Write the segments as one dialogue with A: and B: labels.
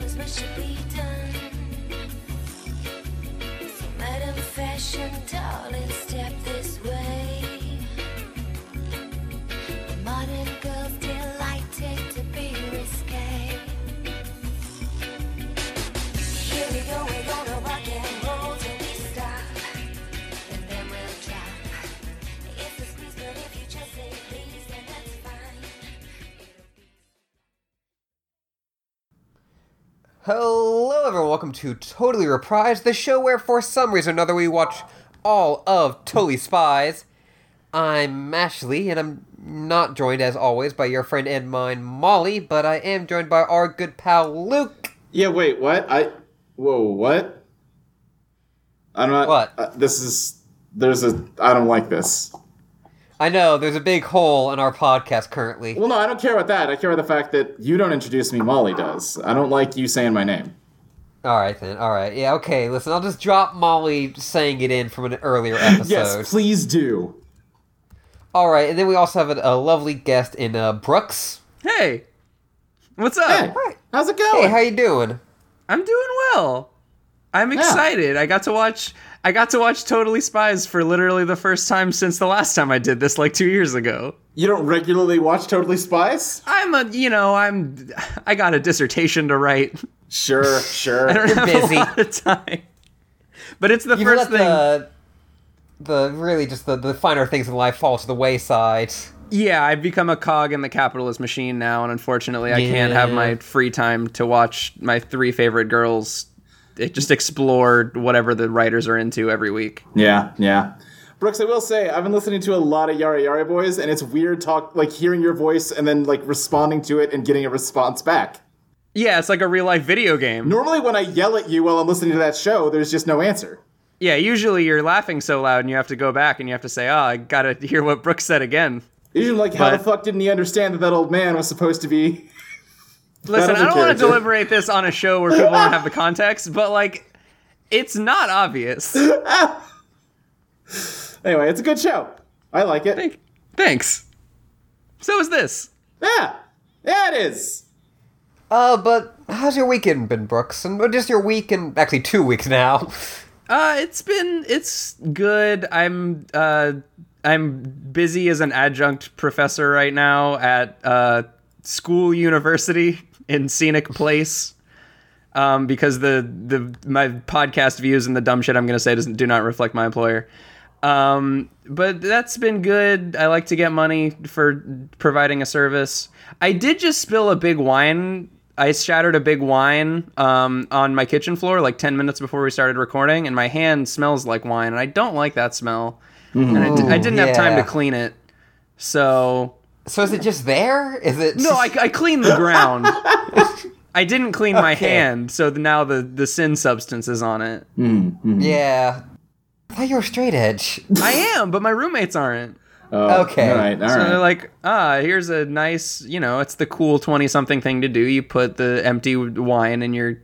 A: nearly done. So, Madam Fashion, darling, step this way. The modern girls delighted to be risque. Here we go, we're gonna rock and roll till we stop, and then we'll drop. It's a squeeze, but if you just say please, then that's fine.
B: Hello, everyone. Welcome to Totally Reprised, the show where, for some reason or another, we watch all of Totally Spies. I'm Ashley, and I'm not joined, as always, by your friend and mine, Molly, but I am joined by our good pal, Luke.
C: Yeah, wait, what? I whoa, what? I'm not.
B: What?
C: Uh, this is there's a. I don't like this.
B: I know there's a big hole in our podcast currently.
C: Well, no, I don't care about that. I care about the fact that you don't introduce me. Molly does. I don't like you saying my name.
B: All right, then. All right. Yeah, okay. Listen, I'll just drop Molly saying it in from an earlier episode.
C: Yes, please do.
B: All right, and then we also have a, a lovely guest in uh, Brooks.
D: Hey, what's up?
C: Hey,
B: right.
C: how's it going?
B: Hey, how you doing?
D: I'm doing well. I'm excited. I got to watch. I got to watch Totally Spies for literally the first time since the last time I did this, like two years ago.
C: you don't regularly watch Totally Spies?
D: I'm a, you know, I'm. I got a dissertation to write.
C: Sure, sure.
D: I don't have
B: busy.
D: a lot of time. But it's the
B: You've let
D: first thing.
B: the the really just the, the finer things in life fall to the wayside.
D: Yeah, I've become a cog in the capitalist machine now, and unfortunately, I can't have
B: Yeah.
D: my free time to watch my three favorite girls. It just explore whatever the writers are into every week.
C: Yeah, yeah. Brooks, I will say I've been listening to a lot of Yara Yara Boys, and it's weird talk like hearing your voice and then like responding to it and getting a response back.
D: Yeah, it's like a real life video game.
C: Normally, when I yell at you while I'm listening to that show, there's just no answer.
D: Yeah, usually you're laughing so loud and you have to go back and you have to say, oh, I gotta hear what Brooks said again.
C: Usually, like, how
D: But-
C: the fuck didn't he understand that that old man was supposed to be?
D: Listen,
C: was a
D: I don't want to
C: character.
D: deliberate this on a show where people don't have the context, but like, it's not obvious.
C: Anyway, it's a good show. I like it.
D: Thank- Thanks. So is this.
C: Yeah, yeah, it is.
B: Uh, but how's your weekend been, Brooks? And or just your week and actually two weeks now.
D: Uh, it's been it's good. I'm uh I'm busy as an adjunct professor right now at uh school university in Scenic Place. Um, because the the my podcast views and the dumb shit I'm gonna say doesn't do not reflect my employer. Um, but that's been good. I like to get money for providing a service. I did just spill a big wine. I shattered a big wine um, on my kitchen floor like 10 minutes before we started recording, and my hand smells like wine, and I don't like that smell. And I, d- I didn't have time
B: yeah.
D: to clean it. So,
B: so is it just there? Is it
D: no, I, I cleaned the ground. I didn't clean my
B: Okay.
D: hand, so now the, the sin substance is on it.
B: yeah. I thought you were straight edge.
D: I am, but my roommates aren't.
C: Oh,
B: Okay.
C: All right. All
D: So
C: right.
D: they're like, ah, here's a nice, you know, it's the cool twenty something thing to do. You put the empty wine in your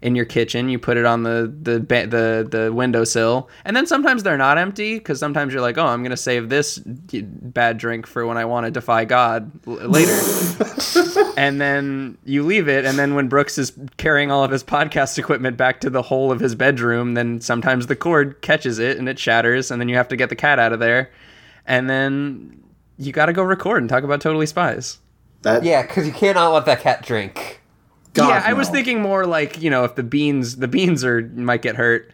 D: in your kitchen. You put it on the the ba- the the windowsill, and then sometimes they're not empty because sometimes you're like, oh, I'm gonna save this d- bad drink for when I want to defy God l- later. and then you leave it, and then when Brooks is carrying all of his podcast equipment back to the hole of his bedroom, then sometimes the cord catches it and it shatters, and then you have to get the cat out of there. And then you got to go record and talk about Totally Spies.
C: that,
B: Yeah, because you cannot let that cat drink.
C: God,
D: yeah, I was
C: Oh, no.
D: thinking more like you know if the beans the beans are might get hurt,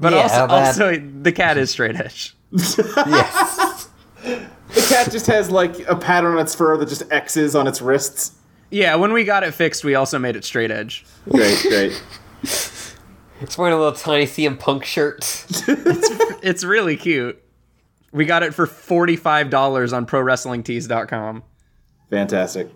D: but
B: Yeah,
D: also
B: that-
D: also the cat is straight edge.
B: Yes.
C: the cat just has like a pattern on its fur that just X's on its wrists.
D: Yeah, when we got it fixed, we also made it straight edge.
C: Great, great.
B: it's wearing a little tiny CM Punk shirt.
D: It's really cute. We got it for forty five dollars on ProWrestlingTees.com.
C: Fantastic.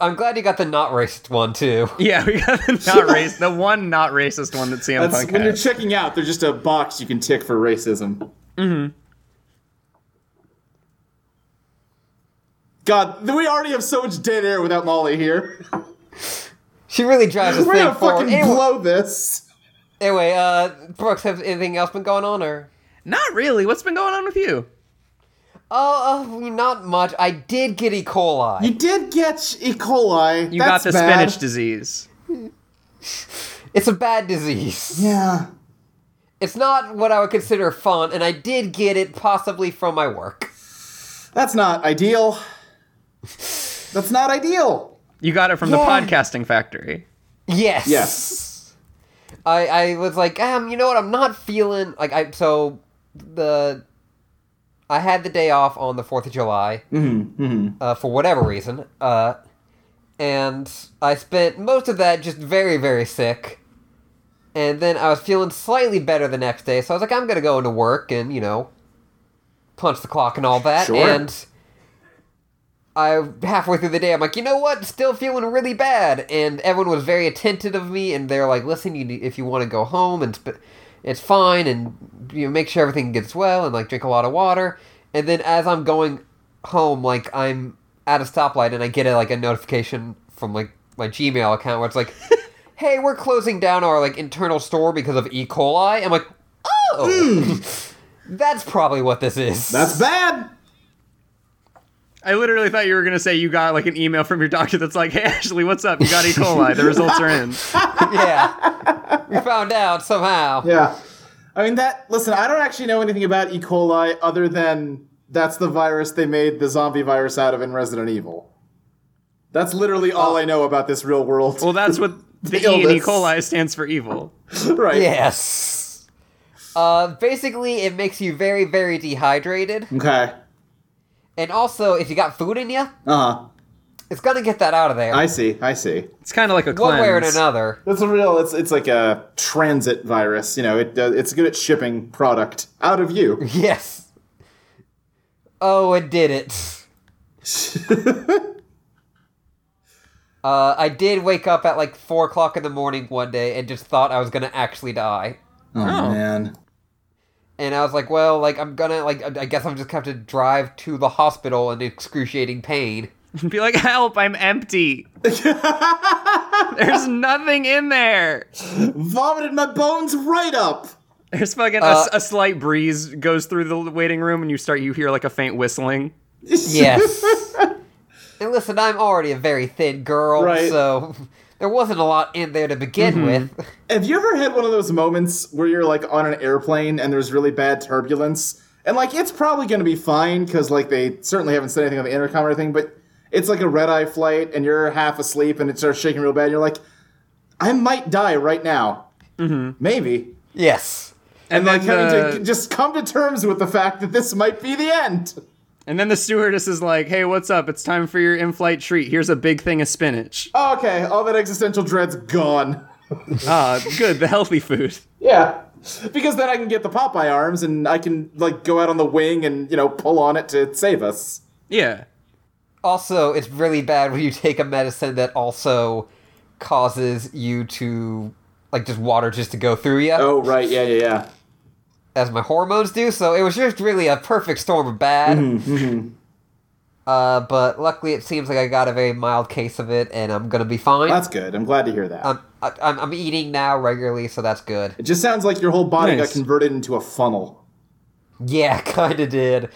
B: I'm glad you got the not racist one too.
D: Yeah, we got the not racist, the one not racist one that CM
C: That's
D: Punk
C: when you're
D: had.
C: checking out. There's just a box you can tick for racism. Mm-hmm. God, we already have so much dead air without Molly here.
B: She really drives this
C: We're
B: thing
C: gonna
B: forward.
C: fucking
B: Anyway,
C: blow this.
B: anyway, uh, Brooks, has anything else been going on or?
D: Not really. What's been going on with you?
B: Oh, uh, not much. I did get E. coli.
C: You did get E. coli.
D: You
C: That's
D: got the
C: bad.
D: spinach disease.
B: It's a bad disease.
C: Yeah.
B: It's not what I would consider fun, and I did get it possibly from my work.
C: That's not ideal. That's not ideal.
D: You got it from
B: Yeah.
D: the podcasting factory.
B: Yes.
C: Yes.
B: I, I was like, um, you know what? I'm not feeling like I so the I had the day off on the Fourth of July
C: Mm-hmm,
B: Uh, for whatever reason, uh, and I spent most of that just very very sick, and then I was feeling slightly better the next day, so I was like, I'm gonna go into work and you know punch the clock and all that,
C: Sure.
B: and. I halfway through the day, I'm like, you know what? Still feeling really bad, and everyone was very attentive of me, and they're like, listen, you need, if you want to go home, and sp- it's fine, and you know, make sure everything gets well, and like drink a lot of water. And then as I'm going home, like I'm at a stoplight, and I get a, like a notification from like my Gmail account where it's like, hey, we're closing down our like internal store because of E. coli. I'm like, oh, that's probably what this is.
C: Hmm. That's bad.
D: I literally thought you were gonna say you got like an email from your doctor that's like, "Hey, Ashley, what's up? You got E. coli. The results are in."
B: yeah. We found out somehow.
C: Yeah. I mean that listen, I don't actually know anything about E. coli other than that's the virus they made the zombie virus out of in Resident Evil. That's literally all I know about this real world.
D: Oh. Well, that's what the
C: The
D: E in E.
C: illness.
D: coli stands for evil.
C: right.
B: Yes. Uh, basically, it makes you very, very dehydrated,
C: Okay.
B: and also if you got food in you,
C: Uh-huh.
B: it's gonna get that out of there
C: I see. I see.
D: It's kind of like a cleanse.
B: one way or another.
C: That's a real it's it's like a transit virus, you know, it uh, it's good at shipping product out of you.
B: Yes. Oh, it did it. uh, I did wake up at like four o'clock in the morning one day and just thought I was gonna actually die.
C: Oh, man.
B: and I was like, well, like I'm gonna like I I guess I'm just gonna have to drive to the hospital in excruciating pain.
D: Be like, "Help! I'm empty. There's nothing in there."
C: Vomited my bones right up.
D: There's fucking a
B: Uh,
D: s- a, slight breeze goes through the waiting room, and you start you hear like a faint whistling.
B: Yes. and listen, I'm already a very thin girl,
C: Right. Mm-hmm.
B: so there wasn't a lot in there to begin with.
C: Have you ever had one of those moments where you're like on an airplane and there's really bad turbulence? And like it's probably going to be fine because like they certainly haven't said anything on the intercom or anything, but it's like a red eye flight and you're half asleep and it starts shaking real bad. And you're like, I might die right now. Mm-hmm. Maybe.
B: Yes.
C: And, uh, like
D: then
C: having to
D: the-
C: just come to terms with the fact that this might be the end.
D: And then the stewardess is like, "Hey, what's up? It's time for your in-flight treat. Here's a big thing of spinach.
C: Oh, okay, all that existential dread's gone.
D: Ah, good, the healthy food.
C: Yeah. Because then I can get the Popeye arms and I can like go out on the wing and, you know, pull on it to save us.
D: Yeah,
B: Also, it's really bad when you take a medicine that also causes you to like just water just to go through you,
C: Oh right, yeah, yeah, yeah.
B: as my hormones do. So it was just really a perfect storm of bad.
C: Mm-hmm,
B: Uh, but luckily, it seems like I got a very mild case of it, and I'm gonna be fine.
C: That's good. I'm glad to hear that.
B: I'm, I- I'm, I'm eating now regularly, so that's good.
C: it just sounds like your whole body
D: Nice.
C: got converted into a funnel.
B: Yeah, kinda did.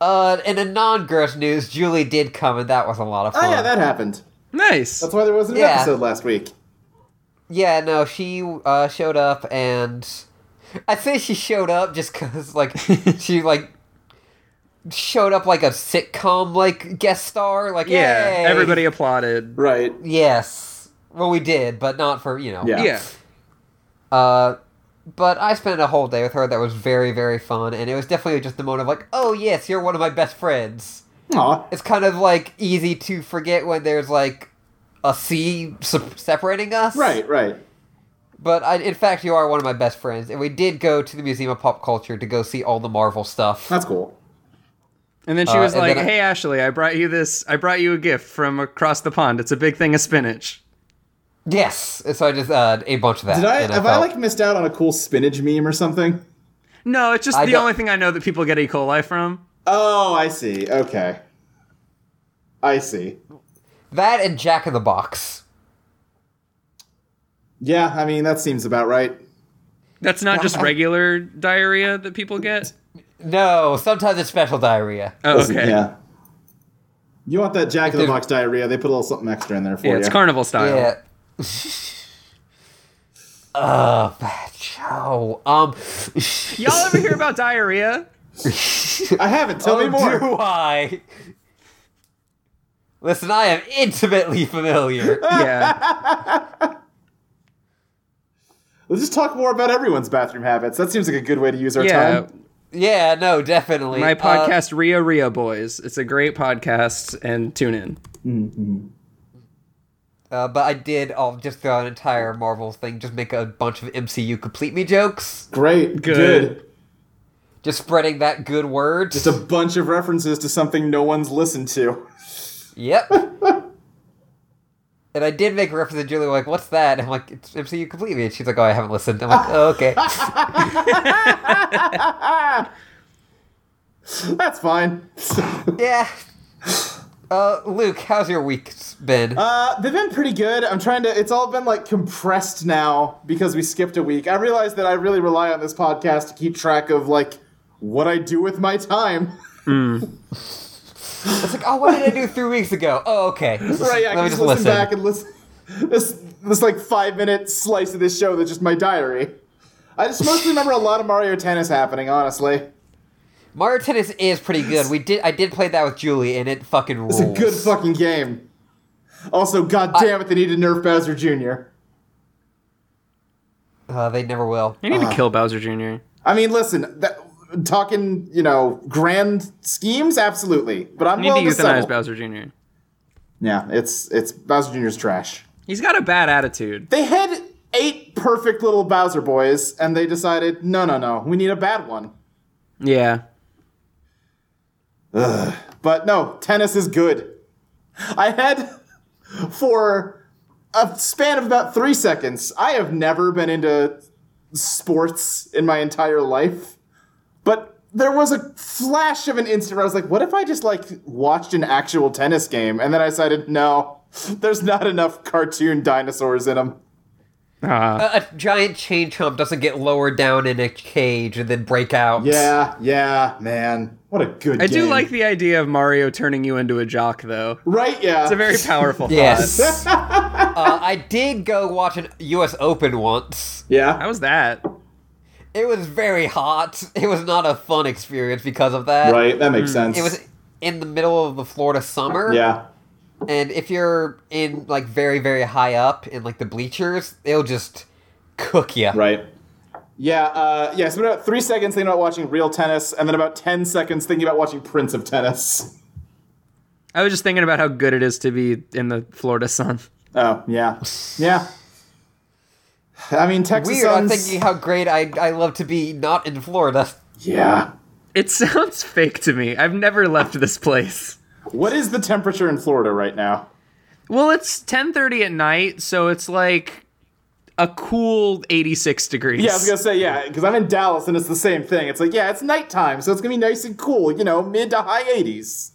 B: Uh, and in non-gross news, Julie did come, and that was a lot of fun.
C: Oh yeah, that happened.
D: nice.
C: That's why there wasn't an
B: Yeah.
C: episode last week.
B: Yeah, no, she uh, showed up, and I say she showed up just because, like, she like showed up like a sitcom like guest star. Like,
D: yeah,
B: yay!
D: everybody applauded.
C: Right.
B: Yes, well, we did, but not for you know.
C: Yeah.
D: Yeah,
B: Uh, but I spent a whole day with her that was very, very fun, and it was definitely just the moment of like, oh yes, you're one of my best friends.
C: Aw.
B: It's kind of like easy to forget when there's like a sea se- separating us.
C: Right, right.
B: But I, in fact, you are one of my best friends, and we did go to the Museum of Pop Culture to go see all the Marvel stuff.
C: That's cool.
D: and then she
B: Uh,
D: was
B: and
D: like,
B: then I-
D: "Hey, Ashley, I brought you this. I brought you a gift from across the pond. It's a big thing of spinach."
B: Yes, so I just uh, ate a bunch of that.
C: Did I
B: and
C: have I
B: felt-
C: like missed out on a cool spinach meme or something?
D: No, it's just
B: I
D: the
B: don't-
D: only thing I know that people get E. coli from.
C: Oh, I see. Okay. I see.
B: that and Jack in the Box?
C: Yeah, I mean that seems about right.
D: That's not just
B: Wow.
D: regular diarrhea that people get.
B: No, sometimes it's special diarrhea.
D: Oh,
C: Listen,
D: okay. Yeah,
C: Yeah. You want that Jack in the
B: there's-
C: Box diarrhea? They put a little something extra in there for you.
D: it's carnival style.
B: Yeah. Uh, bad show. Um,
D: Y'all ever hear about diarrhea?
C: I haven't. Tell
B: Oh,
C: me more.
B: do I? Listen, I am intimately familiar.
D: Yeah.
C: Let's just talk more about everyone's bathroom habits. That seems like a good way to use our
D: Yeah.
C: time.
B: yeah, no, definitely.
D: My
B: Uh,
D: podcast, Ria Ria Boys. It's a great podcast, and tune in.
B: Uh, but I did. I'll just throw an entire Marvel thing. Just make a bunch of MCU complete me jokes.
C: Great. Good.
D: Good.
B: Just spreading that good word.
C: Just a bunch of references to something no one's listened to.
B: Yep. and I did make a reference to Julie, like, what's that? And I'm like, it's MCU completely. And she's like, oh, I haven't listened. I'm like, oh, okay.
C: That's fine.
B: yeah. Uh, Luke, how's your week been?
C: Uh, they've been pretty good. I'm trying to. It's all been like compressed now because we skipped a week. I realize that I really rely on this podcast to keep track of like what I do with my time.
B: it's like, oh, what did I do three weeks ago? Oh, okay.
C: right? Yeah, I
B: Let me just
C: can just listen, back and listen. This this like five minute slice of this show that's just my diary. I just mostly remember a lot of Mario Tennis happening. Honestly,
B: Mario Tennis is pretty good. We did. I did play that with Julie, and it fucking rules.
C: it's a good fucking game. Also, god damn it, they need to nerf Bowser Jr.
B: Uh, they never will.
D: I need to kill Bowser Jr.
C: I mean, listen, that, talking you know grand schemes, absolutely. But I'm
D: I need
C: willing
D: to euthanize
C: settle.
D: Bowser Jr.
C: Yeah, it's it's Bowser Jr.'s trash.
D: He's got a bad attitude.
C: They had eight perfect little Bowser boys, and they decided, no, no, no, we need a bad one.
D: Yeah.
C: But no, tennis is good. I had for a span of about three seconds. I have never been into sports in my entire life, but there was a flash of an instant where I was like, "What if I just like watched an actual tennis game?" And then I decided, no, there's not enough cartoon dinosaurs in them.
D: Ah.
B: A, a giant chain chomp doesn't get lowered down in a cage and then break out.
C: Yeah, yeah, man, what a good.
D: I do
C: game.
D: like the idea of Mario turning you into a jock, though.
C: right. Yeah,
D: It's a very powerful
B: Yes.
D: thought.
B: uh, I did go watch an U.S. Open once.
C: yeah.
D: How's that?
B: It was very hot. It was not a fun experience because of that.
C: Right, that makes sense.
B: Mm. It was in the middle of the Florida summer.
C: yeah.
B: And if you're in like very very high up in like the bleachers, they'll just cook you.
C: Right. Yeah, uh, yeah, so about three seconds thinking about watching real tennis, and then about 10 seconds thinking about watching Prince of Tennis.
D: I was just thinking about how good it is to be in the Florida sun.
C: Oh, yeah. Yeah. I mean, Texas
B: Weird. I'm
C: Suns-
B: thinking how great I I love to be not in Florida.
C: Yeah.
D: It sounds fake to me. I've never left this place.
C: What is the temperature in Florida right now?
D: Well, it's 10:30 at night, so it's like a cool 86 degrees.
C: Yeah, I was gonna say, yeah, because I'm in Dallas and it's the same thing. It's like, yeah, it's nighttime, so it's gonna be nice and cool, you know, mid to high 80s.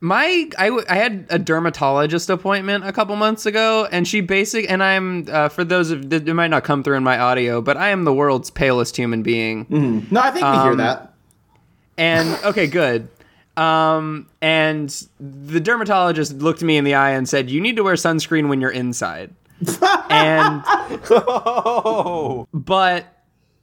D: My I, w- I had a dermatologist appointment a couple months ago, and she basic and I'm uh, for those of that it might not come through in my audio, but I am the world's palest human being.
C: No, I think we
D: Um,
C: hear that.
D: And okay, good. Um, and the dermatologist looked me in the eye and said, "You need to wear sunscreen when you're inside." and
B: Oh.
D: but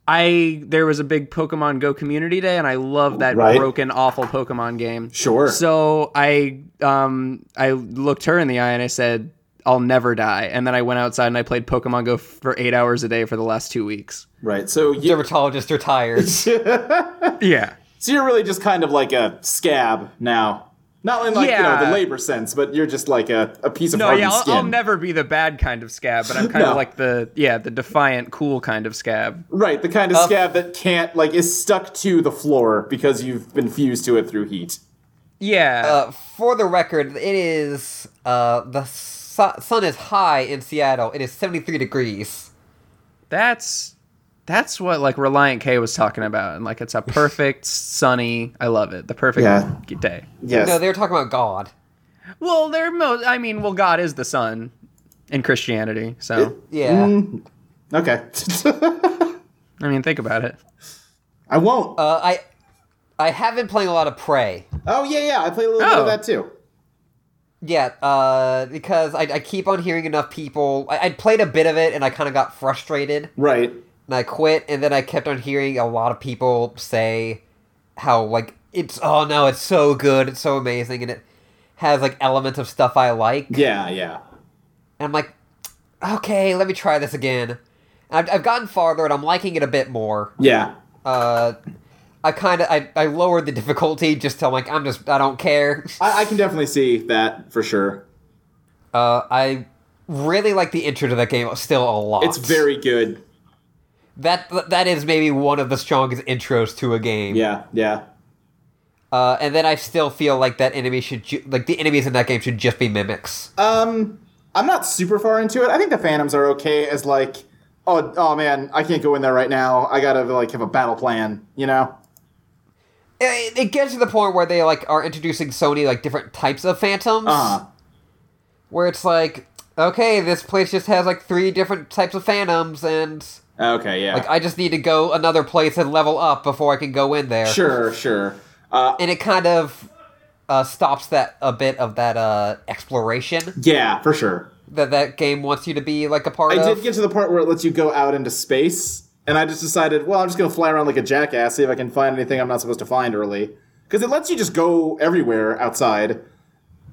D: I there was a big Pokemon Go community day, and I love that
C: Right.
D: broken, awful Pokemon game.
C: Sure.
D: So I um I looked her in the eye and I said, "I'll never die." And then I went outside and I played Pokemon Go for eight hours a day for the last two weeks.
C: Right, so, you,
B: Dermatologists are tired.
D: Yeah.
C: so you're really just kind of like a scab now. Not in like, you know,
D: Yeah.
C: the labor sense, but you're just like a, a piece of
D: No,
C: hardened
D: yeah, I'll,
C: skin.
D: I'll never be the bad kind of scab, but I'm kind
C: No.
D: of like the yeah the defiant, cool kind of scab.
C: Right, the kind of scab that can't like is stuck to the floor because you've been fused to it through heat.
D: Yeah.
B: Uh, for the record, it is uh, the su- sun is high in Seattle. It is 73 degrees.
D: That's that's what like Reliant K was talking about, and like it's a perfect sunny. I love it. The perfect
C: Yeah.
D: day.
C: Yes.
B: No, they're talking about God.
D: Well, they're mo- I mean, well, God is the sun in Christianity. So
B: Yeah.
C: okay.
D: I mean, think about it.
C: I won't.
B: Uh, I I have been playing a lot of Prey.
C: oh yeah, yeah. I played a little bit
D: Oh.
C: of that too.
B: Yeah, uh, because I, I keep on hearing enough people. I, I played a bit of it and I kind of got frustrated
C: Right.
B: and I quit. And then I kept on hearing a lot of people say how like it's oh no, it's so good, it's so amazing, and it has like elements of stuff I like.
C: Yeah, yeah.
B: And I'm like, okay, let me try this again. And I've, I've gotten farther and I'm liking it a bit more.
C: Yeah.
B: Uh, I kind of I, I lowered the difficulty just to like I'm just I don't care.
C: I, I can definitely see that for sure.
B: Uh, I really like the intro to that game still a lot.
C: It's very good.
B: that that is maybe one of the strongest intros to a game.
C: Yeah, yeah.
B: Uh, and then I still feel like that enemy should ju- like the enemies in that game should just be mimics.
C: Um, I'm not super far into it. I think the Phantoms are okay as like, oh, oh man, I can't go in there right now. I gotta like have a battle plan, you know?
B: it, it gets to the point where they like are introducing Sony like different types of phantoms,
C: Uh,
B: where it's like, okay, this place just has like three different types of phantoms, and
C: okay, yeah.
B: like I just need to go another place and level up before I can go in there.
C: sure, sure. Uh,
B: and it kind of uh, stops that a bit of that uh, exploration
C: yeah, for sure.
B: that that game wants you to be like a part
C: I
B: of.
C: did get to the part where it lets you go out into space, and I just decided, well, I'm just gonna fly around like a jackass, see if I can find anything I'm not supposed to find early. Because it lets you just go everywhere outside.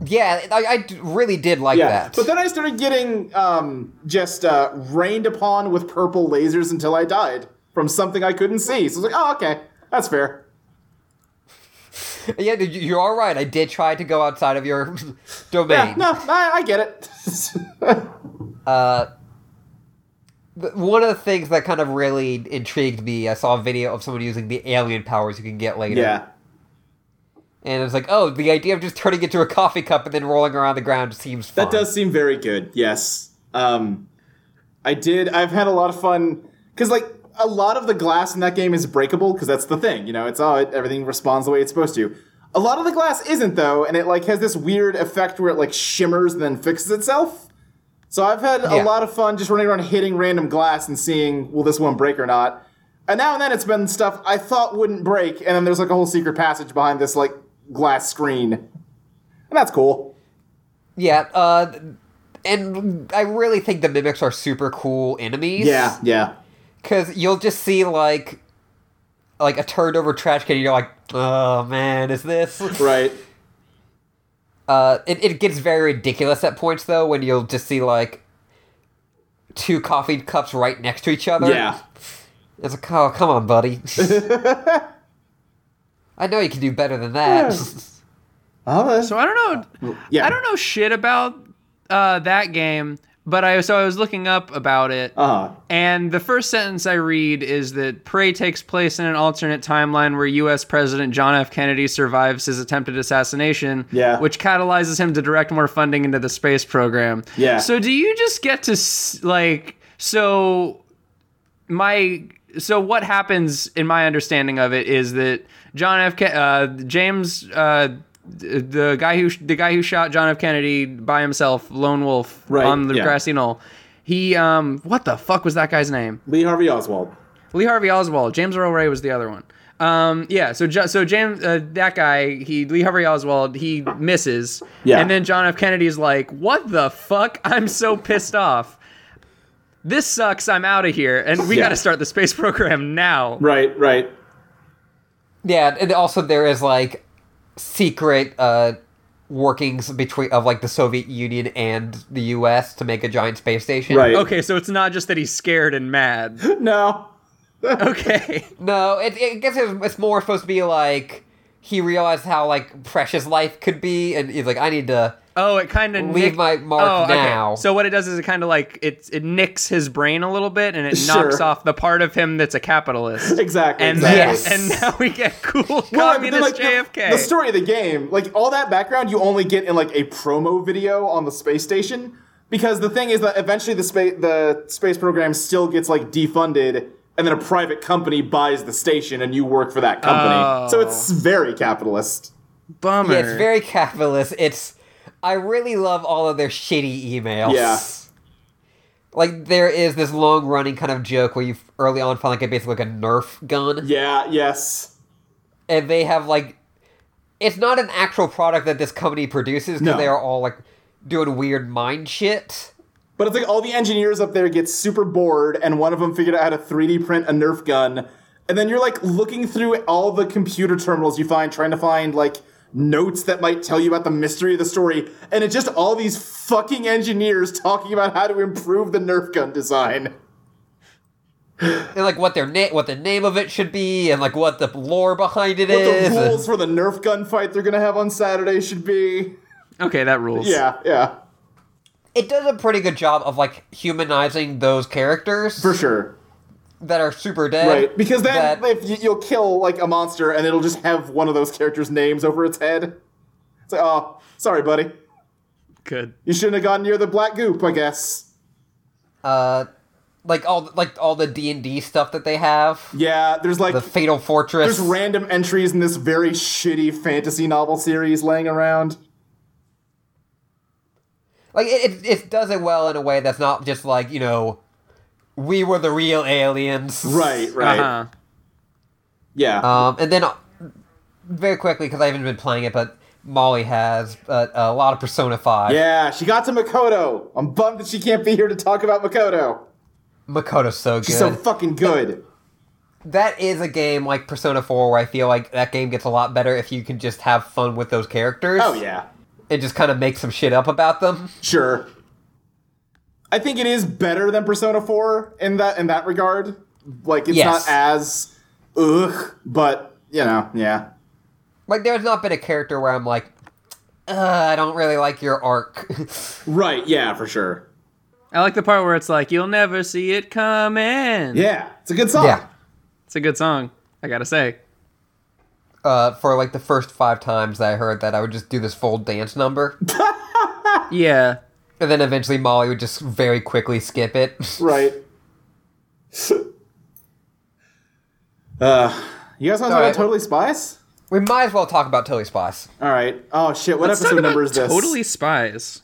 B: yeah, I, I d- really did like
C: Yeah,
B: that.
C: but then I started getting um, just uh, rained upon with purple lasers until I died from something I couldn't see. So I was like, oh, okay, that's fair.
B: yeah, you- you are right. I did try to go outside of your domain.
C: Yeah, no, I, I get it.
B: Th- One of Uh, the things that kind of really intrigued me, I saw a video of someone using the alien powers you can get later.
C: yeah,
B: And it's like, oh, the idea of just turning into a coffee cup and then rolling around the ground seems fun.
C: that does seem very good. Yes, um, I did. I've had a lot of fun because like a lot of the glass in that game is breakable because that's the thing. You know, it's all everything responds the way it's supposed to. A lot of the glass isn't though, and it like has this weird effect where it like shimmers and then fixes itself. So I've had
B: Yeah.
C: a lot of fun just running around hitting random glass and seeing will this one break or not. And now and then it's been stuff I thought wouldn't break, and then there's like a whole secret passage behind this like glass screen, and that's cool.
B: Yeah, uh, and I really think the mimics are super cool enemies.
C: Yeah, yeah.
B: because you'll just see like, like a turned over trash can. And you're like, oh man, is this?
C: Right.
B: Uh, it it gets very ridiculous at points though when you'll just see like two coffee cups right next to each other.
C: Yeah.
B: it's like, oh come on, buddy. I know you can do better than that.
D: So I don't know.
C: yeah.
D: I don't know shit about uh, that game, but I so I was looking up about it,
C: Uh huh.
D: and the first sentence I read is that Prey takes place in an alternate timeline where U.S. President John F. Kennedy survives his attempted assassination,
C: Yeah.
D: which catalyzes him to direct more funding into the space program.
C: Yeah.
D: So do you just get to s- like so my so what happens in my understanding of it is that John F. Ke- uh, James uh, th- the guy who the guy who shot John F. Kennedy by himself, lone wolf
C: Right,
D: on the
C: yeah.
D: grassy knoll. He um, what the fuck was that guy's name?
C: Lee Harvey Oswald.
D: Lee Harvey Oswald. James Earl Ray was the other one. Um, yeah. So Jo- so James uh, that guy he Lee Harvey Oswald he misses.
C: Yeah.
D: And then John F. Kennedy's like, what the fuck? I'm so pissed off. This sucks. I'm out of here, and we
C: Yeah.
D: got to start the space program now.
C: Right, right.
B: yeah, and also there is like secret uh, workings between of like the Soviet Union and the U.S. to make a giant space station.
C: Right.
D: Okay, so it's not just that he's scared and mad.
C: No.
D: Okay.
B: No, it, it I guess it's, it's more supposed to be like he realized how like precious life could be, and he's like, I need to.
D: Oh, it kind of
B: Leave my mark now.
D: So what it does is it kind of like it it nicks his brain a little bit and it knocks
C: Sure.
D: off the part of him that's a capitalist.
C: Exactly.
D: And
C: exactly.
B: Yes.
D: then, and now we get cool
C: Well, I mean,
D: communist
C: then, like,
D: JFK.
C: The, the story of the game, like all that background, you only get in like a promo video on the space station because the thing is that eventually the space the space program still gets like defunded, and then a private company buys the station, and you work for that company.
D: Oh.
C: So it's very capitalist.
D: Bummer.
B: Yeah, it's very capitalist. It's I really love all of their shitty emails.
C: Yeah.
B: Like there is this long running kind of joke where you f- early on find like a basically like a Nerf gun,
C: Yeah. Yes.
B: and they have like it's not an actual product that this company produces because
C: No.
B: they are all like doing weird mind shit.
C: But it's like all the engineers up there get super bored, and one of them figured out how to 3D print a Nerf gun. And then you're like looking through all the computer terminals you find, trying to find like notes that might tell you about the mystery of the story. And it's just all these fucking engineers talking about how to improve the Nerf gun design.
B: And like what their na- what the name of it should be, and like what the lore behind it
C: What the
B: is. and-
C: rules for the Nerf gun fight they're gonna have on Saturday should be.
D: Okay, that rules.
C: Yeah, yeah,
B: it does a pretty good job of like humanizing those characters
C: for sure.
B: that are super dead.
C: Right, because then
B: that-
C: if you, you'll kill like a monster, and it'll just have one of those characters' names over its head. It's like, oh, sorry, buddy.
D: Good.
C: You shouldn't have gone near the black goop, I guess.
B: uh, like all like all the D and D stuff that they have,
C: Yeah, there's like
B: the Fatal Fortress.
C: there's random entries in this very shitty fantasy novel series laying around.
B: like it, it, it does it well in a way that's not just like you know, we were the real aliens,
C: Right, right.
D: Uh-huh.
C: Yeah.
B: Um, and then uh, very quickly because I haven't been playing it, but Molly has, but uh, a lot of Persona Five.
C: yeah, she got to Makoto. I'm bummed that she can't be here to talk about Makoto.
B: Makoto's so good.
C: She's so fucking good.
B: that is a game like Persona 4 where I feel like that game gets a lot better if you can just have fun with those characters.
C: Oh yeah.
B: And just kind of make some shit up about them.
C: Sure. I think it is better than Persona 4 in that in that regard. Like it's
B: Yes.
C: not as ugh, but you know, yeah.
B: Like, there's not been a character where I'm like, Ugh, I don't really like your arc.
C: Right, yeah, for sure.
D: I like the part where it's like, you'll never see it coming.
C: Yeah. It's a good song.
B: Yeah.
D: It's a good song, I gotta say.
B: uh, for like the first five times that I heard that, I would just do this full dance number.
D: Yeah.
B: and then eventually Molly would just very quickly skip it.
C: Right. uh, you guys want to talk
B: All
C: about
B: right.
C: Totally Spies?
B: we might as well talk about Tilly Spice.
C: All right. Oh shit! What
D: Let's talk
C: episode
D: about
C: number is this?
D: Totally Spies.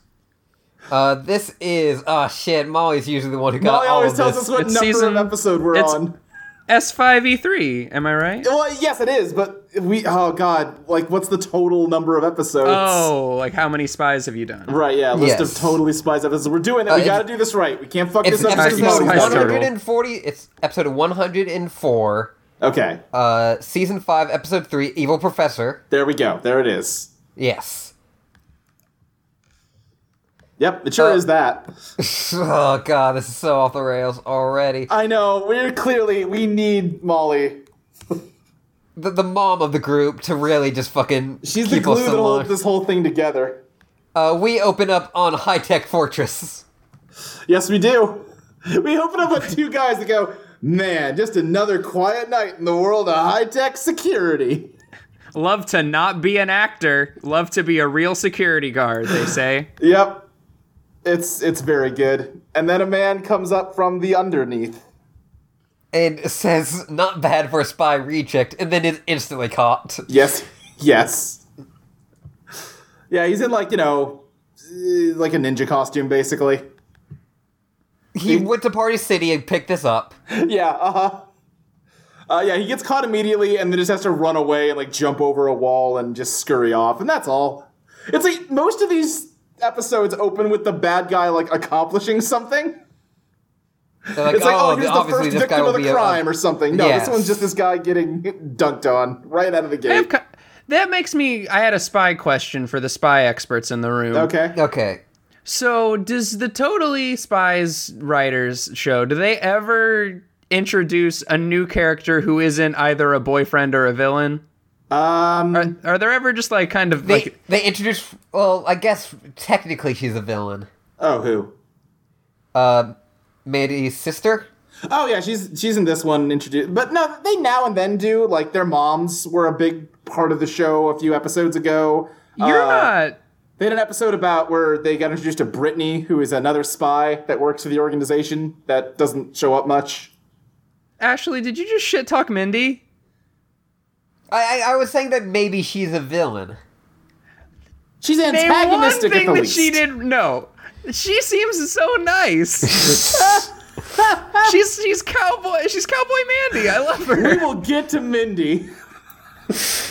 B: Uh, this is, oh shit, Molly's usually the one who got
C: Molly
B: all
C: always
B: of
C: tells
B: this.
C: us what
D: It's
C: number
D: season-
C: of episode we're
D: it's-
C: on.
D: S5E3, E am I right?
C: Well, yes, it is, but we. Oh god! Like, what's the total number of episodes?
D: Oh, like how many spies have you done?
C: Right. Yeah. List
B: Yes.
C: of Totally Spies episodes. We're doing it.
B: Uh,
C: we
B: it's-
C: got to do this right. We can't fuck
B: It's
C: this up.
B: episode
C: Just keep
D: Spice
C: going.
D: Girl.
B: 140. It's episode 104.
C: Okay.
B: Uh, season five, episode three, Evil Professor.
C: There we go. There it is.
B: Yes.
C: Yep. It sure
B: Uh,
C: is that.
B: Oh god, this is so off the rails already.
C: I know. We're clearly we need Molly.
B: The, the mom of the group to really just fucking
C: She's the
B: keep
C: glue
B: us
C: that holds
B: along.
C: this whole thing together.
B: Uh, we open up on High Tech Fortress.
C: Yes, we do. We open up with two guys that go, man, just another quiet night in the world of high tech security.
D: Love to not be an actor, love to be a real security guard, they say.
C: Yep. It's it's very good. And then a man comes up from the underneath.
B: And says, not bad for a spy rechecked, and then is instantly caught.
C: Yes. Yes. Yeah, he's in like, you know, eh, like a ninja costume basically.
B: He went to Party City and picked this up.
C: Yeah, uh-huh. Uh, yeah, he gets caught immediately and then just has to run away and like jump over a wall and just scurry off, and that's all. It's like most of these episodes open with the bad guy like accomplishing something.
B: They're like,
C: It's like, oh,
B: oh,
C: here's the
B: obviously
C: first
B: this guy
C: victim
B: will
C: of
B: be
C: a
B: a-
C: crime or something. No,
B: Yes.
C: this one's just this guy getting dunked on right out of the
D: I have
C: gate.
D: co- that makes me. I had a spy question for the spy experts in the room.
C: Okay.
B: Okay.
D: So, does the Totally Spies writers show, do they ever introduce a new character who isn't either a boyfriend or a villain?
C: Um,
D: Are, are there ever just like kind of
B: They,
D: like.
B: they introduced, well, I guess technically she's a villain.
C: oh, who?
B: uh, Mandy's sister.
C: Oh yeah, she's she's in this one introduced, but no, they now and then do like their moms were a big part of the show a few episodes ago.
D: You're
C: Uh,
D: not.
C: They had an episode about where they got introduced to Brittany, who is another spy that works for the organization that doesn't show up much.
D: Ashley, did you just shit talk Mindy?
B: I, I I was saying that maybe she's a villain.
C: She's
D: Name one
C: antagonistic
D: thing
C: at the
D: that
C: least.
D: she did no. She seems so nice. she's she's cowboy. She's cowboy Mandy. I love her.
C: We will get to Mindy.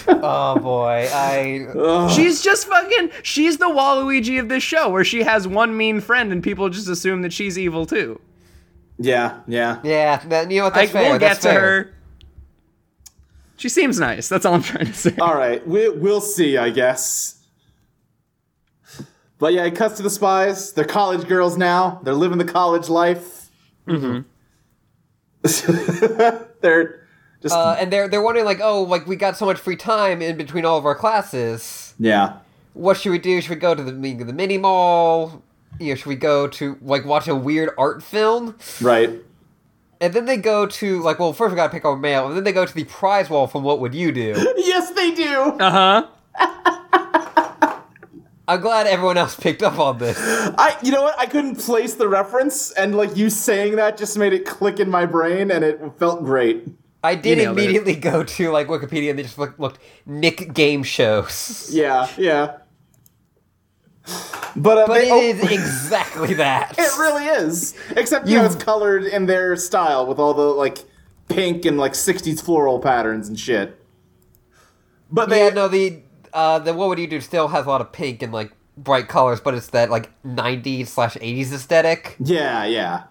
B: Oh boy, I
D: She's just fucking. She's the Waluigi of this show, where she has one mean friend, and people just assume that she's evil too.
C: Yeah, yeah.
B: yeah. That, you know what? That's
D: Like
B: fair.
D: we'll get
B: that's
D: to
B: fair.
D: her. She seems nice. That's all I'm trying to say.
C: All right, we, we'll see, I guess. But yeah, it cuts to the spies. They're college girls now. They're living the college life. Mm-hmm. They're just
B: Uh, and they're they're wondering like, oh, like we got so much free time in between all of our classes.
C: yeah,
B: What should we do? Should we go to the mi- the mini mall? You know, should we go to like watch a weird art film?
C: right.
B: And then they go to like, well, first we gotta pick our mail, and then they go to the prize wall from What Would You Do?
C: Yes, they do.
D: Uh huh.
B: I'm glad everyone else picked up on this.
C: I, you know what? I couldn't place the reference, and like you saying that just made it click in my brain, and it felt great.
B: I did
D: You nailed it.
B: immediately go to like Wikipedia and they just look, looked Nick game shows.
C: Yeah, yeah. But, uh,
B: But
C: they,
B: it
C: oh,
B: is exactly that.
C: It really is. Except you know, it's colored in their style with all the like pink and like '60s floral patterns and shit. But they,
B: Yeah, no, the uh, the what would you do still has a lot of pink and like bright colors, but it's that like '90s slash '80s aesthetic.
C: yeah, yeah.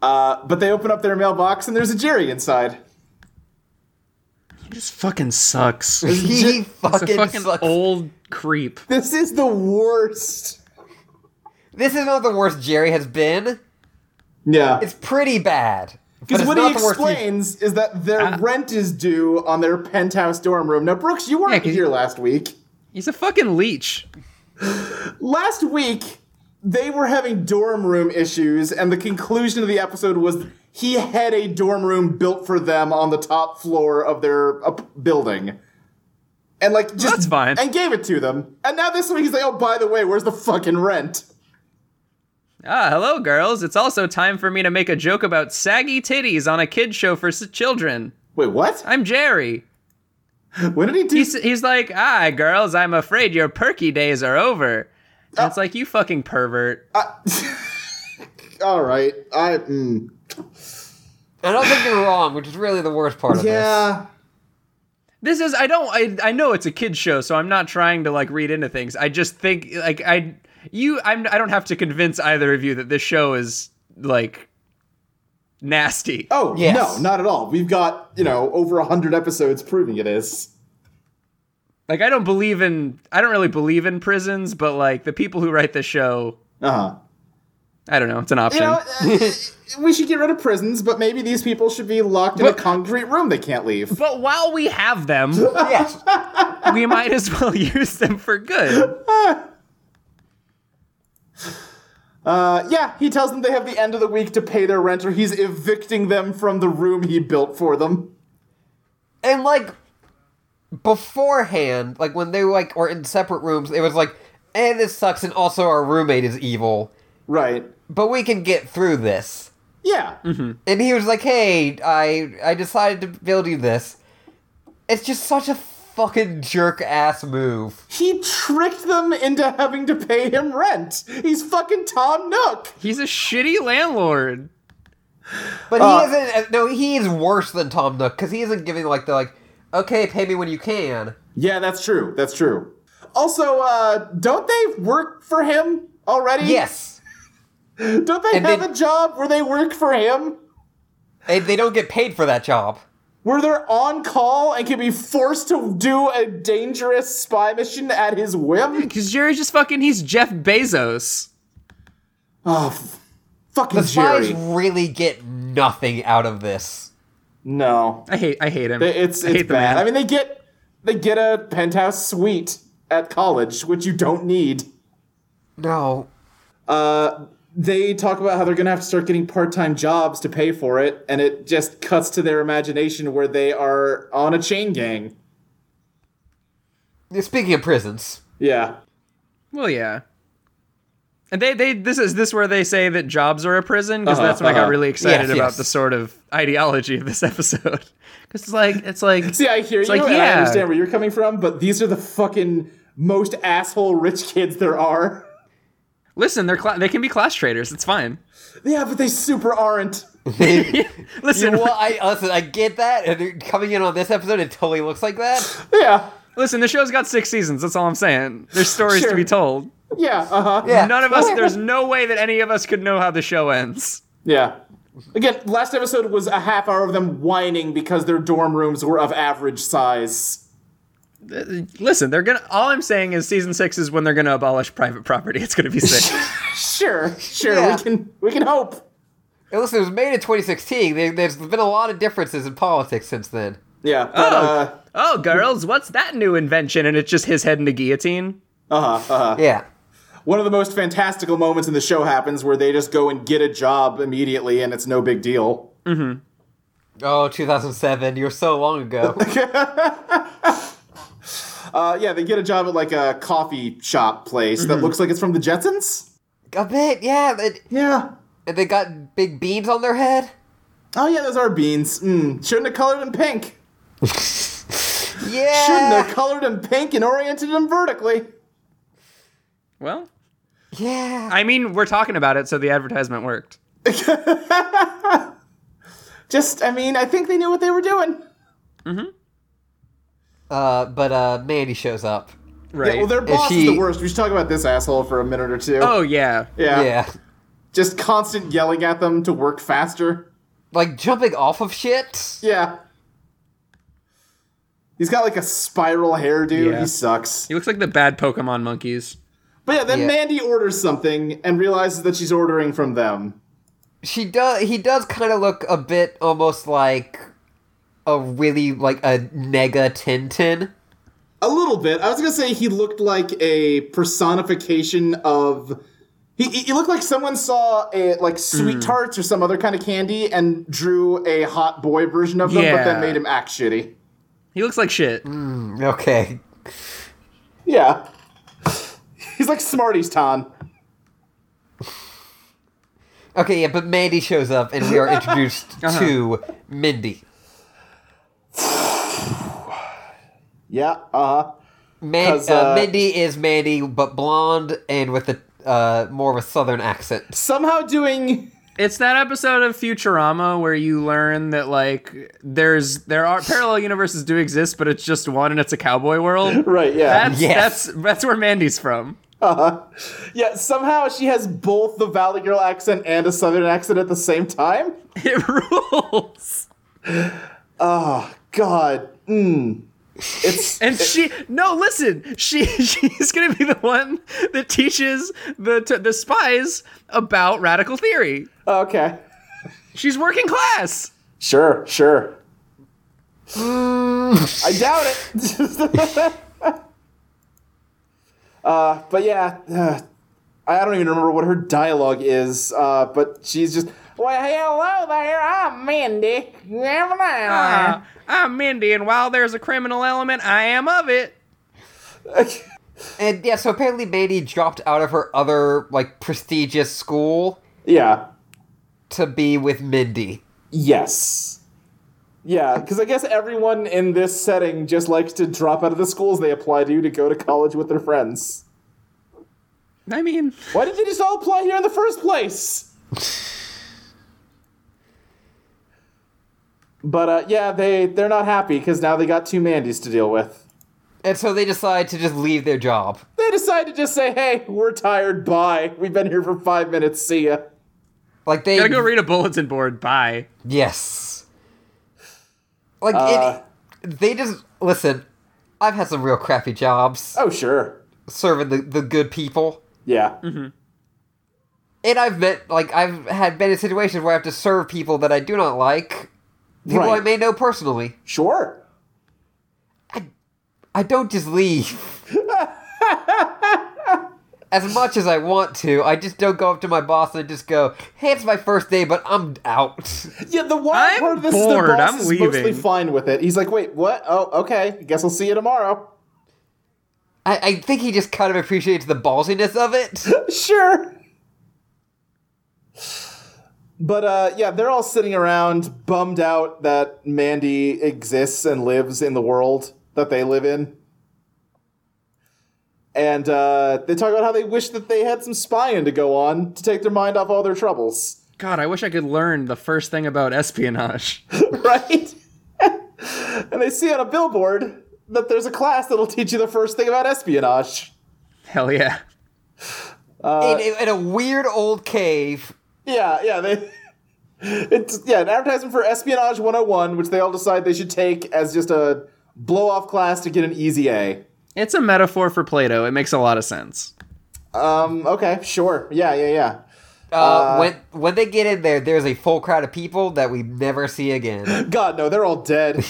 C: Uh, but they open up their mailbox and there's a Jerry inside.
D: He just fucking sucks. He's
B: He
D: a
B: fucking,
D: fucking
B: sucks.
D: old creep.
C: This is the worst.
B: This is not the worst Jerry has been.
C: Yeah.
B: It's pretty bad. but
C: Because
B: it's
C: what he
B: not the worst he's-
C: explains is that their rent is due on their penthouse dorm room. Now, Brooks, you
D: Yeah,
C: weren't
D: 'cause-
C: here last week.
D: He's a fucking leech.
C: Last week, they were having dorm room issues, and the conclusion of the episode was he had a dorm room built for them on the top floor of their uh, building. And like just
D: That's fine.
C: and gave it to them. And now this week he's like, oh by the way, where's the fucking rent?
D: Ah, hello, girls. It's also time for me to make a joke about saggy titties on a kid show for s- children.
C: Wait, what?
D: I'm Jerry.
C: When did he do?
D: He's, he's like, ah, girls, I'm afraid your perky days are over. And
B: Oh.
D: it's like, you fucking pervert.
C: All right, I mm,
B: I don't think you're wrong, which is really the worst part of this.
C: yeah.
D: This is, I don't, I, I know it's a kid's show, so I'm not trying to like read into things. I just think, like, I, you, I'm, I don't have to convince either of you that this show is like nasty.
C: Oh
B: Yes.
C: no, not at all. We've got you know over hundred episodes proving it is.
D: Like, I don't believe in, I don't really believe in prisons, but like the people who write this show,
C: Uh huh.
D: I don't know, it's an option.
C: You know, uh, we should get rid of prisons, but maybe these people should be locked in a
D: But-
C: concrete room they can't leave.
D: but while we have them,
B: Yes.
D: we might as well use them for good.
C: Uh, yeah, he tells them they have the end of the week to pay their rent, or he's evicting them from the room he built for them.
B: and like beforehand, like when they like were in separate rooms, it was like, and this sucks, and also our roommate is evil,
C: Right.
B: but we can get through this.
C: Yeah.
B: And he was like, "Hey, I I decided to build you this." It's just such a fucking jerk ass move.
C: He tricked them into having to pay him rent. He's fucking Tom Nook.
D: He's a shitty landlord.
B: But
C: Uh,
B: he isn't. No, he is worse than Tom Nook because he isn't giving like the like, "Okay, pay me when you can."
C: Yeah, that's true. That's true. Also, uh, don't they work for him already?
B: Yes,
C: Don't they
B: And
C: have
B: they-
C: a job where they work for him?
B: they they don't get paid for that job.
C: where they're on call and can be forced to do a dangerous spy mission at his whim.
D: Because Jerry's just fucking, he's Jeff Bezos.
C: Oh, f- fucking
B: The spies
C: Jerry.
B: really get nothing out of this.
C: No,
D: I hate, I hate him.
C: They- it's
D: I hate
C: it's
D: the
C: bad.
D: man.
C: I mean, they get they get a penthouse suite at college, which you don't need.
B: No,
C: Uh, they talk about how they're gonna have to start getting part time jobs to pay for it, and it just cuts to their imagination where they are on a chain gang.
B: Speaking of prisons,
C: Yeah.
D: well, yeah. And they, they, this is this where they say that jobs are a prison because
C: Uh-huh,
D: that's when I got
C: uh-huh.
D: really excited
B: Yes,
D: about
B: yes.
D: the sort of ideology of this episode. Because it's like, it's like,
C: See, I hear you,
D: like,
C: and I
D: yeah.
C: understand where you're coming from, but these are the fucking most asshole rich kids there are.
D: Listen, they're cla- they can be class traders. It's fine.
C: Yeah, but they super aren't.
D: Listen,
B: well, I listen. I get that. And they're coming in on this episode, it totally looks like that.
C: Yeah.
D: listen. The show's got six seasons. That's all I'm saying. There's stories to
C: Sure.
D: be told.
C: Yeah. Uh huh.
B: Yeah.
D: None of us. There's no way that any of us could know how the show ends.
C: Yeah. Again, last episode was a half hour of them whining because their dorm rooms were of average size.
D: Uh, Listen, they're gonna. All I'm saying is, season six is when they're gonna abolish private property. It's gonna be sick.
C: Sure, sure.
B: Yeah.
C: We can we can hope.
B: And listen, it was made in 2016. There- There's been a lot of differences in politics since then.
C: Yeah. But, uh
D: oh, girls, what's that new invention? And it's just his head in a guillotine.
C: Uh.
B: Yeah.
C: one of the most fantastical moments in the show happens where they just go and get a job immediately and it's no big deal.
B: Oh, 2007. You're so long ago.
C: Uh, yeah, they get a job at like a coffee shop place that looks like it's from the Jetsons.
B: a bit, yeah. It,
C: Yeah.
B: and they got big beans on their head.
C: Oh yeah, those are beans. Mm. Shouldn't have colored them pink. Shouldn't
B: Yeah.
C: have colored them pink and oriented them vertically.
D: Well,
B: Yeah.
D: I mean, we're talking about it, so the advertisement worked.
C: Just, I mean, I think they knew what they were doing.
B: Uh, but uh, Mandy shows up.
D: Right.
C: Yeah, well, their boss
B: she-
C: is the worst. We should talk about this asshole for a minute or two.
D: oh yeah.
C: yeah.
B: yeah.
C: Just constant yelling at them to work faster.
B: Like jumping off of shit.
C: Yeah. He's got like a spiral hairdo.
D: Yeah.
C: He sucks.
D: He looks like the bad Pokemon monkeys.
C: But yeah, then
B: Yeah.
C: Mandy orders something and realizes that she's ordering from them.
B: she does he does kind of look a bit almost like a really like a nega tintin
C: A little bit. I was gonna say he looked like a personification of. He, he he looked like someone saw a like sweet tarts or some other kind of candy and drew a hot boy version of them, but
D: Yeah.
C: then made him act shitty.
D: He looks like shit.
C: Mm.
B: okay
C: Yeah, he's like Smarties Ton.
B: okay yeah but mandy shows up and we are introduced to mindy
C: Yeah, uh huh.
B: Man,
C: 'Cause,
B: uh,
C: uh,
B: mindy is mandy but blonde and with a uh, more of a southern accent
C: Somehow doing.
D: It's that episode of Futurama where you learn that like there's there are parallel universes do exist, but it's just one and it's a cowboy world.
C: Right, yeah.
D: That's
B: Yes.
D: that's that's where Mandy's from.
C: uh-huh. yeah, somehow she has both the Valley Girl accent and a Southern accent at the same time.
D: It rules.
C: God. Mmm. It's.
D: And she no, listen. She she's going to be the one that teaches the t- the spies about radical theory.
C: okay.
D: She's working class.
C: Sure, sure. I doubt it. uh, but yeah, uh, I don't even remember what her dialogue is, uh, but she's just, well, hello there, I'm Mindy.
D: Uh, I'm Mindy, and while there's a criminal element, I am of it.
B: and yeah so apparently mandy dropped out of her other like prestigious school
C: yeah.
B: to be with mindy
C: Yes. Yeah, because I guess everyone in this setting just likes to drop out of the schools they apply to to go to college with their friends.
D: I mean,
C: Why did they just all apply here in the first place? but uh, yeah, they they're not happy because now they got two Mandys to deal with.
B: and so they decide to just leave their job
C: They decide to just say, "Hey, we're tired. Bye. We've been here for five minutes. See ya."
B: like they
D: gotta go read a bulletin board. Bye.
B: Yes. Like
C: Uh,
B: it, they just listen. I've had some real crappy jobs
C: Oh sure.
B: serving the, the good people,
C: Yeah.
B: and I've met like I've had been in situations where I have to serve people that I do not like, people I
C: Right.
B: may know personally.
C: Sure.
B: I don't just leave. As much as I want to, I just don't go up to my boss and just go, "Hey, it's my first day, but I'm out."
C: Yeah, the wild
D: I'm
C: part of this is
D: bored.
C: the boss
D: I'm
C: is
D: leaving.
C: mostly fine with it. He's like, "Wait, what? Oh, okay. Guess I'll see you tomorrow."
B: I, I think he just kind of appreciates the ballsiness of it.
C: sure. But uh, yeah, they're all sitting around, bummed out that Mandy exists and lives in the world that they live in. and uh, they talk about how they wish that they had some spying to go on to take their mind off all their troubles.
D: God, I wish I could learn the first thing about espionage.
C: right? and they see on a billboard that there's a class that'll teach you the first thing about espionage.
D: Hell yeah.
B: in, in, in a weird old cave.
C: Yeah, yeah, they. It's yeah, an advertisement for espionage 101, which they all decide they should take as just a blow off class to get an easy A.
D: It's a metaphor for Plato. It makes a lot of sense.
C: Um, okay, sure. Yeah, yeah, yeah.
B: Uh, when when they get in there, there's a full crowd of people that we never see again.
C: God, no, they're all dead.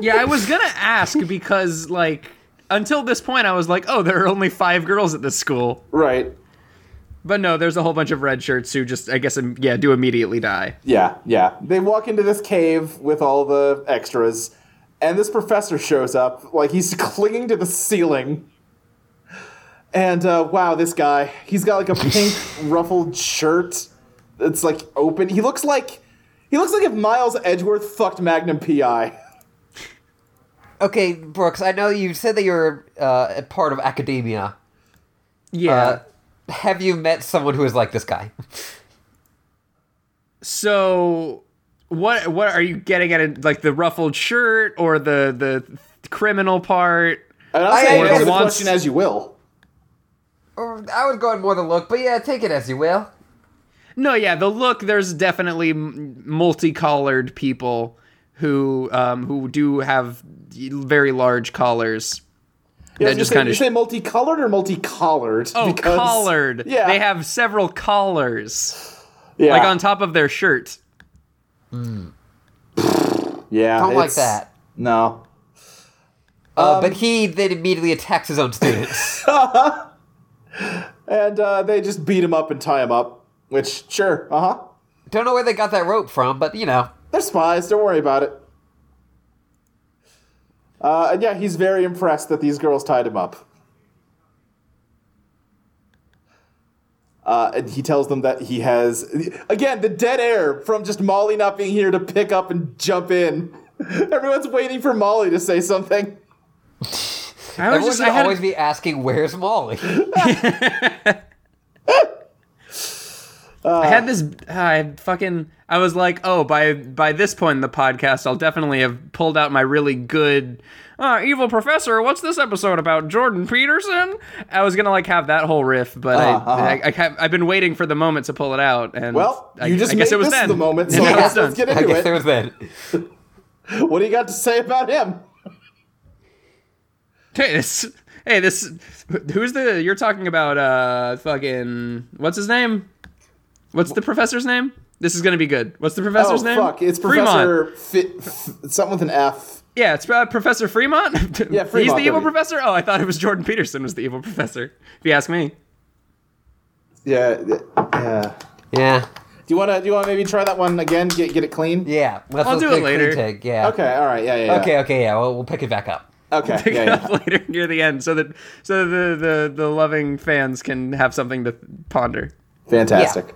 D: Yeah, I was gonna ask because like until this point I was like, oh, there are only five girls at this school.
C: right.
D: But no, there's a whole bunch of red shirts who just I guess im- yeah, do immediately die.
C: Yeah, yeah. They walk into this cave with all the extras, and this professor shows up. Like, he's clinging to the ceiling. And, uh, wow, this guy. He's got, like, a pink, ruffled shirt that's, like, open. He looks like. He looks like if Miles Edgeworth fucked Magnum PI.
B: Okay, Brooks, I know you said that you're uh, a part of academia.
D: Yeah.
B: Uh, have you met someone who is like this guy?
D: so what what are you getting at in, like the ruffled shirt or the the criminal part?
C: And I'll
B: I-
C: say
B: I-
C: answer the
D: wants-
C: question as you will.
B: Or- Um, I would go on more than look, but yeah, take it as you will.
D: No, yeah, the look. There's definitely m- multicolored people who um, who do have very large collars.
C: Yeah, I was
D: That
C: gonna
D: just
C: say-
D: kinda
C: you
D: sh-
C: say multicolored or multicolored?
D: Oh,
C: Because-
D: collared.
C: Yeah.
D: they have several collars,
C: yeah.
D: like on top of their shirt.
C: Yeah,
B: Don't like
C: it's-
B: that.
C: No,
B: Uh, but he then immediately attacks his own students.
C: and uh, they just beat him up and tie him up. Which, sure, uh huh.
B: Don't know where they got that rope from, but you know.
C: They're spies. Don't worry about it. Uh, and yeah, he's very impressed that these girls tied him up. Uh, and he tells them that he has, again, the dead air from just Molly not being here to pick up and jump in. Everyone's waiting for Molly to say something.
D: I was
B: Everyone
D: just,
B: should
D: I had,
B: always be asking, where's Molly?
D: I
C: Uh,
D: had this. I fucking. I was like, oh, by by this point in the podcast, I'll definitely have pulled out my really good. Uh, evil professor, what's this episode about? Jordan Peterson. I was gonna like have that whole riff, but
C: Uh-huh.
D: I, I, I have, I've been waiting for the moment to pull it out, and
C: Well,
D: I,
C: you just
D: I guess
C: made
D: it was
C: this
D: then.
C: the moment, so
D: Yeah,
C: let's,
D: it's
C: let's
D: done.
C: get
B: I
C: into
B: guess
C: it.
B: there was that.
C: What do you got to say about him?
D: Hey, this. Hey, this. Who's the? You're talking about uh, fucking. What's his name? What's the professor's name? This is gonna be good. What's the professor's
C: oh,
D: name?
C: fuck. It's
D: Fremont.
C: Professor Fi- F- something with an F.
D: Yeah, it's uh, Professor Fremont.
C: Yeah,
D: He's
C: Fremont,
D: the evil
C: that'd be-
D: professor. Oh, I thought it was Jordan Peterson was the evil professor. If you ask me.
C: Yeah, yeah.
B: Yeah.
C: Do you want to? Do you want to maybe try that one again? Get get it clean.
B: Yeah. Let's,
D: I'll
B: let's
D: do it
B: pick
D: later.
B: Freetag, Yeah.
C: Okay. All right. Yeah. Yeah. yeah.
B: Okay, okay, yeah. We'll, we'll pick it back up.
C: Okay.
D: Pick
C: yeah,
D: it
C: yeah.
D: up later near the end, so that so the, the the loving fans can have something to ponder.
C: Fantastic.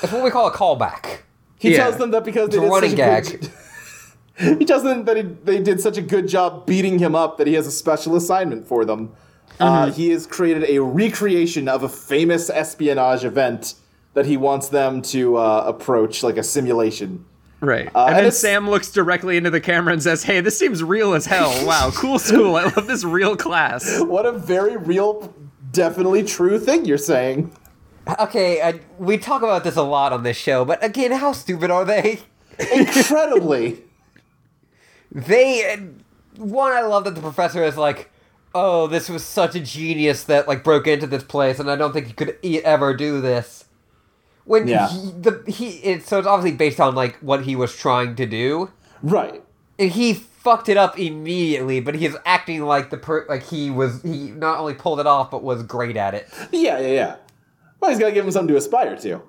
B: That's what we call a callback.
C: He
D: Yeah.
C: tells them that because they
B: It's a
C: did such
B: running
C: good
B: gag.
C: jo- he tells them that he, they did such a good job beating him up that he has a special assignment for them. Uh,
D: Mm-hmm.
C: he has created a recreation of a famous espionage event that he wants them to uh, approach like a simulation.
D: Right.
C: Uh, and
D: and then
C: it's-
D: Sam looks directly into the camera and says, "Hey, this seems real as hell. Wow, cool school. I love this real class."
C: What a very real, definitely true thing you're saying.
B: Okay, I, we talk about this a lot on this show, but again, how stupid are they?
C: Incredibly.
B: They. uh, One, I love that the professor is like, oh, this was such a genius that, like, broke into this place, and I don't think he could e- ever do this. When
C: Yeah.
B: he, the, he it, so it's obviously based on, like, what he was trying to do.
C: right.
B: and he fucked it up immediately, but he's acting like the per- like he was he not only pulled it off but was great at it.
C: Yeah, yeah, yeah. Well, he's got to give him something to aspire to.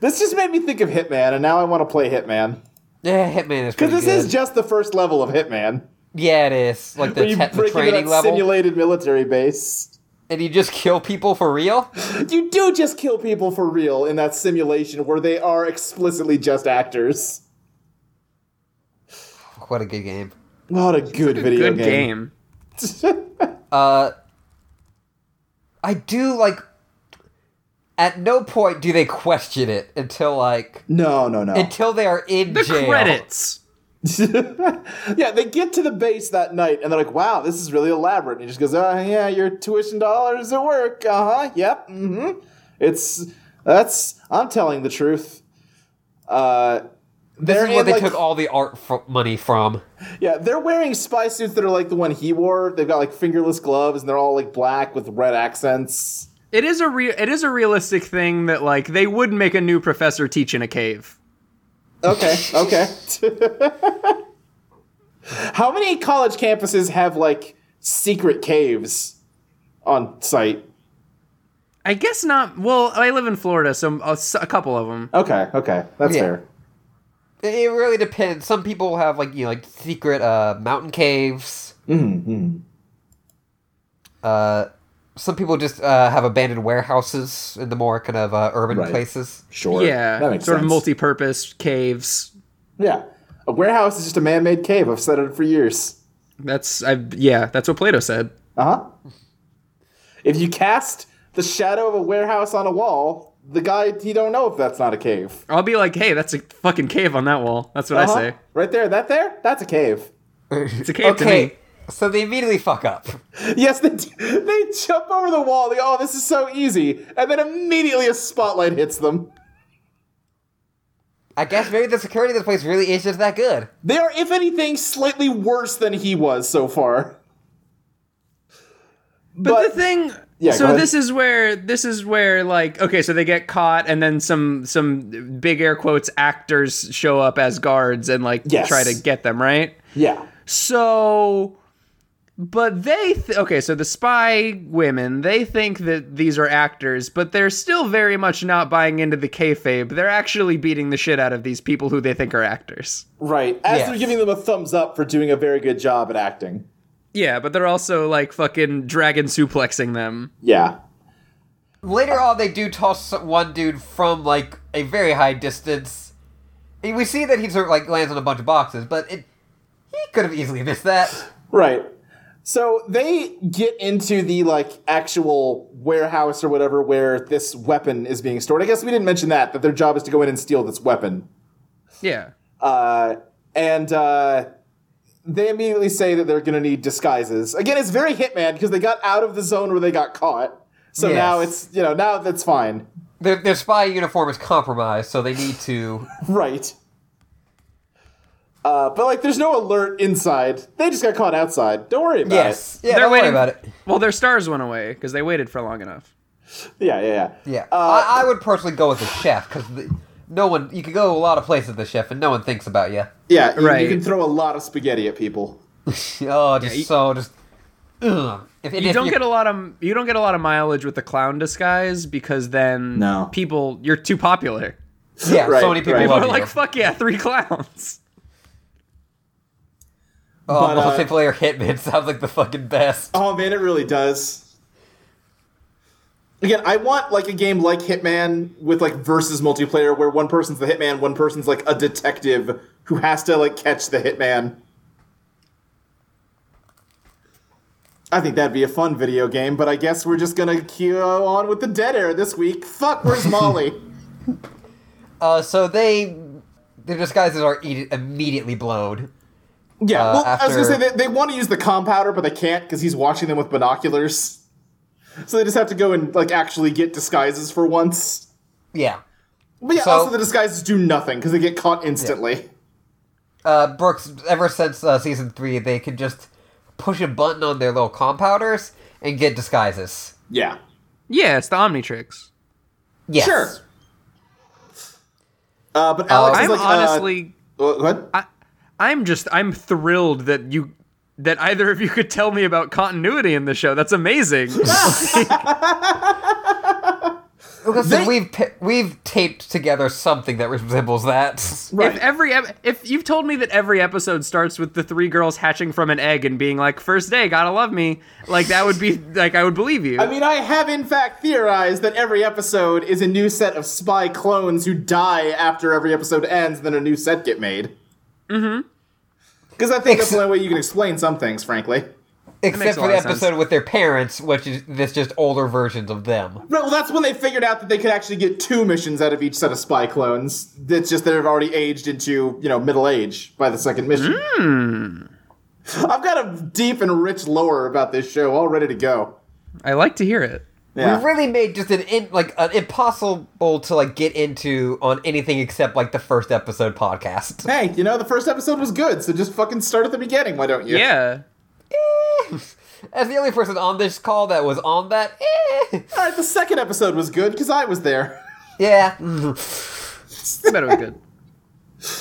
C: This just made me think of Hitman, and now I want to play Hitman.
B: Yeah, Eh, Hitman is pretty
C: Because this
B: good.
C: is just the first level of Hitman.
B: yeah, it is like the,
C: where you
B: te- the
C: break into
B: training
C: that
B: level,
C: simulated military base.
B: and you just kill people for real.
C: You do just kill people for real in that simulation where they are explicitly just actors.
B: What a good game.
C: What a good video
D: Good game.
B: Uh, I do like. At no point do they question it until like
C: No, no, no.
B: until they are in
D: The
B: jail.
D: credits.
C: yeah, they get to the base that night and they're like, wow, this is really elaborate. And he just goes, oh, yeah, your tuition dollars at work. Uh huh. Yep. Mm hmm. It's, that's, I'm telling the truth. Uh,
B: This
C: they're
B: is where
C: in,
B: they
C: like-
B: took all the art f- money from.
C: Yeah, they're wearing spy suits that are like the one he wore. They've got like fingerless gloves and they're all like black with red accents.
D: It is a real. It is a realistic thing that like they would make a new professor teach in a cave.
C: Okay, okay. How many college campuses have like secret caves on site?
D: I guess not. Well, I live in Florida, so a, s- a couple of them.
C: Okay, okay, that's
B: Yeah.
C: fair.
B: It- It really depends. Some people have like you know like secret uh mountain caves. Uh, some people just uh, have abandoned warehouses in the more kind of uh, urban
C: Right.
B: places.
C: Sure.
D: yeah,
C: that makes
D: sort
C: sense.
D: of multi-purpose caves.
C: Yeah, a warehouse is just a man-made cave. I've said it for years.
D: That's I. Yeah, that's what Plato said.
C: Uh huh. If you cast the shadow of a warehouse on a wall, the guy he don't know if that's not a cave.
D: I'll be like, hey, that's a fucking cave on that wall. That's what
C: Uh-huh.
D: I say.
C: Right there, that there, that's a cave.
D: It's a cave to me.
B: Okay, so they immediately fuck up.
C: Yes, they they jump over the wall. They go, oh, this is so easy, and then immediately a spotlight hits them.
B: I guess maybe the security of this place really is just that good.
C: They are, if anything, slightly worse than he was so far.
D: But, the thing
C: Yeah, go
D: so
C: ahead.
D: this is where this is where like okay, so they get caught and then some some big air quotes actors show up as guards and like
C: Yes.
D: try to get them, right?
C: yeah,
D: So but they th- okay, so the spy women, they think that these are actors, but they're still very much not buying into the kayfabe. They're actually beating the shit out of these people who they think are actors.
C: right. As
B: Yes.
C: they're giving them a thumbs up for doing a very good job at acting.
D: Yeah, but they're also like fucking dragon suplexing them.
C: Yeah,
B: Later on, they do toss one dude from like a very high distance. And we see that he sort of like lands on a bunch of boxes, but it he could have easily missed that.
C: Right. So they get into the like actual warehouse or whatever where this weapon is being stored. I guess we didn't mention that that their job is to go in and steal this weapon.
D: Yeah.
C: Uh, and uh, they immediately say that they're going to need disguises. Again, it's very Hitman because they got out of the zone where they got caught. So
B: Yes.
C: now it's you know now that's fine.
B: Their, their spy uniform is compromised, so they need to.
C: Right. Uh, but like, there's no alert inside. They just got caught outside. Don't worry about
B: yes, yeah,
D: They're
B: don't
D: waiting.
B: worry about it.
D: Well, their stars went away because they waited for long enough.
C: it. Yeah, yeah, yeah.
B: Yeah,
C: Uh,
B: I, I would personally go with the chef because no one you could go a lot of places with the chef and no one thinks about you.
C: Yeah, you,
D: Right.
C: you can throw a lot of spaghetti at people.
B: Oh, just
D: you-
B: so just. Ugh. If,
D: You don't get a lot of you don't get a lot of mileage with the clown disguise because then
C: No.
D: people you're too popular.
B: yeah,
C: Right,
B: so many people
C: right.
D: People
B: love
D: are
B: you.
D: like, "Fuck yeah, three clowns."
B: oh,
C: but, uh,
B: multiplayer Hitman sounds like the fucking best.
C: Oh man, it really does. Again, I want like a game like Hitman with like versus multiplayer where one person's the hitman, one person's like a detective who has to like catch the hitman. I think that'd be a fun video game, but I guess we're just gonna queue on with the dead air this week. Fuck, where's Molly?
B: Uh, so they, their disguises are e- immediately blown.
C: yeah,
B: Uh,
C: well, I was gonna
B: after-
C: say they, they want to use the compounder, but they can't because he's watching them with binoculars. So they just have to go and like actually get disguises for once.
B: Yeah.
C: But yeah,
B: So-
C: also the disguises do nothing because they get caught instantly.
B: Uh, Brooks, ever since uh, season three, they can just push a button on their little compounders and get disguises.
C: Yeah.
D: Yeah, it's the Omnitrix.
B: Yes.
C: Sure. Uh, but Alex
B: Uh,
C: is
D: I'm
C: like, uh,
D: honestly,
C: wha- what?
D: I, I'm just, I'm thrilled that you, that either of you could tell me about continuity in the show. That's amazing.
B: Because
C: They-
B: we've pi- we've taped together something that resembles that.
C: Right.
D: If every ep- if you've told me that every episode starts with the three girls hatching from an egg and being like first day gotta love me like that would be like I would believe you.
C: I mean, I have in fact theorized that every episode is a new set of spy clones who die after every episode ends, then a new set get made. Mm-hmm. Because I think that's the only way you can explain some things, frankly.
B: Except
D: makes a
B: for the
D: lot of sense.
B: episode with their parents, which is this just older versions of them.
C: Right, well, that's when they figured out that they could actually get two missions out of each set of spy clones. It's just they've already aged into, you know, middle age by the second mission. I've got a deep and rich lore about this show all ready to go.
D: I like to hear it.
C: Yeah.
B: We really made just an in, like an impossible to like get into on anything except like the first episode podcast.
C: hey, you know, the first episode was good, so just fucking start at the beginning, why don't you?
D: Yeah.
B: As the only person on this call that was on that, eh.
C: All right, the second episode was good because I was there.
B: yeah.
C: Mm-hmm.
D: I bet it was good.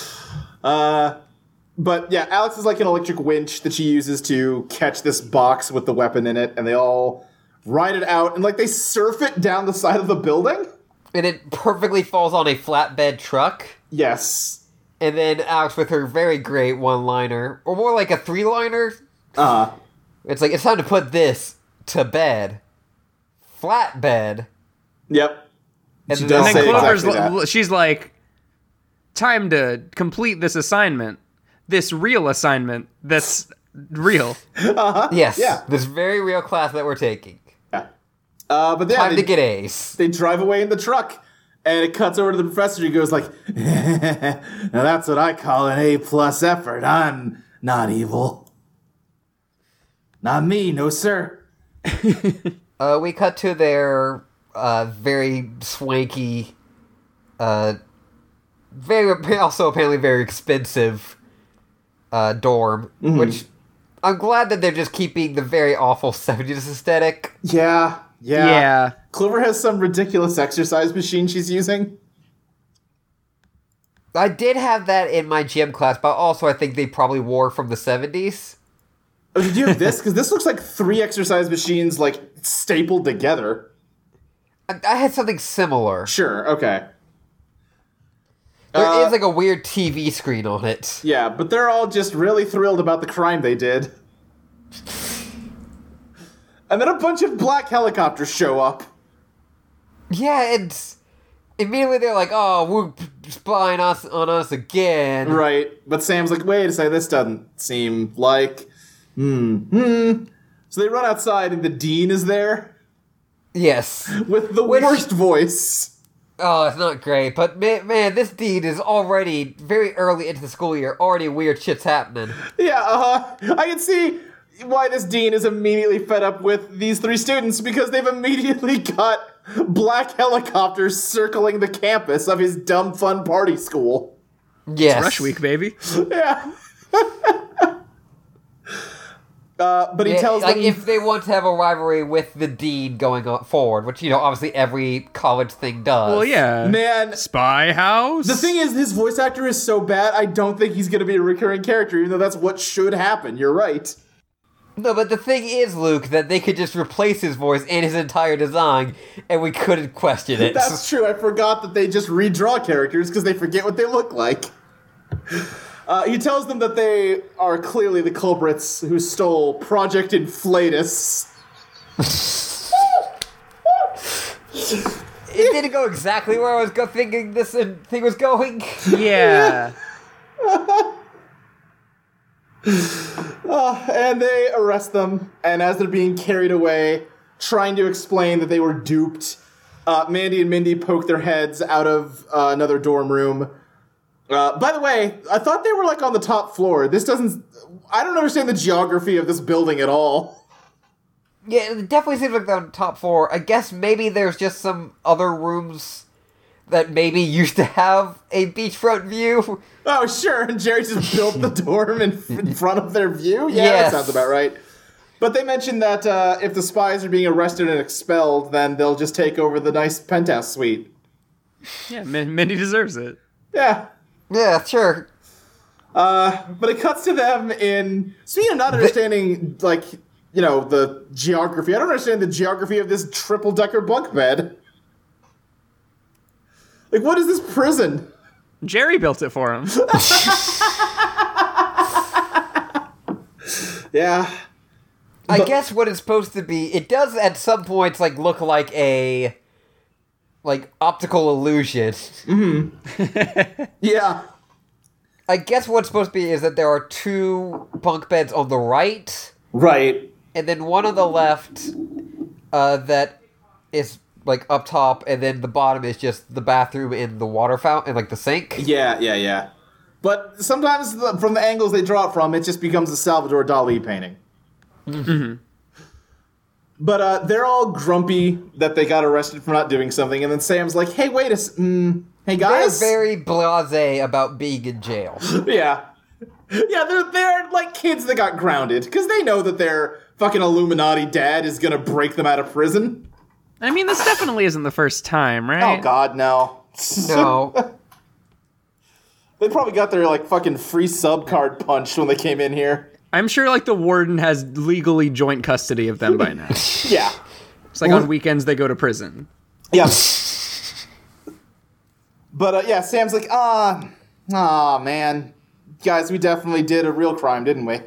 C: But yeah, Alex is like an electric winch that she uses to catch this box with the weapon in it, and they all ride it out and like they surf it down the side of the building.
B: and it perfectly falls on a flatbed truck.
C: Yes.
B: And then Alex with her very great one liner, or more like a three liner.
C: Uh
B: It's like, it's time to put this to bed. Flatbed.
C: yep.
B: And
C: She
B: then
C: does
D: And
C: say
D: then Clover's,
C: exactly
D: l-
C: that.
D: l- she's like, time to complete this assignment, this real assignment that's real.
B: Yes.
C: Yeah.
B: This very real class that we're taking.
C: Uh but
B: Time
C: then
B: to
C: they,
B: get A's.
C: they drive away in the truck and it cuts over to the professor who goes like now that's what I call an A plus effort. I'm not evil. Not me, no sir.
B: Uh, we cut to their uh, very swanky, uh, very also apparently very expensive uh, dorm,
C: Mm-hmm.
B: which I'm glad that they're just keeping the very awful 70s aesthetic.
C: Yeah. Yeah.
D: Yeah.
C: Clover has some ridiculous exercise machine she's using.
B: I did have that in my gym class, but also I think they probably wore from the 70s.
C: Oh, did you have this? Because this looks like three exercise machines like stapled together.
B: I, I had something similar.
C: Sure. Okay.
B: There is
C: Uh,
B: like a weird TV screen on it.
C: Yeah, but they're all just really thrilled about the crime they did. And then a bunch of black helicopters show up.
B: Yeah, it's immediately they're like, "Oh, we're spying us on us again."
C: Right. But Sam's like, wait a second, this doesn't seem like. Hmm. Hmm. So they run outside and the dean is there
B: Yes.
C: with the
B: Which-
C: worst voice.
B: Oh, it's not great, but man, man, this deed is already very early into the school year. Already weird shit's happening.
C: Yeah, uh huh. I can see why this dean is immediately fed up with these three students because they've immediately got black helicopters circling the campus of his dumb fun party school.
B: Yes.
D: Rush week, baby.
C: Yeah. uh, but he
B: Yeah,
C: tells
B: like
C: them.
B: if they want to have a rivalry with the deed going on forward, which you know obviously every college thing does.
D: Well, yeah.
C: Man,
D: Spy House?
C: the thing is, his voice actor is so bad, I don't think he's going to be a recurring character, even though that's what should happen. You're right.
B: No, but the thing is, Luke, that they could just replace his voice and his entire design, and we couldn't question it.
C: That's true. I forgot that they just redraw characters because they forget what they look like. Uh, he tells them that they are clearly the culprits who stole Project Inflatus.
B: it didn't go exactly where I was go- thinking this uh, thing was going.
D: yeah.
C: Uh, and they arrest them, and as they're being carried away, trying to explain that they were duped, uh, Mandy and Mindy poke their heads out of uh, another dorm room. Uh, by the way, I thought they were like on the top floor. This doesn't. I don't understand the geography of this building at all.
B: Yeah, it definitely seems like they're on top four. I guess maybe there's just some other rooms that maybe used to have a beachfront view.
C: Oh, sure. And Jerry just built the dorm in, in front of their view? Yeah,
B: Yes.
C: that sounds about right. But they mentioned that uh, if the spies are being arrested and expelled, then they'll just take over the nice penthouse suite.
D: Yeah, Min- Mindy deserves it.
C: Yeah.
B: Yeah, sure.
C: Uh, but it cuts to them in. Speaking of not understanding, like, you know, the geography, I don't understand the geography of this triple decker bunk bed. Like, what is this prison?
D: Jerry built it for him.
C: Yeah.
B: I
C: But-
B: guess what it's supposed to be, it does at some points like look like a like optical illusion.
C: Yeah.
B: I guess what's supposed to be is that there are two bunk beds on the right
C: Right.
B: and then one on the left uh, that is like up top, and then the bottom is just the bathroom and the water fountain, like the sink.
C: Yeah, yeah, yeah. But sometimes the, from the angles they draw it from, it just becomes a Salvador Dali painting. But uh, they're all grumpy that they got arrested for not doing something, and then Sam's like, "Hey, wait a s- mm,
B: They're
C: hey guys,
B: very blasé about being in jail.
C: yeah, yeah, they're they're like kids that got grounded because they know that their fucking Illuminati dad is gonna break them out of prison.
D: I mean, this definitely isn't the first time,
C: Oh
D: right?
C: God, no,
B: No,
C: they probably got their like fucking free sub card punched when they came in here.
D: I'm sure like the warden has legally joint custody of them by now. it's
C: Yeah,
D: like on weekends they go to prison.
C: Yeah. but uh, yeah, Sam's like, ah, ah, man, guys, we definitely did a real crime, didn't we?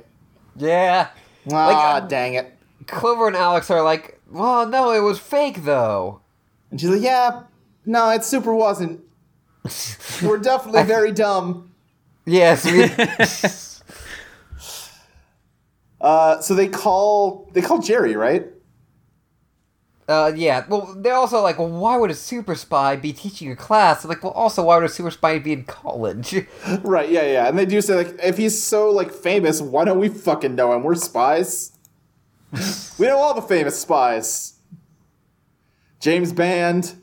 B: yeah.
C: Ah,
B: um,
C: dang it.
B: Clover and Alex are like, well, no, it was fake though.
C: And she's like, yeah, no, it super wasn't. We're definitely very dumb.
B: Yes, we,
C: Uh, so they call they call Jerry, right?
B: uh, yeah. Well, they're also like, well, why would a super spy be teaching a class? I'm like, well, also, why would a super spy be in college?
C: Right, yeah, yeah. And they do say like, if he's so like famous, why don't we fucking know him? We're spies. we know all the famous spies. James Band.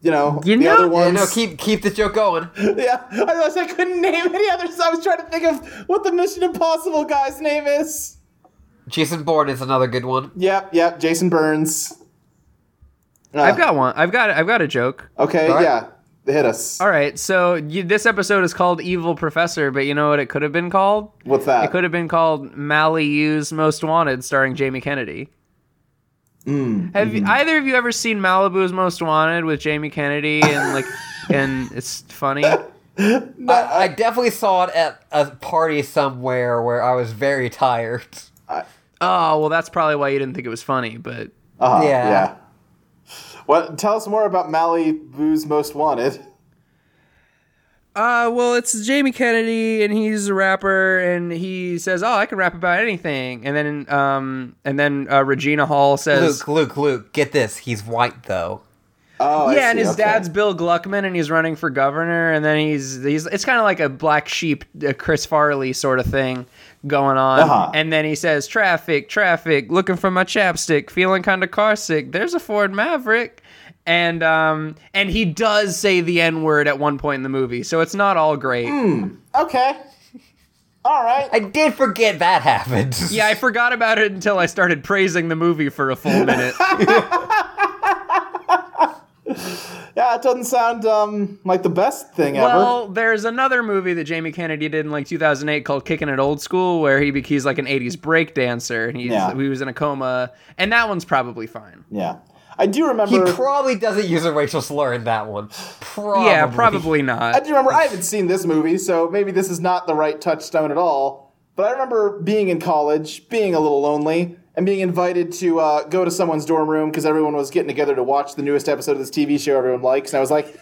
C: You know,
D: You
C: the
D: know-
C: other
D: Yeah,
B: Yeah,
C: ones.
B: no, keep keep the joke going.
C: Yeah, I realized I couldn't name any others. I was trying to think of what the Mission Impossible guy's name is.
B: Jason Bourne is another good one.
C: Yep, yep, Jason Burns. Uh,
D: I've got one. I've got I've got a joke.
C: Ah, Okay,
B: All right.
C: yeah, they hit us.
D: All right, so you, this episode is called Evil Professor, but you know what it could have been called?
C: What's that?
D: It could have been called Mally U's Most Wanted, starring Jamie Kennedy. have you- either of you ever seen Malibu's Most Wanted with Jamie Kennedy and like, and it's funny.
B: I, I definitely saw it at a party somewhere where I was very tired.
D: Oh well, that's probably why you didn't think it was funny. But
C: Uh-huh,
B: Yeah.
C: yeah. Well, tell us more about Mally Boo's Most Wanted.
D: uh, well, it's Jamie Kennedy, and he's a rapper, and he says, "Oh, I can rap about anything." And then, um, and then uh, Regina Hall says,
B: Luke, Luke, Luke, get this. He's white though.
C: Oh, I
D: yeah, and
C: see,
D: his
C: okay.
D: dad's Bill Gluckman, and he's running for governor, and then he's he's it's kind of like a black sheep, uh, Chris Farley sort of thing going on,
C: Uh-huh.
D: and then he says traffic, traffic, looking for my chapstick, feeling kind of car sick. There's a Ford Maverick, and um and he does say the N word at one point in the movie, so it's not all great.
C: Hmm. Okay. All right.
B: I did forget that happened.
D: Yeah, I forgot about it until I started praising the movie for a full minute.
C: yeah, it doesn't sound um like the best thing
D: Well, there's another movie that Jamie Kennedy did in like 2008 called "Kicking It Old School," where he be- he's like an 80s break dancer, and he's
C: Yeah.
D: he was in a coma, and that one's probably fine.
C: ever. Yeah. I do
B: He
C: remember.
B: probably doesn't use a racial slur in that one. Probably.
D: Yeah, probably
C: I
D: not.
C: do remember I haven't seen this movie, so maybe this is not the right touchstone at all. But I remember being in college, being a little lonely, and being invited to uh, go to someone's dorm room because everyone was getting together to watch the newest episode of this TV show everyone likes. And I was like,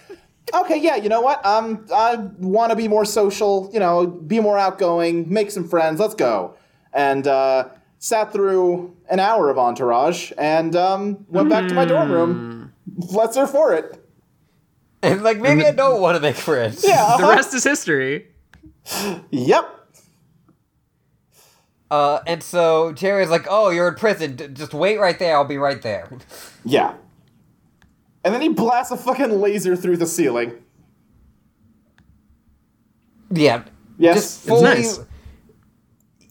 C: okay, yeah, you know what? Um, I want to be more social, you know, be more outgoing, make some friends, let's go. And uh, sat through an hour of Entourage and um, went back to my dorm room. Lesser for it.
B: And like maybe I don't want to make friends.
C: Yeah.
D: The rest is history.
C: Yep.
B: Uh, and so Jerry's like, "Oh, you're in prison. D- just wait right there. I'll be right there."
C: Yeah. And then he blasts a fucking laser through the ceiling.
B: Yeah.
C: Yes.
B: Just
C: It's
B: fully.
D: nice.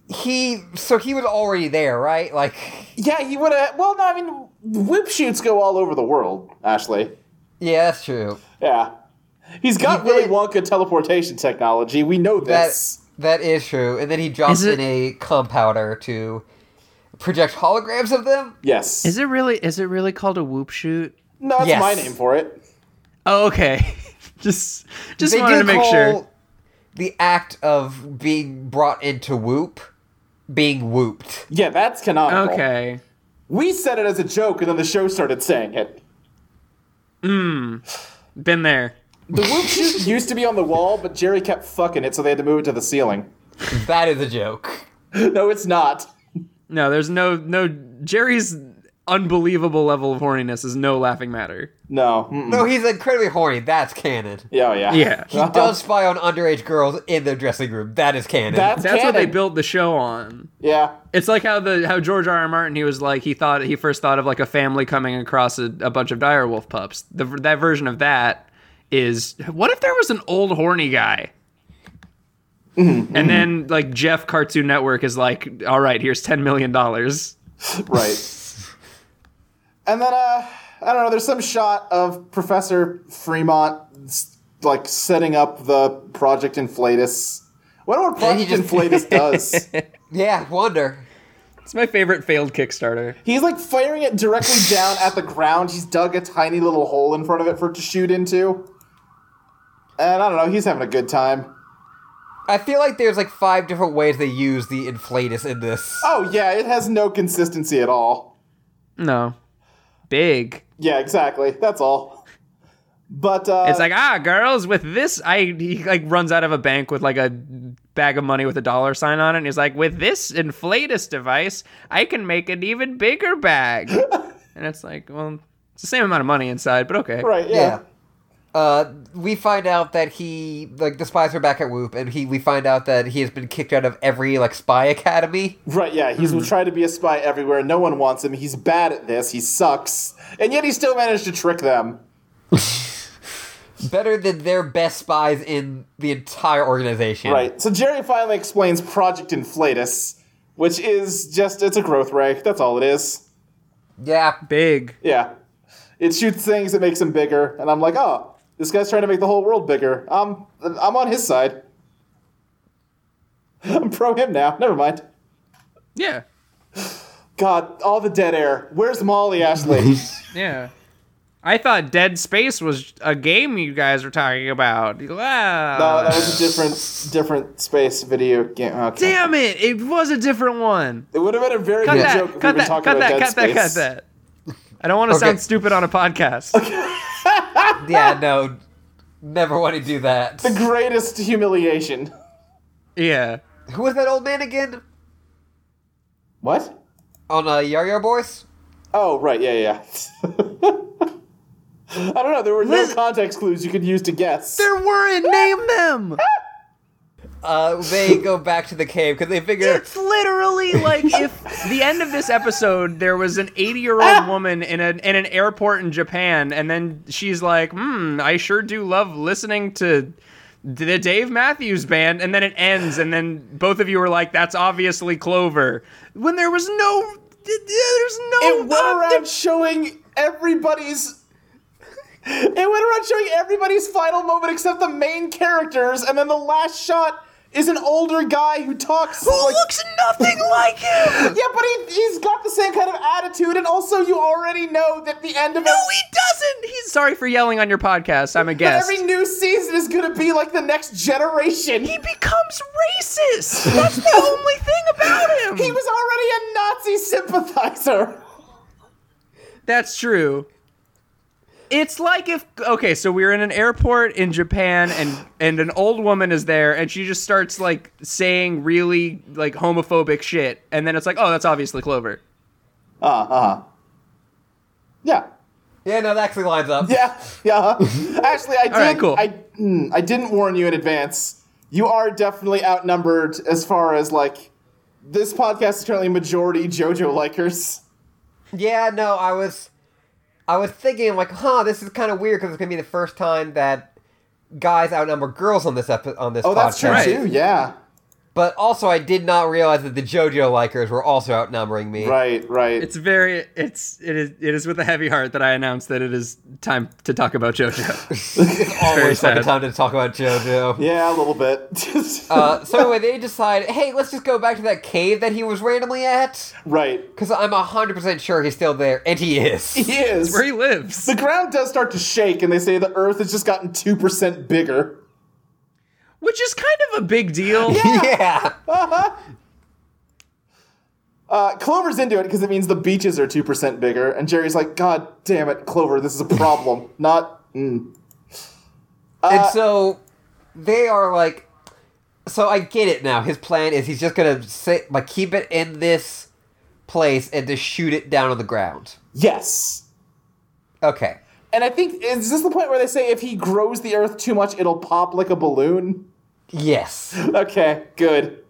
B: He so he was already there, right? Like
C: Yeah, he would have. Well, no, I mean, whip shoots go all over the world, Ashley.
B: yeah, that's true.
C: Yeah. He's got
B: He
C: Willy
B: did.
C: Wonka teleportation technology. We know
B: That
C: this.
B: that is true. And then he jumps
D: Is it-
B: in a compounder to project holograms of them.
C: yes.
D: Is it really? Is it really called a whoop shoot?
C: no, that's
B: Yes.
C: my name for it.
D: Oh, okay. just just
B: They
D: wanted
B: do
D: to make
B: call
D: sure.
B: the act of being brought into whoop being whooped.
C: Yeah, that's canonical.
D: Okay.
C: We said it as a joke, and then the show started saying it.
D: Been there.
C: The whoop shoot used to be on the wall, but Jerry kept fucking it, so they had to move it to the ceiling.
B: That is a joke.
C: no, it's not.
D: No, there's no no Jerry's unbelievable level of horniness is no laughing matter.
C: No. Mm-mm.
B: No, he's incredibly horny. That's canon.
C: Yeah, oh, yeah.
D: Yeah.
B: He does spy on underage girls in their dressing room. That is canon.
C: That's,
D: That's what they
C: canon.
D: built the show on.
C: Yeah.
D: It's like how the how George R. R. Martin he was like he thought he first thought of like a family coming across a, a bunch of direwolf pups. The, that version of that is what if there was an old horny guy? And then like Jeff Cartoon Network is like, all right, here's ten million dollars.
C: Right. and then uh I don't know, there's some shot of Professor Fremont s- like setting up the Project Inflatus. I wonder what
B: And he
C: Project
B: just-
C: Inflatus does.
B: Yeah, wonder.
D: It's my favorite failed Kickstarter.
C: He's like firing it directly down at the ground. He's dug a tiny little hole in front of it for it to shoot into. And I don't know, he's having a good time.
B: I feel like there's like five different ways they use the inflatus in this.
C: Oh yeah, it has no consistency at all.
D: No, big.
C: Yeah, exactly. That's all. But uh
D: It's like ah, girls with this. I he like runs out of a bank with like a bag of money with a dollar sign on it, and he's like, with this inflatus device, I can make an even bigger bag. and it's like, well, it's the same amount of money inside, but okay.
C: right, yeah.
B: Yeah. Uh, we find out that he like the spies are back at Whoop, and he we find out that he has been kicked out of every like spy academy.
C: Right, yeah, he's tried to be a spy everywhere. No one wants him. He's bad at this. He sucks. And yet he still managed to trick them.
B: Better than their best spies in the entire organization.
C: Right. So Jerry finally explains Project Inflatus, which is just it's a growth ray. That's all it is.
B: Yeah.
D: Big.
C: Yeah. It shoots things, it makes them bigger, and I'm like, "Oh, this guy's trying to make the whole world bigger. I'm I'm on his side. I'm pro him now. Never mind.
D: Yeah.
C: God, all the dead air. Where's Molly, Ashley?
D: Yeah. I thought Dead Space was a game you guys were talking about. Wow.
C: No, that was a different different space video game. Okay.
D: Damn it! It was a different one.
C: It would have been a very
D: Cut
C: good
D: that!
C: joke if
D: cut
C: we were
D: that! Cut
C: talking about
D: that!
C: Dead
D: Cut that!
C: Space.
D: Cut that! I don't want to
B: Okay.
D: sound stupid on a podcast.
B: Yeah. No. Never want to do that.
C: The greatest humiliation.
D: Yeah.
B: Who was that old man again?
C: What?
B: On uh, Yar Yar Boys.
C: Oh, right, yeah, yeah. yeah. I don't know. There were no
D: Liz-
C: context clues you could use to guess.
D: There weren't. Name them.
B: Uh, they go back to the cave because they figure
D: It's literally like if the end of this episode there was an 80 year old woman in an in an airport in Japan, and then she's like, "Hmm, I sure do love listening to." The Dave Matthews Band, and then it ends, and then both of you were like, "That's obviously Clover." When there was no, there's no.
C: it went around showing everybody's. It went around showing everybody's final moment except the main characters, and then the last shot is an older guy who talks.
D: who
C: like-
D: looks nothing like him.
C: Yeah, but he, he's got the same kind of attitude, and also you already know that the end of
D: No,
C: it-
D: he doesn't. He's sorry for yelling on your podcast. I'm a
C: But
D: guest.
C: every new season is going to be like the next generation.
D: he becomes racist. That's the only thing about him.
C: He was already a Nazi sympathizer.
D: That's true. It's like if okay, so we're in an airport in Japan and and an old woman is there and she just starts like saying really like homophobic shit and then it's like, "Oh, that's obviously Clover."
C: Uh, uh. Yeah.
B: Yeah, no, that actually lines up.
C: Yeah. Yeah. uh-huh. Actually, I did.
D: right, cool.
C: I, mm, I didn't warn you in advance. You are definitely outnumbered as far as like this podcast is currently majority JoJo likers.
B: Yeah, no, I was, I was thinking like, huh, this is kind of weird because it's gonna be the first time that guys outnumber girls on this epi- on this.
C: Oh, that's true
B: podcast.
D: Right.
C: too. Yeah.
B: But also, I did not realize that the JoJo likers were also outnumbering me.
C: Right. Right.
D: It's very it's it is it is with a heavy heart that I announce that it is time to talk about JoJo.
B: It's always
D: very
B: like a
D: sad.
B: time to talk about JoJo.
C: yeah, a little bit.
B: Uh, so anyway, they decide, hey, let's just go back to that cave that he was randomly at
C: right.
B: because I'm hundred percent sure he's still there, and he is.
C: He is.
D: Where he lives.
C: The ground does start to shake, and they say the Earth has just gotten two percent bigger.
D: which is kind of a big deal.
B: yeah.
C: Uh, Clover's into it because it means the beaches are two percent bigger, and Jerry's like, "God damn it, Clover, this is a problem." Not. Mm.
B: and so they are like so I get it now. His plan is he's just gonna say, like keep it in this place and just shoot it down on the ground.
C: Yes.
B: Okay.
C: And I think is this the point where they say if he grows the earth too much, it'll pop like a balloon?
B: Yes.
C: Okay, good.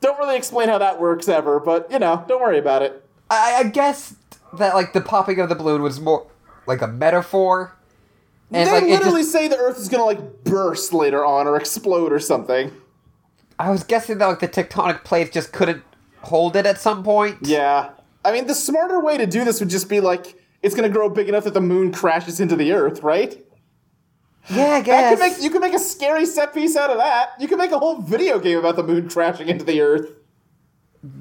C: Don't really explain how that works ever, but you know, don't worry about it.
B: I, I guess that like the popping of the balloon was more like a metaphor. And
C: they
B: like it
C: literally
B: just,
C: say the earth is gonna like burst later on or explode or something.
B: I was guessing that like the tectonic plates just couldn't hold it at some point.
C: Yeah. I mean, the smarter way to do this would just be like, it's gonna grow big enough that the moon crashes into the earth, right?
B: Yeah, I
C: That
B: guess.
C: could make, you could make a scary set piece out of that. You could make a whole video game about the moon crashing into the earth.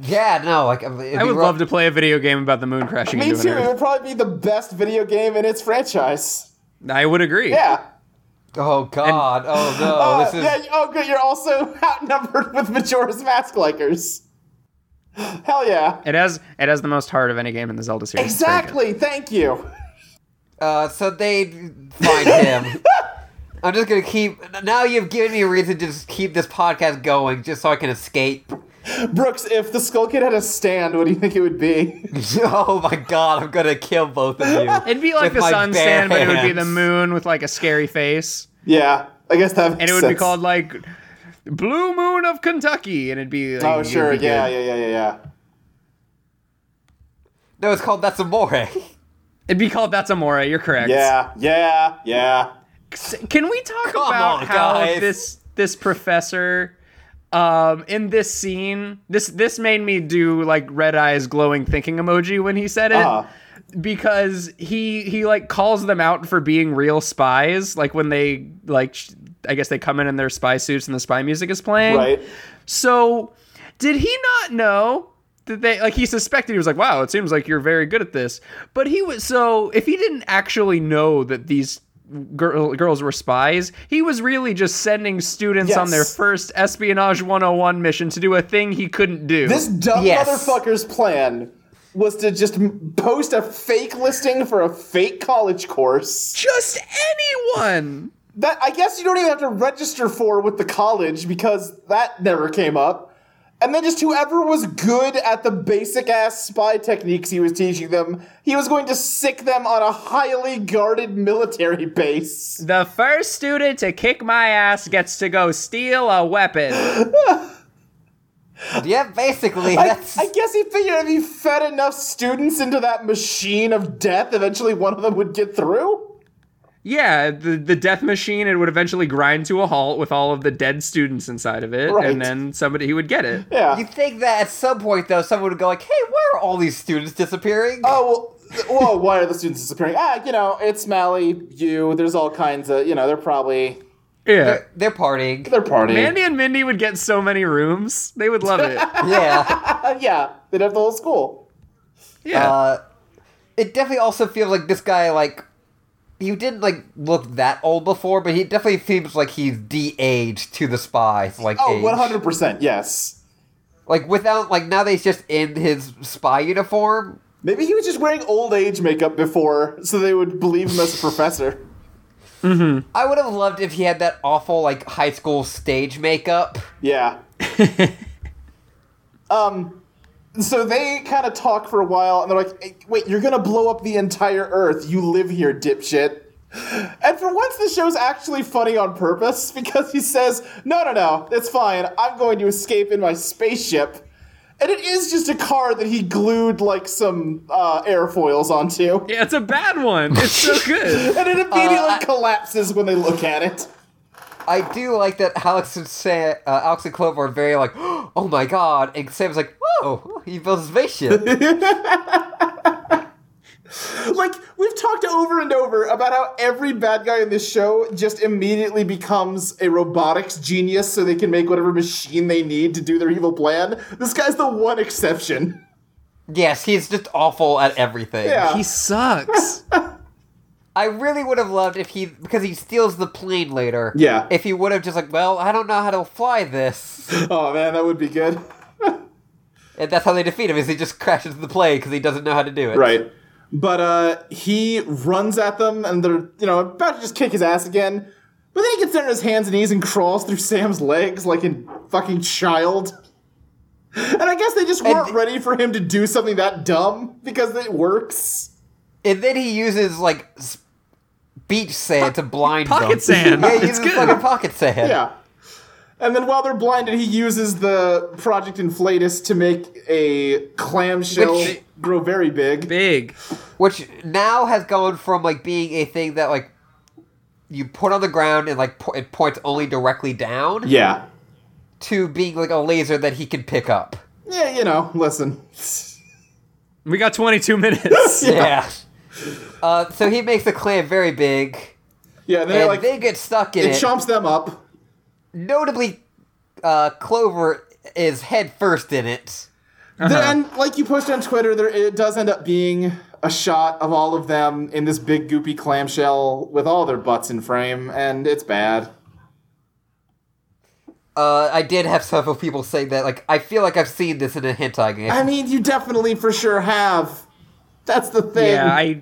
B: yeah, no, like I
D: I would love to play a video game about the moon crashing
C: Me
D: into
C: too.
D: an
C: It
D: earth.
C: would probably be the best video game in its franchise.
D: I would agree.
C: Yeah.
B: Oh God! oh no!
C: Uh,
B: this is
C: yeah, oh, good. You're also outnumbered with Majora's Mask likers. Hell yeah.
D: It has it has the most heart of any game in the Zelda series. It's very good.
C: Exactly. Thank you.
B: Uh, so they find him. I'm just gonna keep. Now you've given me a reason to just keep this podcast going, just so I can escape.
C: Brooks, if the Skull Kid had a stand, what do you think it would be?
B: oh my God! I'm gonna kill both of you.
D: It'd be like
B: with
D: the
B: my
D: sun
B: bare
D: stand, but it would be the
B: hands.
D: moon with like a scary face,
C: yeah. I guess that makes
D: and it would be
C: sense.
D: called like Blue Moon of Kentucky, and it'd be like,
C: Oh,
D: it'd
C: sure.
D: be good.
C: Yeah, yeah, yeah, yeah, yeah.
B: No, it's called That's Amore.
D: It'd be called That's Amore. You're correct.
C: Yeah, yeah, yeah.
D: S- Can we talk
B: Come
D: about
B: on,
D: how
B: guys.
D: this this professor um in this scene this this made me do like red eyes glowing thinking emoji when he said it
C: Uh-huh.
D: because he he like calls them out for being real spies like when they like sh- I guess they come in in their spy suits and the spy music is playing
C: Right.
D: so, did he not know that they like he suspected he was like, "Wow, it seems like you're very good at this." But he was so if he didn't actually know that these girl, girls were spies, he was really just sending students on their
C: Yes.
D: first espionage 101 mission to do a thing he couldn't do.
C: This dumb
B: Yes.
C: motherfucker's plan was to just m- post a fake listing for a fake college course
D: just anyone.
C: that I guess you don't even have to register for with the college because that never came up. And then just whoever was good at the basic ass spy techniques he was teaching them, he was going to sick them on a highly guarded military base.
D: The first student to kick my ass gets to go steal a weapon.
B: yeah, basically.
C: I,
B: that's
C: I guess he figured if he fed enough students into that machine of death, eventually one of them would get through.
D: Yeah, the, the death machine, it would eventually grind to a halt with all of the dead students inside of it,
C: Right.
D: and then somebody he would get it.
C: Yeah.
B: you think that at some point though, someone would go like, "Hey, where are all these students disappearing?"
C: Oh well, well, why are the students disappearing? Ah, you know, it's Mally, you. There's all kinds of, you know, they're probably
D: Yeah.
B: they're, they're partying.
C: they're partying.
D: Mandy and Mindy would get so many rooms. They would love it.
B: yeah.
C: Uh, yeah, they'd have the whole school.
D: Yeah.
B: Uh, it definitely also feels like this guy like he didn't like look that old before, but he definitely seems like he's de-aged to the spies. Like
C: Oh,
B: age.
C: 100 percent. Yes.
B: Like without like now that he's just in his spy uniform.
C: Maybe he was just wearing old age makeup before, so they would believe him as a professor.
B: I would have loved if he had that awful like high school stage makeup.
C: Yeah. um, so they kind of talk for a while, and they're like, "Hey, "Wait, you're gonna blow up the entire Earth? You live here, dipshit." And for once, the show's actually funny on purpose because he says, "No, no, no, it's fine. I'm going to escape in my spaceship." And it is just a car that he glued like some uh, airfoils onto,
D: yeah, it's a bad one. It's so good.
C: and it immediately
B: Uh, I-
C: collapses when they look at it.
B: I do like that Alex and Sam, uh, Alex and Clover are very like, oh my god, and Sam's like, oh, he built a spaceship.
C: Like, we've talked over and over about how every bad guy in this show just immediately becomes a robotics genius so they can make whatever machine they need to do their evil plan. This guy's the one exception.
B: yes, he's just awful at everything.
C: Yeah.
D: He sucks.
B: I really would have loved if he because he steals the plane later.
C: Yeah.
B: If he would have just like, well, I don't know how to fly this,
C: Oh, man, that would be good.
B: and that's how they defeat him is he just crashes the plane because he doesn't know how to do it.
C: Right. But uh, he runs at them, and they're you know about to just kick his ass again. But then he gets down on his hands and knees and crawls through Sam's legs like a fucking child. And I guess they just weren't
B: th-
C: ready for him to do something that dumb because it works.
B: And then he uses like s- beach sand to blind
D: pocket
B: them.
D: sand.
B: yeah, he uses
D: It's good.
B: fucking pocket sand.
C: Yeah. And then while they're blinded, he uses the Project Inflatus to make a clamshell
B: Which-
C: grow very big.
D: Big.
B: Which now has gone from like being a thing that like you put on the ground and like po- it points only directly down
C: Yeah.
B: to being like a laser that he can pick up.
C: Yeah, you know, listen.
D: We got 22 minutes.
B: Yeah. Uh, so he makes the clam very big,
C: Yeah, and then
B: and
C: it, like,
B: they Uh-huh. get stuck in
C: it
B: it.
C: chomps them up.
B: Notably, uh, Clover is head first in it.
C: There- and like you posted on Twitter, there it does end up being a shot of all of them in this big goopy clamshell with all their butts in frame, and it's bad.
B: Uh, I did have several people say that. Like, I feel like I've seen this in a hentai game.
C: I mean, you definitely for sure have. That's the thing.
D: Yeah, I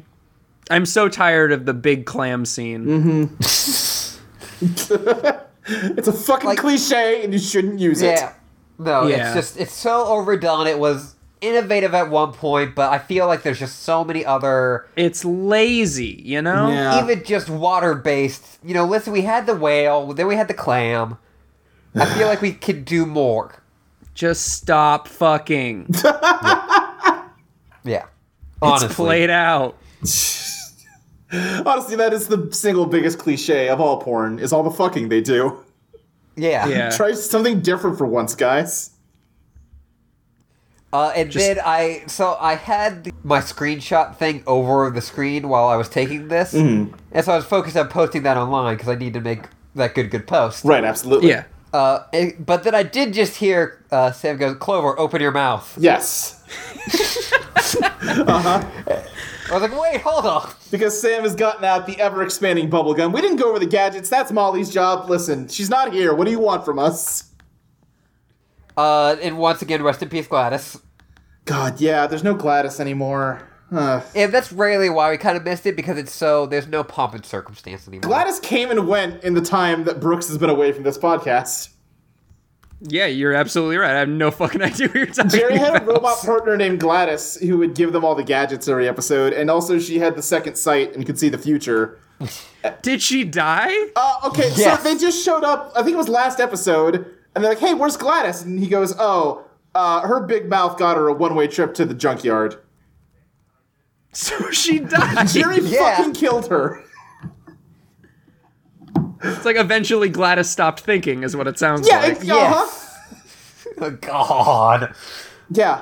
D: I'm so tired of the big clam scene.
C: Mm-hmm. it's a fucking
B: Like-
C: cliche, and you shouldn't use
B: yeah. No,
D: Yeah.
B: it's just it's so overdone. It was innovative at one point, but I feel like there's just so many other
D: It's lazy, you know?
C: Yeah.
B: even just water based. You know, listen, we had the whale, then we had the clam. I feel like we could do more.
D: Just stop fucking.
B: Yeah.
D: It's played out.
C: it. Honestly, that is the single biggest cliche of all porn: is all the fucking they do.
B: Yeah.
D: Yeah.
C: Try something different for once, guys.
B: Uh, and
D: Just-
B: then I so I had the- my screenshot thing over the screen while I was taking this, and so I was focused on posting that online because I need to make that good good post.
C: Right? Absolutely.
D: Yeah.
B: Uh, it- but then I did just hear uh, Sam goes, "Clover, open your mouth."
C: Yes.
B: I was like, "Wait, hold on."
C: Because Sam has gotten out the ever expanding bubblegum. We didn't go over the gadgets. That's Molly's job. Listen, she's not here. What do you want from us?
B: Uh, and once again, rest in peace, Gladys.
C: God, yeah, there's no Gladys anymore. Uh, Ugh.
B: And that's really why we kind of missed it because it's so there's no pomp and circumstance anymore.
C: Gladys came and went in the time that Brooks has been away from this podcast.
D: Yeah, you're absolutely right. I have no fucking idea what you're talking
C: Jerry
D: about.
C: had a robot partner named Gladys who would give them all the gadgets every episode, and also she had the second sight and could see the future.
D: Did she die?
C: Uh, okay,
B: Yes.
C: so they just showed up, I think it was last episode, and they're like, hey, where's Gladys? And he goes, oh, uh, her big mouth got her a one way trip to the junkyard.
D: So she died.
C: Jerry
B: Yeah.
C: fucking killed her.
D: It's like eventually Gladys stopped thinking, is what it sounds
C: Yeah,
D: like.
C: it, uh-huh.
B: Yes. God.
C: yeah.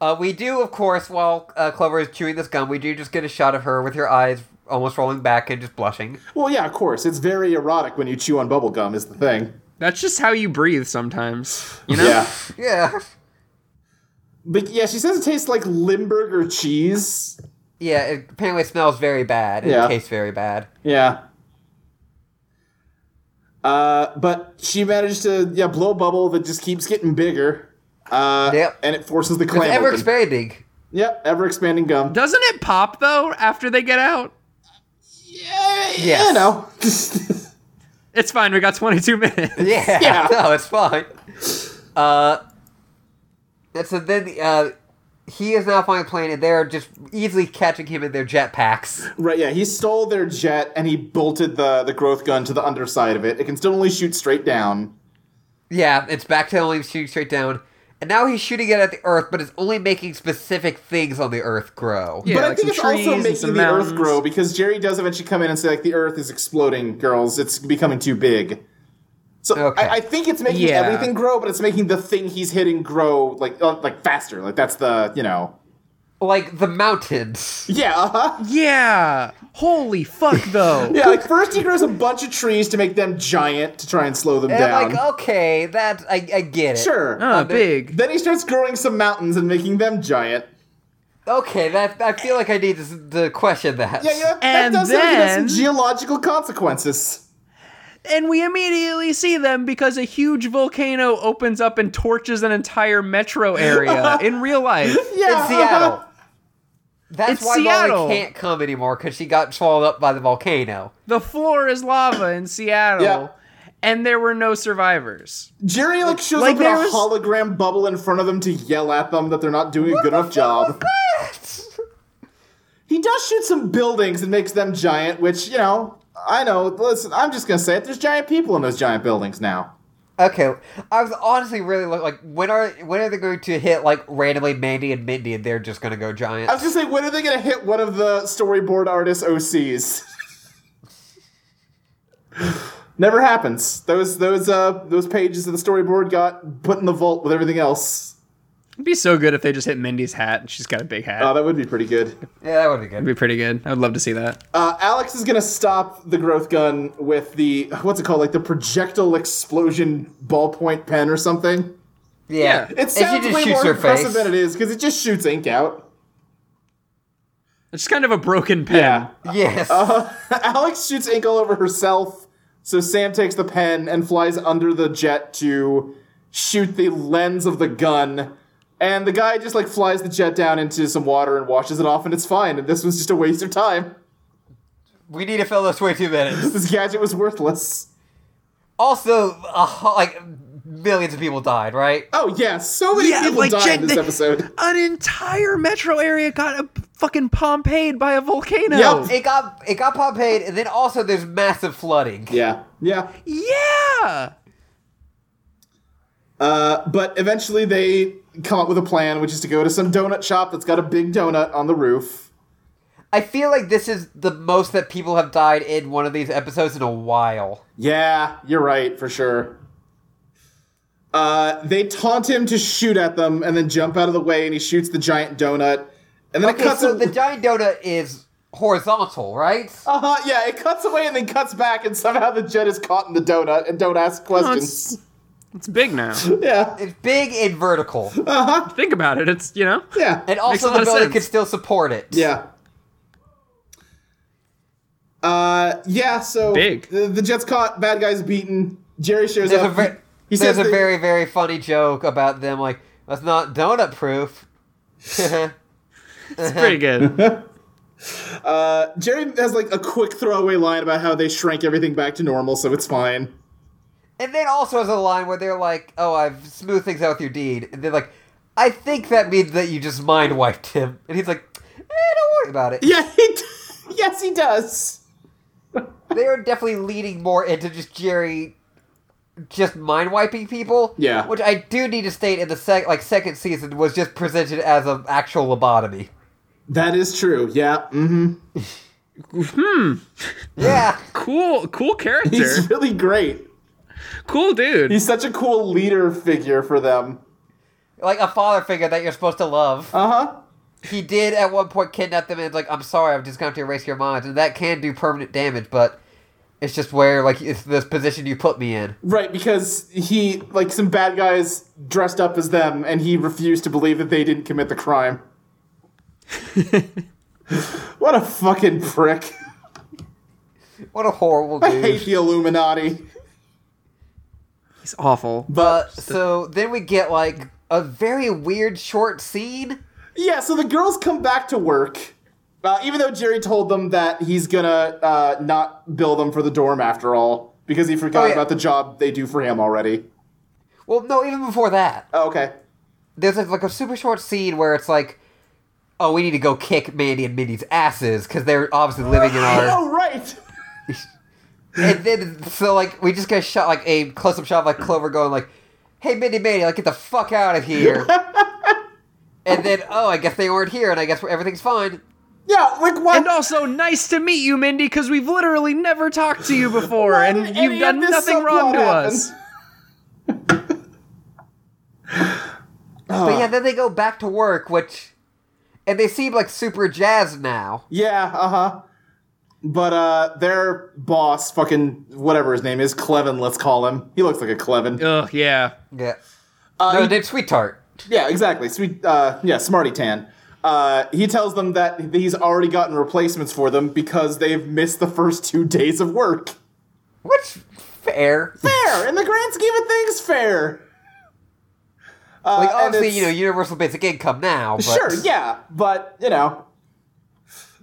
B: Uh, we do, of course, while uh, Clover is chewing this gum, we do just get a shot of her with her eyes almost rolling back and just blushing.
C: Well, yeah, of course. It's very erotic when you chew on bubblegum, is the thing.
D: That's just how you breathe sometimes. You know?
C: Yeah.
B: Yeah.
C: But yeah, she says it tastes like Limburger cheese.
B: Yeah, it apparently smells very bad. and
C: Yeah.
B: It tastes very bad.
C: Yeah. Uh, but she managed to yeah blow a bubble that just keeps getting bigger. Uh,
B: Yep.
C: and it forces the
B: It's
C: clam.
B: ever
C: Ever
B: expanding.
C: yep, ever expanding gum.
D: Doesn't it pop though after they get out?
C: Yeah,
B: Yes.
C: you know.
D: It's fine, we got 22 minutes.
B: Yeah.
C: Yeah.
B: No, it's fine. Uh, and so then uh, he is now flying a plane, and they're just easily catching him in their jetpacks.
C: right, yeah, he stole their jet and he bolted the the growth gun to the underside of it. It can still only shoot straight down.
B: Yeah, it's back to only shooting straight down. And now he's shooting it at the Earth, but it's only making specific things on the Earth grow.
D: Yeah,
C: but I
D: like
C: think it's
D: some trees
C: also
D: and
C: making
D: some
C: the
D: mountains.
C: Earth grow because Jerry does eventually come in and say like the Earth is exploding, girls. It's becoming too big. So
B: Okay.
C: I, I think it's making
D: Yeah.
C: everything grow, but it's making the thing he's hitting grow like uh, like faster. Like that's the you know
B: Like the mountains.
C: yeah uh-huh.
D: Yeah. Holy fuck though.
C: yeah. Like first he grows a bunch of trees to make them giant to try and slow them
B: And I'm
C: down.
B: like,
D: uh,
B: okay, that I, I get it.
C: Sure.
D: Ah, big.
C: Then he starts growing some mountains and making them giant.
B: Okay, that I feel like I need to, s- to question that.
C: Yeah, you know,
D: And
C: that does have- it has some
D: then-
C: geological consequences.
D: and we immediately see them because a huge volcano opens up and torches an entire metro area in real life.
C: Yeah,
B: In Seattle. That's
D: It's
B: why
D: Seattle.
B: Molly can't come anymore because she got swallowed up by the volcano.
D: The floor is lava in Seattle,
C: Yeah.
D: and there were no survivors.
C: Jerry like shows
D: Like,
C: up in a
D: there was-
C: hologram bubble in front of them to yell at them that they're not doing a good enough job. He does shoot some buildings and makes them giant, which you know, I know. Listen, I'm just gonna say it. There's giant people in those giant buildings now.
B: Okay, I was honestly really lo- like, when are when are they going to hit like randomly Mandy and Mindy and they're just gonna go giant?
C: I was gonna say, when are they gonna hit one of the storyboard artist OCs? Never happens. Those those uh those pages of the storyboard got put in the vault with everything else.
D: It'd be so good if they just hit Mindy's hat and she's got a big hat.
C: Oh, that would be pretty good.
B: yeah, that would be good.
D: That'd be pretty good. I would love to see that.
C: Uh, Alex is gonna stop the growth gun with the what's it called, like the projectile explosion ballpoint pen or something.
B: Yeah,
C: It sounds way more impressive than it is because it just shoots ink out.
D: It's just kind of a broken pen.
C: Yeah.
B: Yes.
C: Uh, Alex shoots ink all over herself, so Sam takes the pen and flies under the jet to shoot the lens of the gun. And the guy just like flies the jet down into some water and washes it off, and it's fine. And this was just a waste of time.
B: we need to fill this way two minutes.
C: This gadget was worthless.
B: Also, a ho- like millions of people died, right?
C: Oh yeah, so many
D: Yeah,
C: people
D: like,
C: died
D: Jen-
C: in this
D: they-
C: episode.
D: An entire metro area got a fucking Pompeiied by a volcano.
C: Yup.
B: It got it got Pompeii, and then also there's massive flooding.
C: Yeah, yeah.
D: Yeah.
C: Uh, but eventually they come up with a plan, which is to go to some donut shop that's got a big donut on the roof.
B: I feel like this is the most that people have died in one of these episodes in a while.
C: Yeah, you're right, for sure. Uh, they taunt him to shoot at them and then jump out of the way, and he shoots the giant donut. And then it
B: Okay,
C: cuts
B: so
C: a-
B: the giant donut is horizontal, right?
C: uh-huh, yeah, it cuts away and then cuts back, and somehow the jet is caught in the donut and don't ask
D: Oh,
C: questions.
D: it's, it's big now.
C: yeah,
B: It's big and vertical,
D: Think about it. It's, you know,
C: yeah.
B: and also
D: a
B: the
D: lot of
B: building
D: sense.
B: can still support it.
C: Yeah. Uh, yeah. So
D: Big.
C: The, the Jets caught. Bad guys beaten. Jerry shows
B: There's a
C: up.
B: ve-
C: he
B: there's
C: says
B: a
C: that-
B: very very funny joke about them like that's not donut proof.
D: it's pretty good.
C: uh, Jerry has like a quick throwaway line about how they shrank everything back to normal, so it's fine.
B: And then also has a line where they're like, "Oh, I've smoothed things out with your deed," and they're like, "I think that means that you just mind wiped him," and he's like, eh, "Don't worry about it."
C: Yeah. He d- yes, he does.
B: They are definitely leaning more into just Jerry, just mind wiping people.
C: Yeah.
B: which I do need to state in the sec- like second season was just presented as an actual lobotomy.
C: That is true. Yeah. Mm-hmm.
B: Yeah,
D: cool, cool
C: He's
D: character.
C: really great.
D: cool dude.
C: He's such a cool leader figure for them.
B: like a father figure that you're supposed to love.
C: Uh huh.
B: he did at one point kidnap them and was like, I'm sorry, I'm just going to have to erase your minds. And that can do permanent damage, but it's just where, like, it's this position you put me in.
C: Right, because he like some bad guys dressed up as them, and he refused to believe that they didn't commit the crime. what a fucking prick!
B: What a horrible
C: I hate
B: dude.
C: the Illuminati.
D: He's awful.
B: But Uh, so then we get, like, a very weird short scene.
C: Yeah, so the girls come back to work, uh, even though Jerry told them that he's gonna uh, not bill them for the dorm after all because he forgot
B: Oh, yeah.
C: about the job they do for him already.
B: Well, no, even before that,
C: Oh, okay.
B: there's like a super short scene where it's like, oh, we need to go kick Mandy and Mindy's asses because they're obviously living in our.
C: Oh, right.
B: And then so like we just get a shot like a close up shot of like Clover going like, "Hey, Mindy, Mandy, like get the fuck out of here." and then oh, I guess they weren't here, and I guess everything's fine.
C: Yeah, like what?
D: And also, nice to meet you, Mindy, because we've literally never talked to you before,
C: Why
D: and
C: did any
D: you've
C: of
D: done
C: this
D: nothing wrong
C: subplot
D: to
C: happen?
D: us.
B: But yeah, then they go back to work, which, and they seem like super jazzed now.
C: Yeah, uh huh. But uh their boss, fucking whatever his name is, Clevin, let's call him. He looks like a Clevin.
D: Ugh, yeah.
B: Yeah. no, they sweet tart.
C: Yeah, exactly. Sweet, uh, yeah, Smarty Tan. Uh, he tells them that he's already gotten replacements for them because they've missed the first two days of work.
B: Which fair.
C: Fair in the grand scheme of things, fair. Uh,
B: Like
C: and
B: obviously,
C: it's-
B: you know, universal basic income now. But
C: sure, yeah, but you know,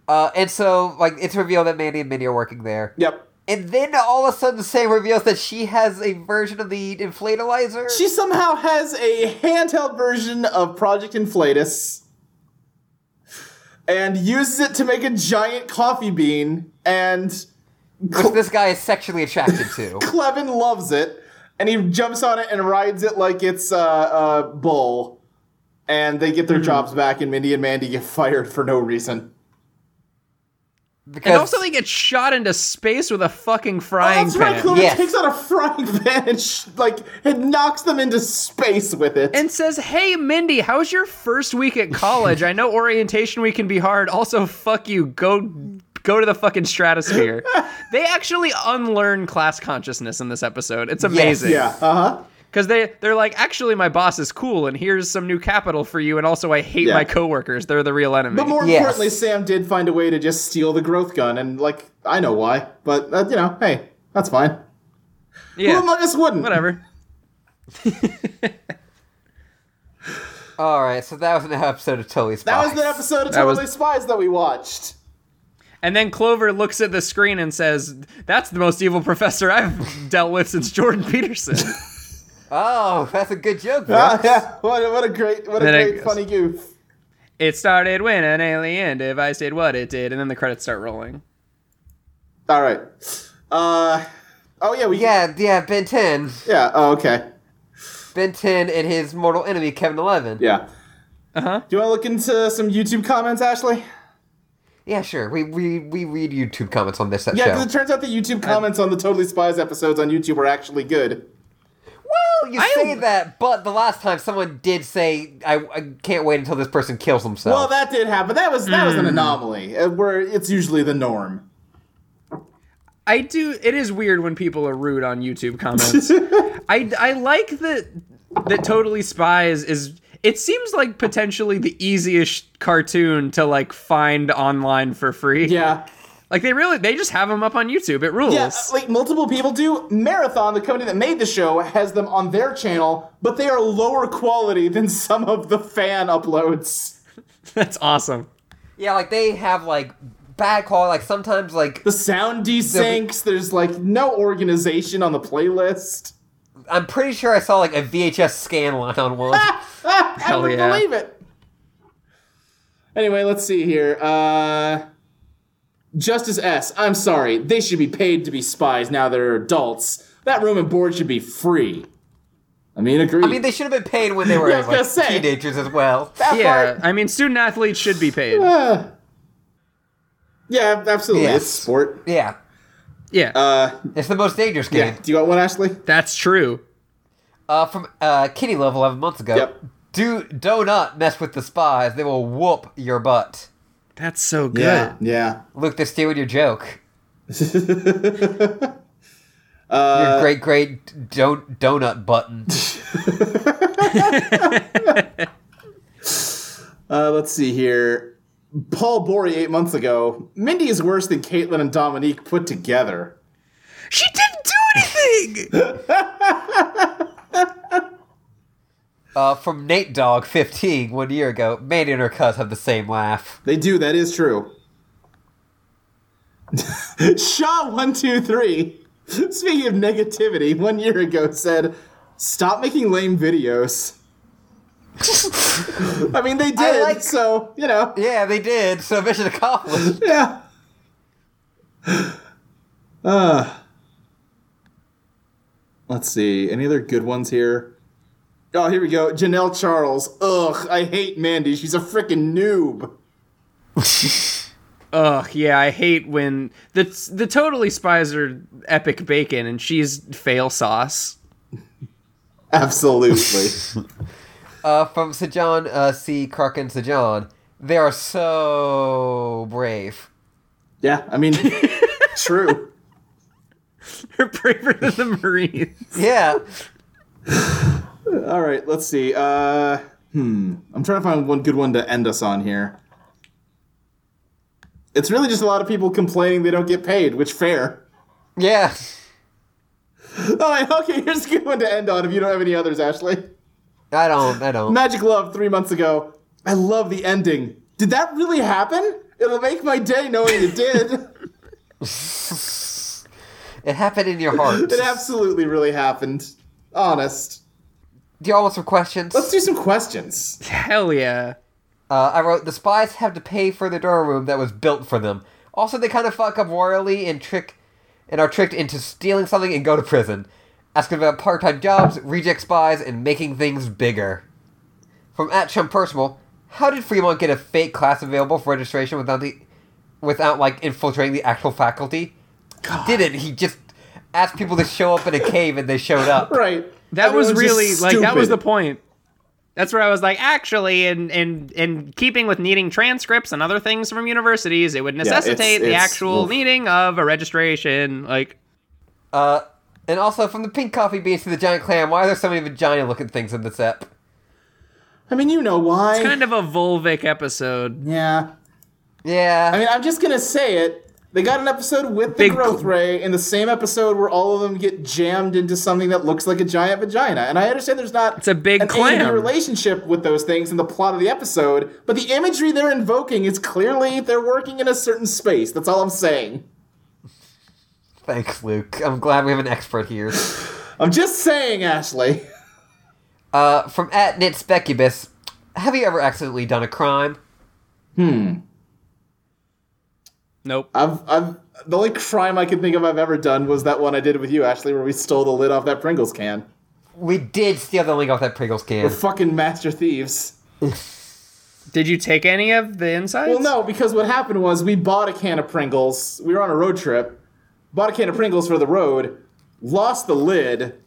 B: Uh, and so, like, it's revealed that Mandy and Minnie are working there.
C: Yep.
B: And then all of a sudden, Sam reveals that she has a version of the inflatalizer.
C: She somehow has a handheld version of Project Inflatus and uses it to make a giant coffee bean. And
B: which this guy is sexually attracted to.
C: Clevin loves it. And he jumps on it and rides it like it's a uh, uh, bull. And they get their jobs back, and Mindy and Mandy get fired for no reason.
B: Because
D: And also, they get shot into space with a fucking frying
C: Oh, That's
D: pan.
C: right. Clevin
B: Yes.
C: takes out a frying pan and sh- like it knocks them into space with it.
D: and says, "Hey, Mindy, how's your first week at college? I know orientation week can be hard. Also, fuck you. Go, go to the fucking stratosphere." they actually unlearn class consciousness in this episode. It's amazing.
C: yeah. Uh huh.
D: Because they they're like, actually, my boss is cool, and here's some new capital for you, and also I hate
C: Yeah.
D: my coworkers. They're the real enemy.
C: But more
B: Yes.
C: importantly, Sam did find a way to just steal the growth gun, and like I know why, but uh, you know, hey, that's fine. Who
D: yeah,
C: among us wouldn't?
D: whatever.
B: all right, so that was an episode of Totally Spies.
C: That was the episode of
D: That was-
C: Totally Spies that we watched.
D: And then Clover looks at the screen and says, "That's the most evil professor I've dealt with since Jordan Peterson."
B: Oh, that's a good joke. Bro.
C: Ah, yeah, what, a- what a great, what a
D: Then it
C: great
D: goes-
C: funny goof.
D: It started when an alien device did what it did, and then the credits start rolling.
C: All right. Uh, oh yeah, we
B: yeah, yeah, Ben 10.
C: yeah. Oh okay,
B: Ben 10 and his mortal enemy, Kevin 11.
C: yeah.
D: Uh huh.
C: Do you want to look into some YouTube comments, Ashley?
B: Yeah, sure. We, we, we read YouTube comments on this that
C: Yeah, because
B: show.
C: it turns out the YouTube comments on the Totally Spies episodes on YouTube are actually good.
B: well, Oh, you
D: I-
B: say that, but the last time someone did say, I, I can't wait until this person kills himself.
C: Well, that did happen. That was that was an anomaly. Uh, Where it's usually the norm.
D: I do. It is weird when people are rude on YouTube comments. I I like that that totally spies is. It seems like potentially the easiest cartoon to like find online for free.
C: Yeah.
D: Like they really they just have them up on YouTube. It rules.
C: Yeah, uh, like multiple people do. Marathon, the company that made the show, has them on their channel, but they are lower quality than some of the fan uploads.
D: That's awesome.
B: yeah, like they have like bad call. Like sometimes, like
C: The sound desyncs, there's like no organization on the playlist.
B: I'm pretty sure I saw like a VHS scan line on one.
C: I
D: Hell
C: don't
D: yeah.
C: believe it. Anyway, let's see here. Uh, Justice S, I'm sorry. They should be paid to be spies now they're adults. That room and board should be free. I mean, agree.
B: I mean, they should have been paid when they were
C: Yeah, I was
B: like,
C: gonna say.
B: teenagers as well.
D: Yeah, I mean, student athletes should be paid.
C: Uh, yeah, absolutely.
B: Yes.
C: It's sport.
B: yeah,
D: Yeah,
C: Uh,
B: it's the most dangerous game.
C: yeah. Do you got one, Ashley?
D: that's true.
B: Uh, from uh, Kitty Love 11 months ago.
C: Yep.
B: Do do not mess with the spies. They will whoop your butt.
D: That's so good.
C: Yeah.
B: Luke, they're stealing your joke.
C: Uh,
B: your great great do- donut button.
C: Uh, let's see here. Paul Bory eight months ago. Mindy is worse than Caitlin and Dominique put together.
D: She didn't do anything.
B: Uh, from Nate Dog 15 one year ago. Mandy and her cuz have the same laugh.
C: They do. That is true. Shaw one two three. Speaking of negativity, one year ago said, "Stop making lame videos." I mean, they did.
B: like-
C: so you know.
B: Yeah, they did. So mission accomplished.
C: Yeah. Uh, let's see. Any other good ones here? Oh, here we go. Janelle Charles. Ugh, I hate Mandy. She's a freaking noob.
D: Ugh, yeah, I hate when the the totally spies are epic bacon and she's fail sauce.
C: Absolutely.
B: Uh, from Sajan uh, C. Karkin Sajan. They are so brave.
C: yeah, I mean, true.
D: They're braver than the Marines.
B: Yeah.
C: All right, let's see. Uh, hmm. I'm trying to find one good one to end us on here. It's really just a lot of people complaining they don't get paid, which fair.
B: Yeah.
C: All right, okay, here's a good one to end on if you don't have any others, Ashley.
B: I don't. I don't.
C: Magic Love three months ago. I love the ending. Did that really happen? It'll make my day knowing it did.
B: It happened in your heart.
C: it absolutely really happened. Honest.
B: Do y'all want some questions?
C: Let's do some questions.
D: Hell yeah.
B: Uh, I wrote the spies have to pay for the dorm room that was built for them. Also, they kind of fuck up royally and trick, and are tricked into stealing something and go to prison. Asking about part-time jobs, reject spies, and making things bigger. From at Chum Personal, how did Fremont get a fake class available for registration without the, without like infiltrating the actual faculty? He didn't. He just asked people to show up in a cave, and they showed up.
C: Right.
D: That
C: Everyone's
D: was
C: just
D: really like that was the
C: stupid.
D: point. That's where I was like, actually, in in in keeping with needing transcripts and other things from universities, it would
C: it's-
D: necessitate the
C: it's-
D: actual
C: oof.
D: needing of a registration. Like,
B: Uh, and also from the pink coffee beans to the giant clam. Why are there so many vagina-looking things in this app?
C: I mean, you know why.
D: kind of a vulvic episode.
C: yeah.
B: Yeah.
C: I mean, I'm just gonna say it. They got an episode with the
D: Big-
C: growth ray in the same episode where all of them get jammed into something that looks like a giant vagina. And I understand there's not it's
D: a big
C: an
D: clam.
C: A-B relationship with those things in the plot of the episode, but the imagery they're invoking is clearly they're working in a certain space. That's all I'm saying.
B: Thanks, Luke. I'm glad we have an expert here.
C: I'm just saying, Ashley.
B: Uh, from at Nitspecubus, have you ever accidentally done a crime?
D: Nope.
C: I've I've the only crime I can think of I've ever done was that one I did with you, Ashley, where we stole the lid off that Pringles can.
B: We did steal the link off that Pringles can.
C: We're fucking master thieves.
D: Did you take any of the insights?
C: Well, no, because what happened was we bought a can of Pringles. We were on a road trip, bought a can of Pringles for the road, lost the lid.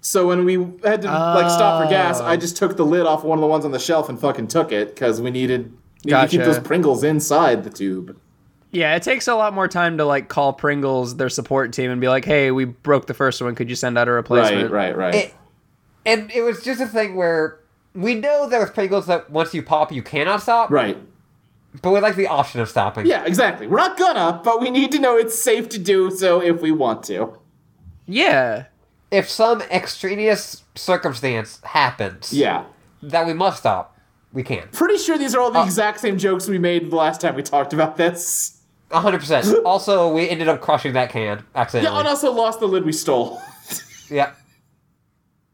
C: So when we had to like stop for gas, I just took the lid off one of the ones on the shelf and fucking took it because we needed, needed to keep
D: Gotcha.
C: those Pringles inside the tube.
D: Yeah, it takes a lot more time to like call Pringles their support team and be like, "Hey, we broke the first one. Could you send out a replacement?"
C: Right, right, right.
B: It, and it was just a thing where we know there was Pringles that once you pop, you cannot stop.
C: right.
B: But we like the option of stopping.
C: Yeah, exactly. We're not gonna, but we need to know it's safe to do so if we want to.
D: Yeah.
B: If some extraneous circumstance happens
C: Yeah.
B: that we must stop, we can.
C: Pretty sure these are all the exact same jokes we made the last time we talked about this.
B: 100%. also, we ended up crushing that can
C: Yeah, oh,
B: accidentally.
C: and also lost the lid we stole.
B: yeah.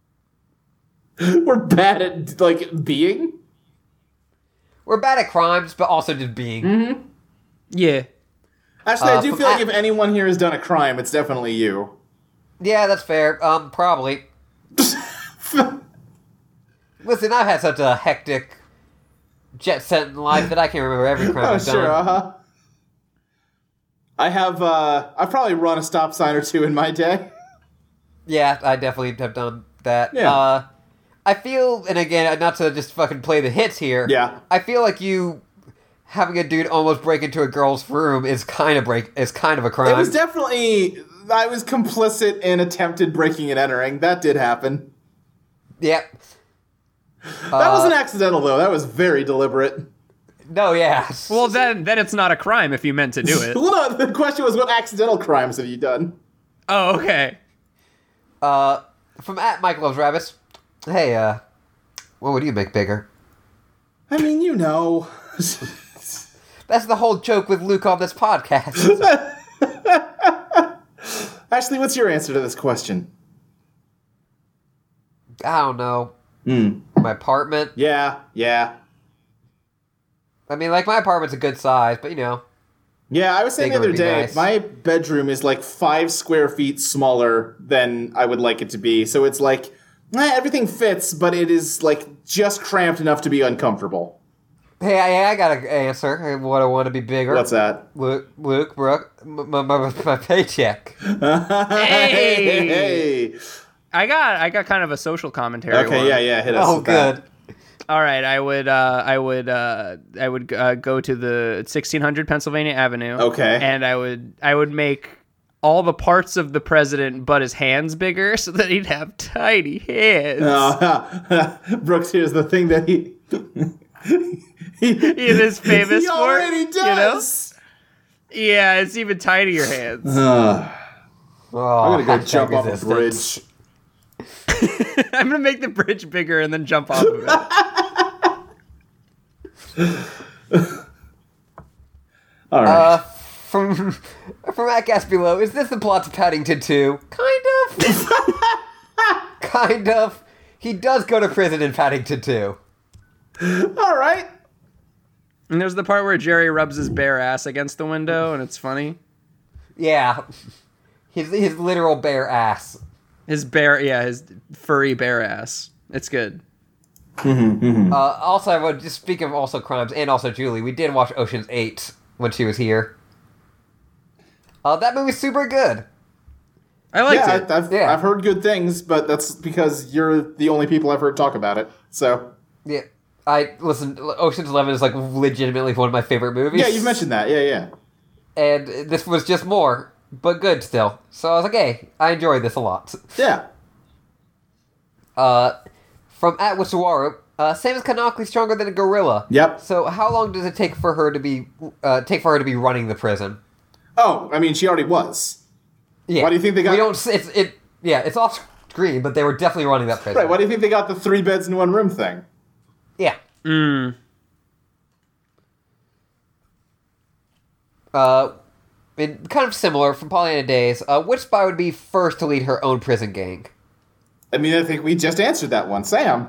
C: We're bad at like being.
B: We're bad at crimes, but also just being.
D: Yeah.
C: Actually, I
B: Uh,
C: do
B: f-
C: feel like
B: I-
C: if anyone here has done a crime, it's definitely you.
B: Yeah, that's fair. Um, probably. Listen, I've had such a hectic jet set in life that I can't remember every crime
C: Oh,
B: I've
C: sure, uh
B: done.
C: huh. I have. uh I've probably run a stop sign or two in my day.
B: Yeah, I definitely have done that.
C: Yeah.
B: Uh, I feel, and again, not to just fucking play the hits here.
C: Yeah.
B: I feel like you having a dude almost break into a girl's room is kind of break is kind of a crime.
C: It was definitely. I was complicit in attempted breaking and entering. That did happen.
B: yeah.
C: That wasn't
B: Uh,
C: accidental though. That was very deliberate.
B: No, yeah.
D: Well, then then it's not a crime if you meant to do it.
C: Well, no, the question was, what accidental crimes have you done?
D: oh, okay.
B: Uh, from at Mike loves rabbits. Hey, uh, what would you make bigger?
C: I mean, you know.
B: That's the whole joke with Luke on this podcast.
C: Ashley, what's your answer to this question?
B: I don't know.
C: Hmm.
B: My apartment.
C: Yeah, yeah.
B: I mean, like my apartment's a good size, but you know,
C: Yeah, I was saying the
B: Bigger
C: other
B: would be
C: day,
B: nice.
C: my bedroom is like five square feet smaller than I would like it to be. So it's like, eh, everything fits, but it is like just cramped enough to be uncomfortable.
B: hey, I, I got an answer. Hey, What I want to be bigger.
C: What's that?
B: Luke, Luke, Brooke, m- my, my, my paycheck.
D: Hey!
C: hey.
D: I got I got kind of a social commentary.
C: Okay,
D: one.
C: yeah, yeah, hit us.
B: Oh,
C: with that.
B: good.
D: All right, I would, uh, I would, uh, I would uh, go to the 1600 Pennsylvania Avenue.
C: Okay.
D: And I would, I would make all the parts of the president, but his hands bigger, so that he'd have tiny hands.
C: Oh, Uh, Brooks, here's the thing that he. he,
D: It is famous
C: he
D: for,
C: already
D: you know?
C: does!
D: Yeah, it's even tinier hands.
C: Ugh,
B: Oh,
C: I'm gonna go
B: hashtag
C: jump off a
B: resistance.
C: bridge.
D: I'm gonna make the bridge bigger and then jump off of it.
C: All right.
B: Uh, from from at Gas Below, is this the plot to Paddington 2? Kind of. kind of. He does go to prison in Paddington 2.
D: Uh,
C: All right.
D: And there's the part where Jerry rubs his bare ass against the window, and it's funny.
B: Yeah. His, his literal bare ass.
D: His bare, yeah, his furry bare ass. It's good.
B: Uh, also, I would just speak of also crimes and also Julie. We did watch Ocean's Eight when she was here. Uh, that movie's super good.
D: I liked
C: Yeah,
D: it.
C: I, I've,
B: Yeah.
C: I've heard good things, but that's because you're the only people I've heard talk about it. So
B: Yeah, I listen. Ocean's Eleven is like legitimately one of my favorite movies.
C: yeah, you've mentioned that. Yeah, yeah.
B: and this was just more, but good still. So I was like, hey, I enjoy this a lot.
C: Yeah.
B: Uh, from at Wasuwaru, uh, Samus canonically stronger than a gorilla.
C: Yep.
B: So how long does it take for her to be uh, take for her to be running the prison?
C: Oh, I mean, she already was.
B: Yeah.
C: Why do you think they got-
B: We don't. s- It's it. Yeah, it's off screen, but they were definitely running that prison.
C: Right. Why do you think they got the three beds in one room thing?
B: Yeah. Uh, and kind of similar from Pollyanna Days. Uh, which spy would be first to lead her own prison gang?
C: I mean, I think we just answered that one, Sam.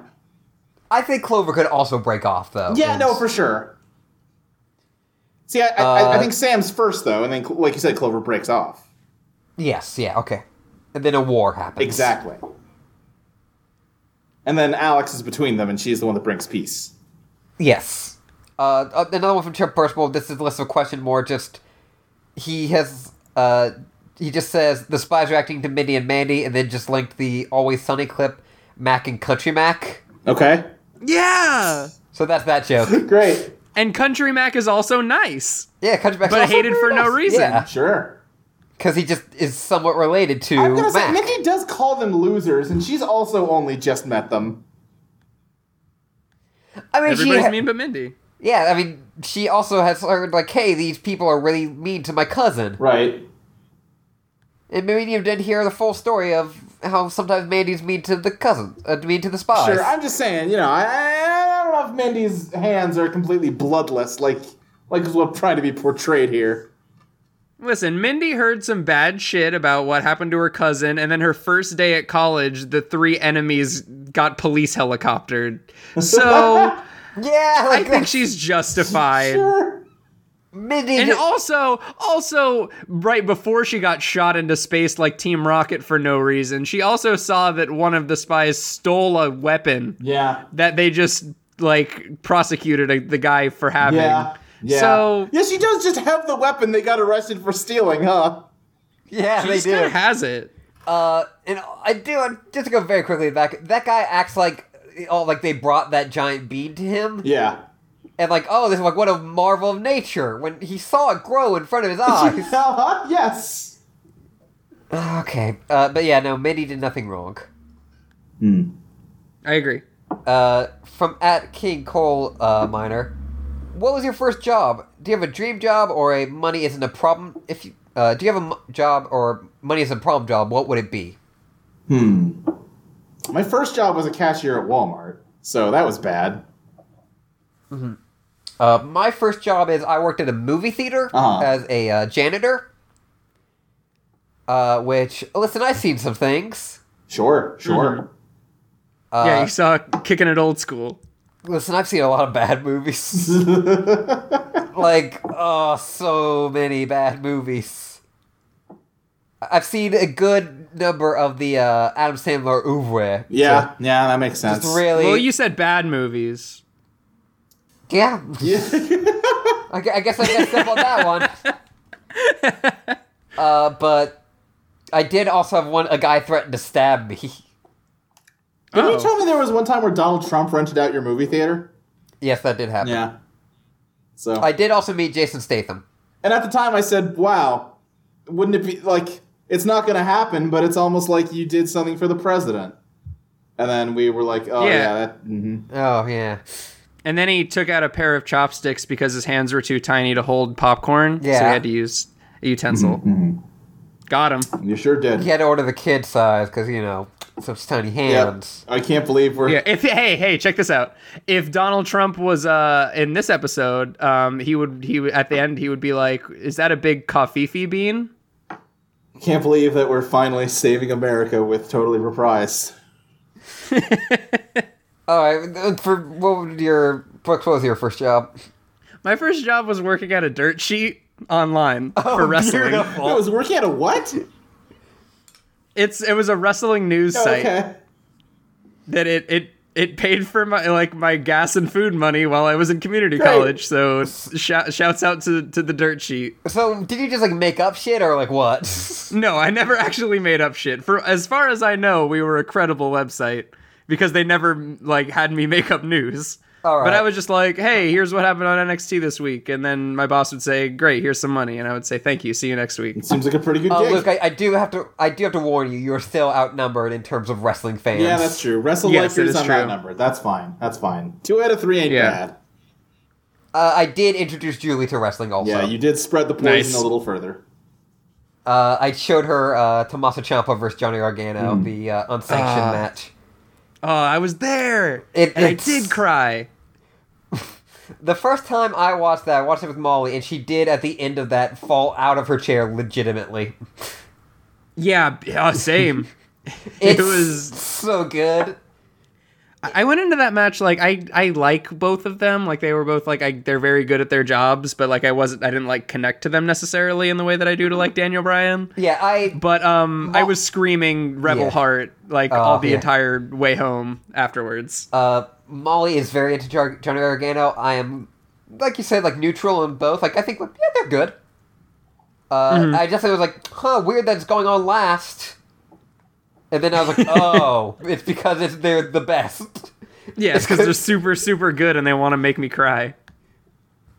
B: I think Clover could also break off though.
C: Yeah,
B: and-
C: no, for sure. See, I, I, I- I
B: Uh,
C: think Sam's first though, and then, Cl- like you said, Clover breaks off.
B: Yes. Yeah. Okay. And then a war happens.
C: Exactly. And then Alex is between them, and she's the one that brings peace.
B: Yes. Uh, uh, another one from Chip Burstable. This is less of a question, more just he has. Uh, he just says the spies are acting to Mindy and Mandy, and then just linked the Always Sunny clip, Mac and Country Mac.
C: Okay.
D: yeah.
B: So that's that joke.
C: Great.
D: And Country Mac is also nice.
B: Yeah, Country Mac's
D: But
B: also
D: hated
B: very
D: for no
B: nice.
D: reason.
B: Yeah,
C: Sure.
B: because he just is somewhat related to
C: I'm gonna say
B: Mac.
C: Mindy does call them losers, and she's also only just met them.
B: I mean, she
D: Everybody's
B: ha-
D: mean but Mindy.
B: yeah, I mean, she also has heard like, hey, these people are really mean to my cousin.
C: Right.
B: And Miriam did hear the full story of how sometimes Mandy's mean to the cousin, uh, mean to the spies.
C: Sure. I'm just saying, you know, I, I I don't know if Mindy's hands are completely bloodless, like like is what trying to be portrayed here.
D: Listen, Mindy heard some bad shit about what happened to her cousin, and then her first day at college, the three enemies got police helicoptered. So
B: yeah,
D: I
B: like,
D: think she's justified.
C: Sure.
B: Mindy.
D: And
B: did-
D: also, also, right before she got shot into space like Team Rocket for no reason, she also saw that one of the spies stole a weapon
C: Yeah.
D: that they just like prosecuted a, the guy for having.
C: Yeah. Yeah.
D: So-
C: yeah, she does just have the weapon they got arrested for stealing, huh?
B: yeah,
D: She
B: they
D: just kind
B: do.
D: of has it.
B: uh, and I do. I- Just to go very quickly back, that guy acts like, oh, like they brought that giant bean to him,
C: Yeah.
B: and like, oh, this is like what a marvel of nature when he saw it grow in front of his eyes.
C: Uh-huh, yes.
B: okay, uh, but yeah, no, Mindy did nothing wrong.
D: I agree.
B: Uh, from at King Cole uh, Miner. What was your first job? Do you have a dream job or a money isn't a problem? If you uh, do you have a m- job or money isn't a problem job, what would it be?
C: Hmm. My first job was a cashier at Walmart, so that was bad.
B: Uh, my first job is I worked at a movie theater
C: Uh-huh.
B: as a uh, janitor. Uh, which listen, I've seen some things.
C: Sure, sure.
D: Mm-hmm.
B: Uh,
D: yeah, you saw kicking it old school.
B: Listen, I've seen a lot of bad movies. like, oh, so many bad movies. I- I've seen a good number of the uh, Adam Sandler oeuvre.
C: Yeah, yeah, that makes sense.
B: It's really.
D: Well, you said bad movies.
B: yeah.
C: Yeah.
B: I, gu- I guess I got step on that one. Uh, but I did also have one. A guy threatened to stab me.
C: Didn't
D: Oh.
C: you tell me there was one time where Donald Trump rented out your movie theater?
B: yes, that did happen.
C: Yeah. So
B: I did also meet Jason Statham.
C: And at the time I said, wow, wouldn't it be like, it's not going to happen, but it's almost like you did something for the president. And then we were like, oh, yeah,
D: Yeah.
C: that, mhm.
B: Oh yeah,
D: And then he took out a pair of chopsticks because his hands were too tiny to hold popcorn. So
B: Yeah.
D: he had to use a utensil. Got him.
C: you sure did.
B: he had to order the kid size because you know Those tiny
C: Yeah.
B: hands.
C: I can't believe we're.
D: Yeah. If hey hey, check this out. If Donald Trump was uh in this episode, um, he would he would at the end he would be like, "Is that a big coffee bean?"
C: Can't believe that we're finally saving America with totally reprised.
B: All right. uh, For what would your Brooks? What was your first job?
D: My first job was working at a dirt sheet online for wrestling.
C: It was working at a what?
D: It's it was a wrestling news site
C: Oh, Okay.
D: that it it it paid for my like my gas and food money while I was in community college. So shout, shouts out to to the dirt sheet.
B: So did you just like make up shit or like what?
D: No, I never actually made up shit. For as far as I know, we were a credible website because they never like had me make up news.
B: All
D: But
B: right.
D: I was just like, "Hey, here's what happened on NXT this week," and then my boss would say, "Great, here's some money," and I would say, "Thank you, see you next week."
C: Seems like a pretty good
B: Uh,
C: gig.
B: Luke, I, I do have to. I do have to warn you. You are still outnumbered in terms of wrestling fans.
C: yeah, that's true. Wrestle
D: Yes, it
C: Lakers
D: is
C: on
D: true.
C: that number. That's fine. That's fine. Two out of three ain't
D: Yeah.
C: bad.
B: Uh, I did introduce Julie to wrestling. Also,
C: Yeah, you did spread the poison
D: Nice.
C: a little further.
B: uh, I showed her uh, Tommaso Ciampa versus Johnny
D: Hmm.
B: Gargano, the uh, unsanctioned
D: Ah.
B: match.
D: Oh, I was there,
B: It-
D: and I
B: it's-
D: did cry.
B: The first time I watched that, I watched it with Molly, and she did at the end of that fall out of her chair legitimately.
D: Yeah, b- uh, same.
B: It's
D: It was-
B: so good.
D: I I went into that match like I I like both of them. Like they were both like I they're very good at their jobs, but like I wasn't I didn't like connect to them necessarily in the way that I do to like Daniel Bryan.
B: Yeah, I
D: But um, I
B: Mo-
D: was screaming Rebel
B: Yeah.
D: Heart like
B: Oh,
D: all the
B: yeah.
D: entire way home afterwards.
B: uh, Molly is very into Jar- Johnny Gargano. I am, like you said, like neutral on both. Like I think, like, yeah, they're good. Uh,
D: Mm-hmm.
B: I just was like, huh, weird that's going on last. And then I was like, oh, it's because it's they're the best.
D: yeah, because they're super super good and they want to make me cry.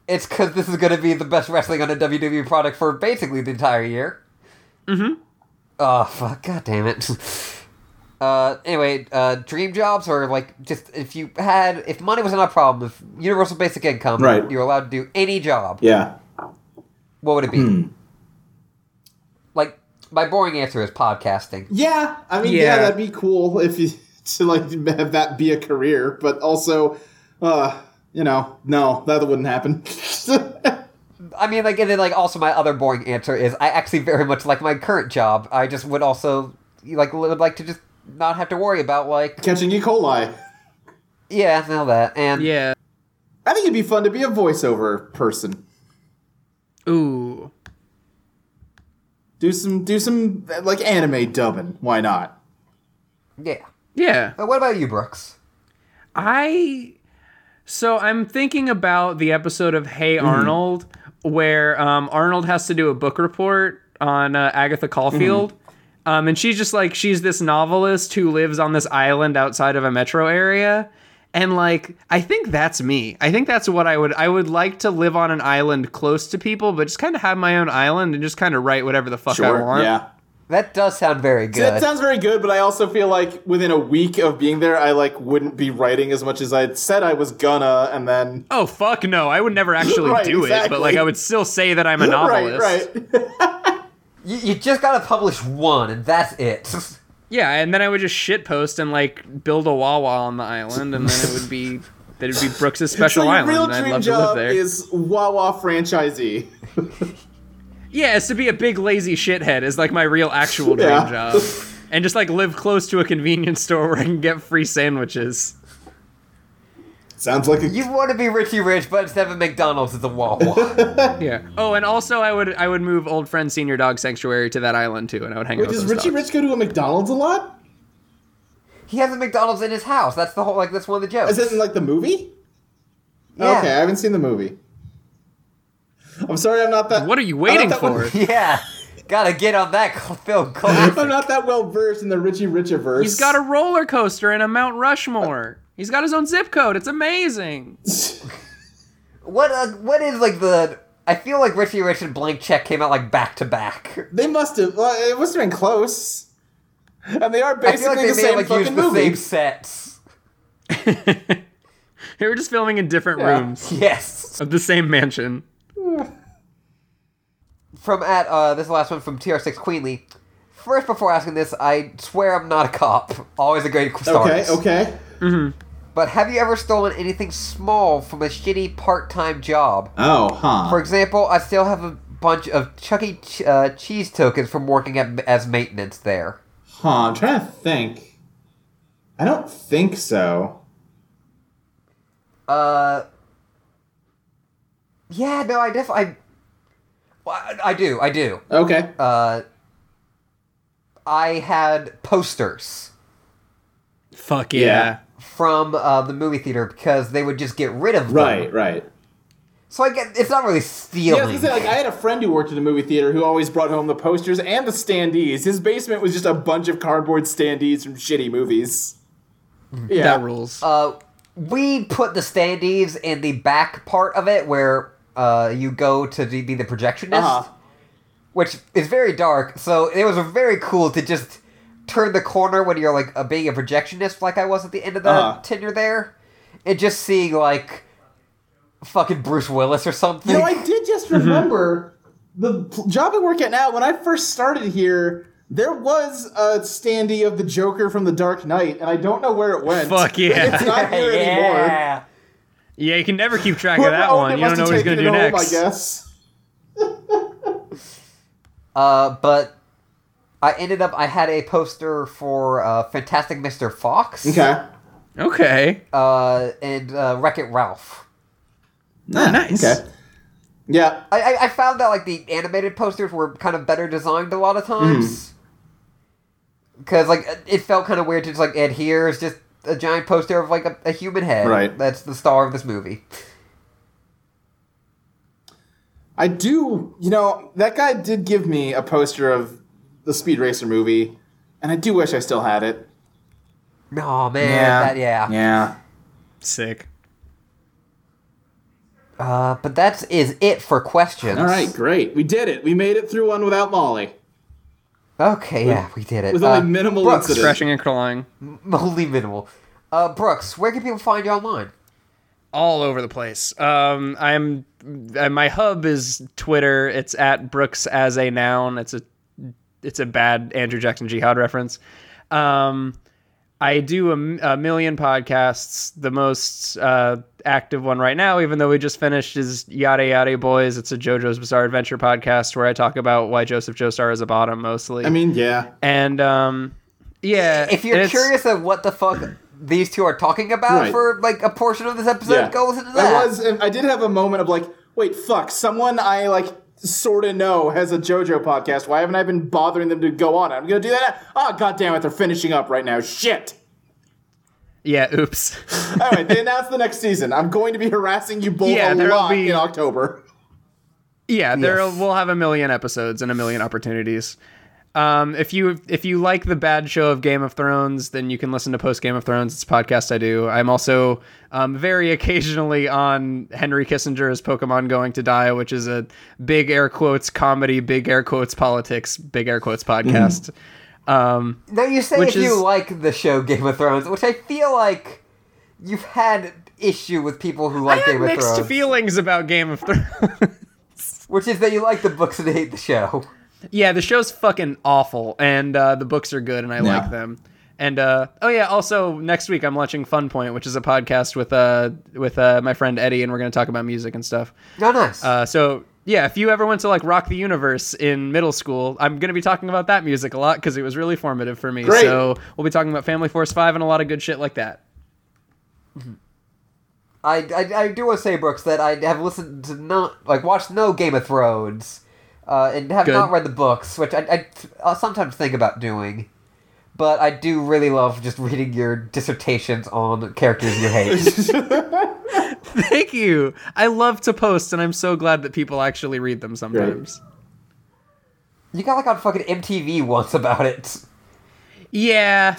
B: It's because this is going to be the best wrestling on a WWE product for basically the entire year. Mm-hmm. Oh fuck! God damn it. Uh, anyway, uh, dream jobs are like just if you had if money was not a problem, if universal basic income,
C: Right.
B: you're allowed to do any job.
C: Yeah.
B: What would it be? Like my boring answer is podcasting.
C: Yeah, I mean, yeah,
D: Yeah.
C: that'd be cool if you to like have that be a career, but also, uh, you know, no, that wouldn't happen.
B: I mean, like, and then, like, also my other boring answer is I actually very much like my current job. I just would also, like, would like to just not have to worry about, like,
C: Catching E. coli.
B: yeah, and all that. And
D: Yeah.
C: I think it'd be fun to be a voiceover person.
D: Ooh.
C: Do some, do some uh, like anime dubbing. Why not?
B: yeah.
D: Yeah.
B: But what about you, Brooks?
D: I so I'm thinking about the episode of
C: Mm.
D: Hey Arnold where um, Arnold has to do a book report on uh, Agatha Caulfield.
C: Mm-hmm.
D: Um, and she's just like she's this novelist who lives on this island outside of a metro area. And like I think that's me. I think that's what I would I would like to live on an island close to people, but just kind of have my own island and just kind of write whatever the fuck I want.
C: Yeah.
B: That does sound very good.
C: That sounds very good, but I also feel like within a week of being there, I like wouldn't be writing as much as I said I was gonna, and then
D: Oh fuck no! I would never actually
C: Right,
D: do it, but like
C: exactly.
D: I would still say that I'm a novelist.
C: right, right.
B: you, you just gotta publish one, and that's it.
D: Yeah, and then I would just shit post and like build a Wawa on the island, and then it would be that would be Brooks'
C: so
D: special
C: your
D: island,
C: real
D: and I'd
C: dream
D: love to live
C: job
D: there.
C: is Wawa franchisee.
D: yeah, it's to be a big lazy shithead is like my real actual dream
C: Yeah.
D: job, and just like live close to a convenience store where I can get free sandwiches.
C: Sounds like a
B: You want to be Richie Rich, but instead of a McDonald's, it's a Wawa.
D: Yeah. Oh, and also I would I would move old friend senior dog sanctuary to that island too, and I would hang
C: Wait,
D: out.
C: does
D: with those
C: Richie
D: dogs.
C: Rich go to a McDonald's a lot?
B: he has a McDonald's in his house. That's the whole, like, that's one of the jokes.
C: Is it in like the movie?
B: Yeah.
C: Okay, I haven't seen the movie. I'm sorry, I'm not that.
D: What are you
C: I'm not
D: waiting
C: that well-
D: for?
B: Yeah. Gotta get on that film classic.
C: I'm not that well versed in the Richie Richiverse.
D: He's got a roller coaster and a Mount Rushmore. He's got his own zip code. It's amazing.
B: What uh, what is like the? I feel like Richie Rich and Blank Check came out like back to back.
C: They must have. Well, it must have been close. And they are
B: I feel like
C: basically
B: they
C: the
B: may have
C: same
B: like
C: fucking
B: used the
C: movie.
B: same sets.
D: They were just filming in different
C: Yeah.
D: rooms
B: Yes.
D: of the same mansion.
B: From at uh, this last one from TR6 Queenly. First, before asking this, I swear I'm not a cop. Always a great start.
C: Okay, okay.
B: But have you ever stolen anything small from a shitty part-time job?
C: Oh, huh.
B: For example, I still have a bunch of Chuck E. Ch- uh, Cheese tokens from working at, as maintenance there.
C: huh, I'm trying to think. I don't think so.
B: Uh, yeah, no, I definitely, I, well, I, I do, I do.
C: Okay.
B: Uh, I had posters
D: Fuck yeah.
C: Yeah.
B: from uh, the movie theater because they would just get rid of them.
C: right, right.
B: So I get it's not really
C: Yeah, I was
B: stealing.
C: gonna say, like, I had a friend who worked at a movie theater who always brought home the posters and the standees. His basement was just a bunch of cardboard standees from shitty movies. Yeah.
D: Mm-hmm. That rules.
B: uh, we put the standees in the back part of it where uh, you go to be the projectionist,
C: Uh-huh.
B: which is very dark. So it was very cool to just turn the corner when you're like a, being a projectionist, like I was at the end of the
C: Uh-huh.
B: tenure there, and just seeing like fucking Bruce Willis or something.
C: You know, I did just
D: Mm-hmm.
C: remember the pl- job I work at now. When I first started here, there was a standee of the Joker from The Dark Knight, and I don't know where it went.
D: Fuck yeah.
C: it's not here anymore.
B: yeah.
D: yeah, you can never keep track of
C: Whoever
D: that
C: owned it
D: one. You don't
C: must
D: know
C: have
D: what he's going to
C: taken
D: do
C: it home,
D: next.
C: I guess.
B: Uh, but I ended up. I had a poster for uh, Fantastic Mr. Fox.
C: Okay.
D: Okay.
B: Uh, and uh, Wreck It Ralph.
D: Ah, nice.
C: Okay. Yeah.
B: I, I I found that like the animated posters were kind of better designed a lot of
C: Mm-hmm.
B: times. Cause like it felt kind of weird to just like and here is just a giant poster of like a, a human head.
C: Right.
B: That's the star of this movie.
C: I do, you know, that guy did give me a poster of the Speed Racer movie, and I do wish I still had it.
B: Oh man, that yeah.
C: Yeah.
D: Sick.
B: Uh, but that is it for questions.
C: All right, great. We did it. We made it through one without Molly.
B: Okay, yeah, we did it.
C: with
B: Uh,
C: only minimal
B: Brooks,
C: incident.
D: Scratching and clawing
B: Only minimal. Uh, Brooks, where can people find you online?
D: all over the place. Um, I'm uh, my hub is Twitter. It's at Brooks as a noun. It's a it's a bad Andrew Jackson Jihad reference. Um, I do a, m- a million podcasts. The most uh, active one right now, even though we just finished, is Yada Yada Boys. It's a JoJo's Bizarre Adventure podcast where I talk about why Joseph Joestar is a bottom mostly.
C: I mean, yeah.
D: and um, yeah,
B: If you're
D: it's-
B: curious of what the fuck these two are talking about
C: Right.
B: for like a portion of this episode, go listen to that.
C: I was. I did have a moment of like, wait, fuck. Someone I like sort of know has a JoJo podcast. Why haven't I been bothering them to go on? I'm gonna do that. now. Oh god damn it! They're finishing up right now. Shit.
D: yeah, oops.
C: All right, they announced the next season. I'm going to be harassing you both
D: Yeah,
C: a
D: there'll
C: lot
D: be-
C: in October.
D: Yeah, there
B: Yes.
D: we'll have a million episodes and a million opportunities. Um, if you if you like the bad show of Game of Thrones, then you can listen to Post Game of Thrones. It's a podcast I do. I'm also um, very occasionally on Henry Kissinger's Pokemon Going to Die, which is a big air quotes comedy, big air quotes politics, big air quotes podcast. Um,
B: Now you say
D: Which
B: if you
D: is-
B: like the show Game of Thrones, which I feel like you've had issue with people who
D: I
B: like
D: have
B: Game of
D: mixed
B: Thrones,
D: feelings about Game of Thrones.
B: which is that you like the books and hate the show.
D: Yeah, the show's fucking awful, and uh, the books are good, and I like them. And uh, oh yeah, also next week I'm launching Fun Point, which is a podcast with uh with uh, my friend Eddie, and we're gonna talk about music and stuff.
B: No, nice.
D: Uh, so yeah, if you ever went to like Rock the Universe in middle school, I'm gonna be talking about that music a lot because it was really formative for me.
C: Great.
D: So we'll be talking about Family Force Five and a lot of good shit like that.
B: I, I I do want to say Brooks that I have listened to not like watched no Game of Thrones, uh, and have
D: Good.
B: not read the books, which I I I'll sometimes think about doing, but I do really love just reading your dissertations on characters you hate.
D: Thank you. I love to post, and I'm so glad that people actually read them sometimes.
B: you got like on fucking MTV once about it.
D: Yeah.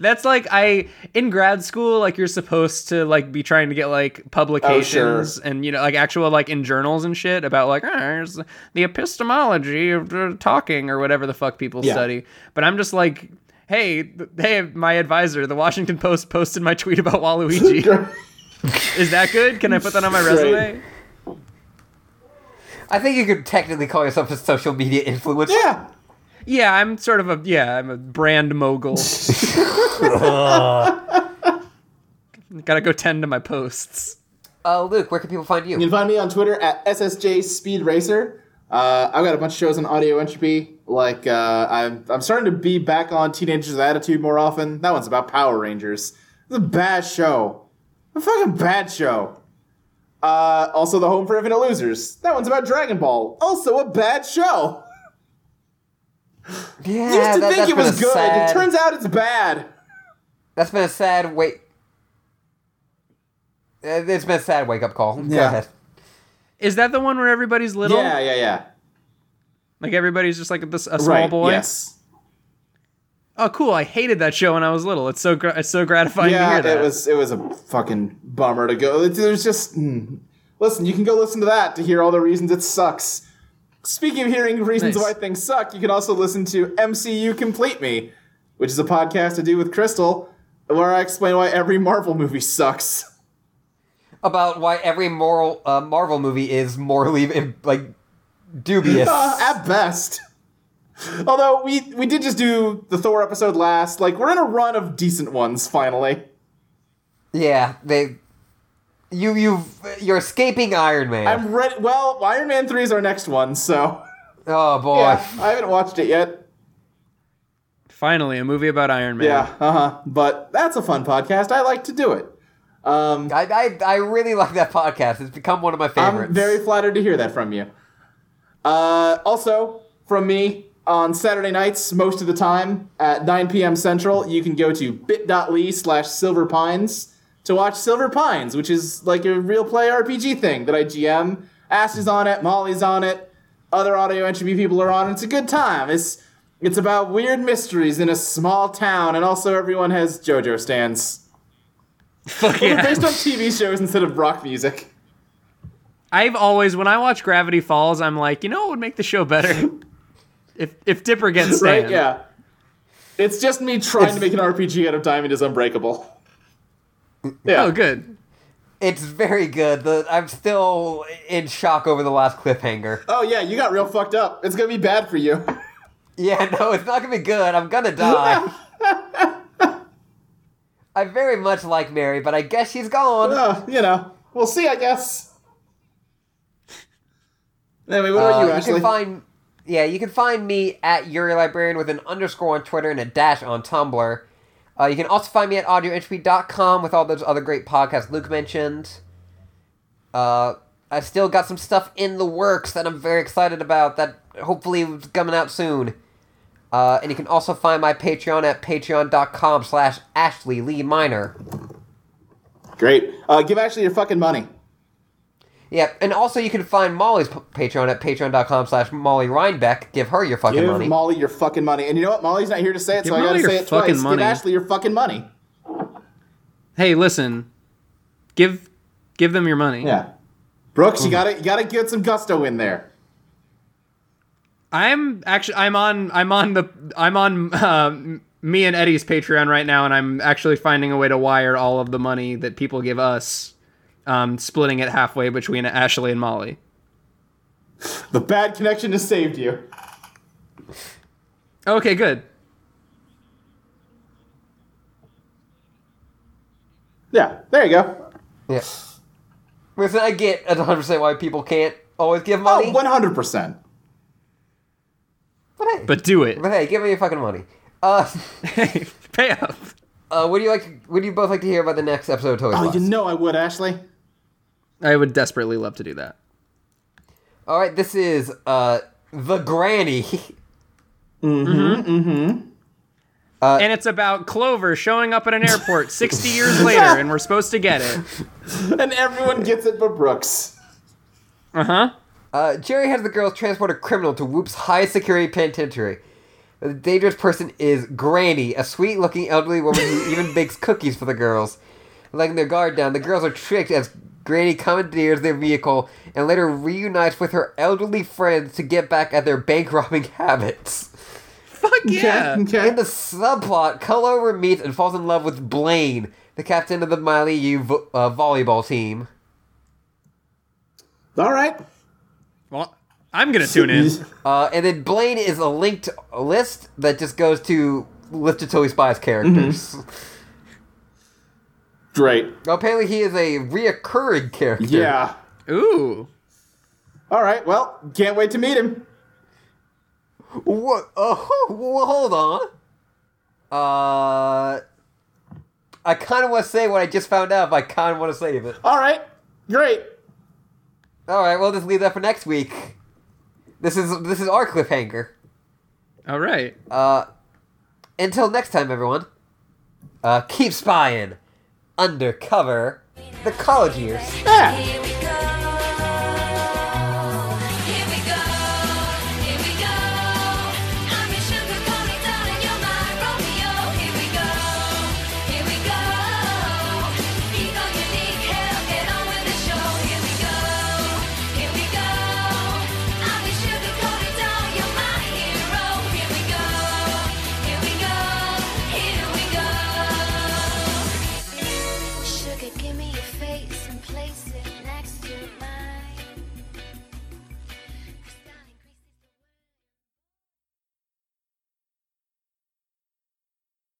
D: That's like I in grad school like you're supposed to like be trying to get
C: Oh,
D: like publications and you know like actual like in journals and shit about like "Ah, here's the epistemology of uh, talking or whatever the fuck people
C: Yeah.
D: study. But I'm just like hey th- hey my advisor the Washington Post posted my tweet about Waluigi. Is that good? Can I put that on my
C: Great.
D: resume?
B: I think you could technically call yourself a social media influencer.
C: Yeah.
D: Yeah, I'm sort of a yeah, I'm a brand mogul. Gotta go tend to my posts.
B: Uh, Luke, where can people find you?
C: You can find me on Twitter at SSJ Speed Racer. Uh, I've got a bunch of shows on Audio Entropy. Like uh, I'm, I'm starting to be back on Teenagers Attitude more often. That one's about Power Rangers. It's a bad show. A fucking bad show. Uh, also, the Home for Infinite Losers. That one's about Dragon Ball. Also, a bad show.
B: Yeah,
C: Used to
B: that-
C: think
B: that's been
C: it was
B: a
C: good.
B: sad-
C: It turns out it's bad.
B: that's been a sad wait. Uh, It's been a sad wake up call. Go
C: Yeah.
B: ahead.
D: Is that the one where everybody's little?
C: Yeah, yeah, yeah.
D: Like everybody's just like this a small
C: right.
D: boy.
C: Yes.
D: Oh, cool! I hated that show when I was little. It's so gra- it's so gratifying to
C: yeah,
D: hear that.
C: it was it was a fucking bummer to go. It, it was just mm. listen. You can go listen to that to hear all the reasons it sucks. Speaking of hearing reasons
D: Nice.
C: why things suck, you can also listen to MCU Complete Me, which is a podcast I do with Crystal, where I explain why every Marvel movie sucks.
B: About why every moral uh, Marvel movie is morally im- like dubious.
C: Uh, at best. Although we we did just do the Thor episode last, like we're in a run of decent ones finally.
B: yeah, they. You you you're escaping Iron Man.
C: I'm ready. Well, Iron Man three is our next one, so
B: oh boy.
C: yeah, I haven't watched it yet.
D: Finally, a movie about Iron Man.
C: Yeah, uh huh. But that's a fun podcast. I like to do it. Um,
B: I, I, I really like that podcast. It's become one of my favorites.
C: I'm very flattered to hear that from you. Uh, also, from me, on Saturday nights, most of the time at 9 p.m. Central, you can go to bit.ly slash Silver Pines to watch Silver Pines, which is like a real play RPG thing that I GM. Ash is on it, Molly's on it, other audio entropy people are on. It's a good time. It's it's about weird mysteries in a small town, and also everyone has JoJo stands.
D: Fuck
C: They're
D: yeah.
C: based on TV shows instead of rock music.
D: I've always when I watch Gravity Falls, I'm like, you know what would make the show better? if if Dipper gets Stan.
C: Right? Yeah. It's just me trying
B: It's-
C: to make an RPG out of Diamond is Unbreakable. Yeah.
D: Oh, good.
B: it's very good. The, I'm still in shock over the last cliffhanger.
C: Oh yeah, you got real fucked up. It's gonna be bad for you.
B: Yeah, no, it's not gonna be good. I'm gonna die. I very much like Mary, but I guess she's gone.
C: Uh, you know, we'll see. I guess. Anyway, what about
B: Uh,
C: you,
B: you
C: Ashley?
B: can find, yeah, you can find me at Yuri Librarian with an underscore on Twitter and a dash on Tumblr. Uh, you can also find me at audioentropy.com with all those other great podcasts Luke mentioned. Uh, I've still got some stuff in the works that I'm very excited about that hopefully is coming out soon. Uh, and you can also find my Patreon at patreon.com slash Ashley Lee Minor.
C: Great. Uh, give Ashley your fucking money.
B: Yeah, and also you can find Molly's p- Patreon at patreon.com slash Molly Reinbeck. Give her your fucking
C: Give
B: money.
C: Molly your fucking money. And you know what? Molly's not here to say it,
D: Give
C: so I
D: Molly
C: gotta
D: your
C: say it
D: fucking
C: twice.
D: money.
C: Give Ashley your fucking money.
D: Hey, listen. Give give them your money.
C: Yeah. Brooks, you gotta you gotta get some gusto in there.
D: I'm actually I'm on I'm on the I'm on um, me and Eddie's Patreon right now, and I'm actually finding a way to wire all of the money that people give us, um, splitting it halfway between Ashley and Molly.
C: The bad connection has saved you.
D: Okay, good.
C: Yeah, there you go.
B: Yeah. Listen, I get 100% why people can't always give
C: Oh,
B: money.
C: 100%.
B: but, hey,
D: But do it.
B: but hey, give me your fucking money. Uh,
D: Pay up.
B: uh, what do you like? To, what do you both like to hear about the next episode of Toy
C: Oh,
B: Plus?
C: you know I would, Ashley.
D: I would desperately love to do that.
B: All right, this is uh, the Granny.
D: and it's about Clover showing up at an airport 60 years later, and we're supposed to get it.
C: And everyone gets it but Brooks.
D: Uh huh.
B: Uh, Jerry has the girls transport a criminal to Whoop's high security penitentiary. The dangerous person is Granny, a sweet looking elderly woman who even bakes cookies for the girls. Letting their guard down, the girls are tricked as Granny commandeers their vehicle and later reunites with her elderly friends to get back at their bank robbing habits.
D: Fuck yeah.
C: Okay.
B: In the subplot, Cullover meets and falls in love with Blaine, the captain of the Miley U vo- uh, volleyball team.
C: All right.
D: Well, I'm gonna tune in.
B: Uh, and then Blaine is a linked list that just goes to list of Totally Spies characters.
C: Great.
B: Now, apparently, he is a reoccurring character.
C: Yeah.
D: Ooh.
C: All right. Well, can't wait to meet him.
B: What? Oh, well, hold on. Uh, I kind of want to say what I just found out, but I kind of want to save it.
C: All right. Great.
B: All right, we'll just leave that for next week. This is this is our cliffhanger.
D: All right.
B: Uh, until next time, everyone. Uh, keep spying, undercover, the college years.
C: Yeah.
A: Here we go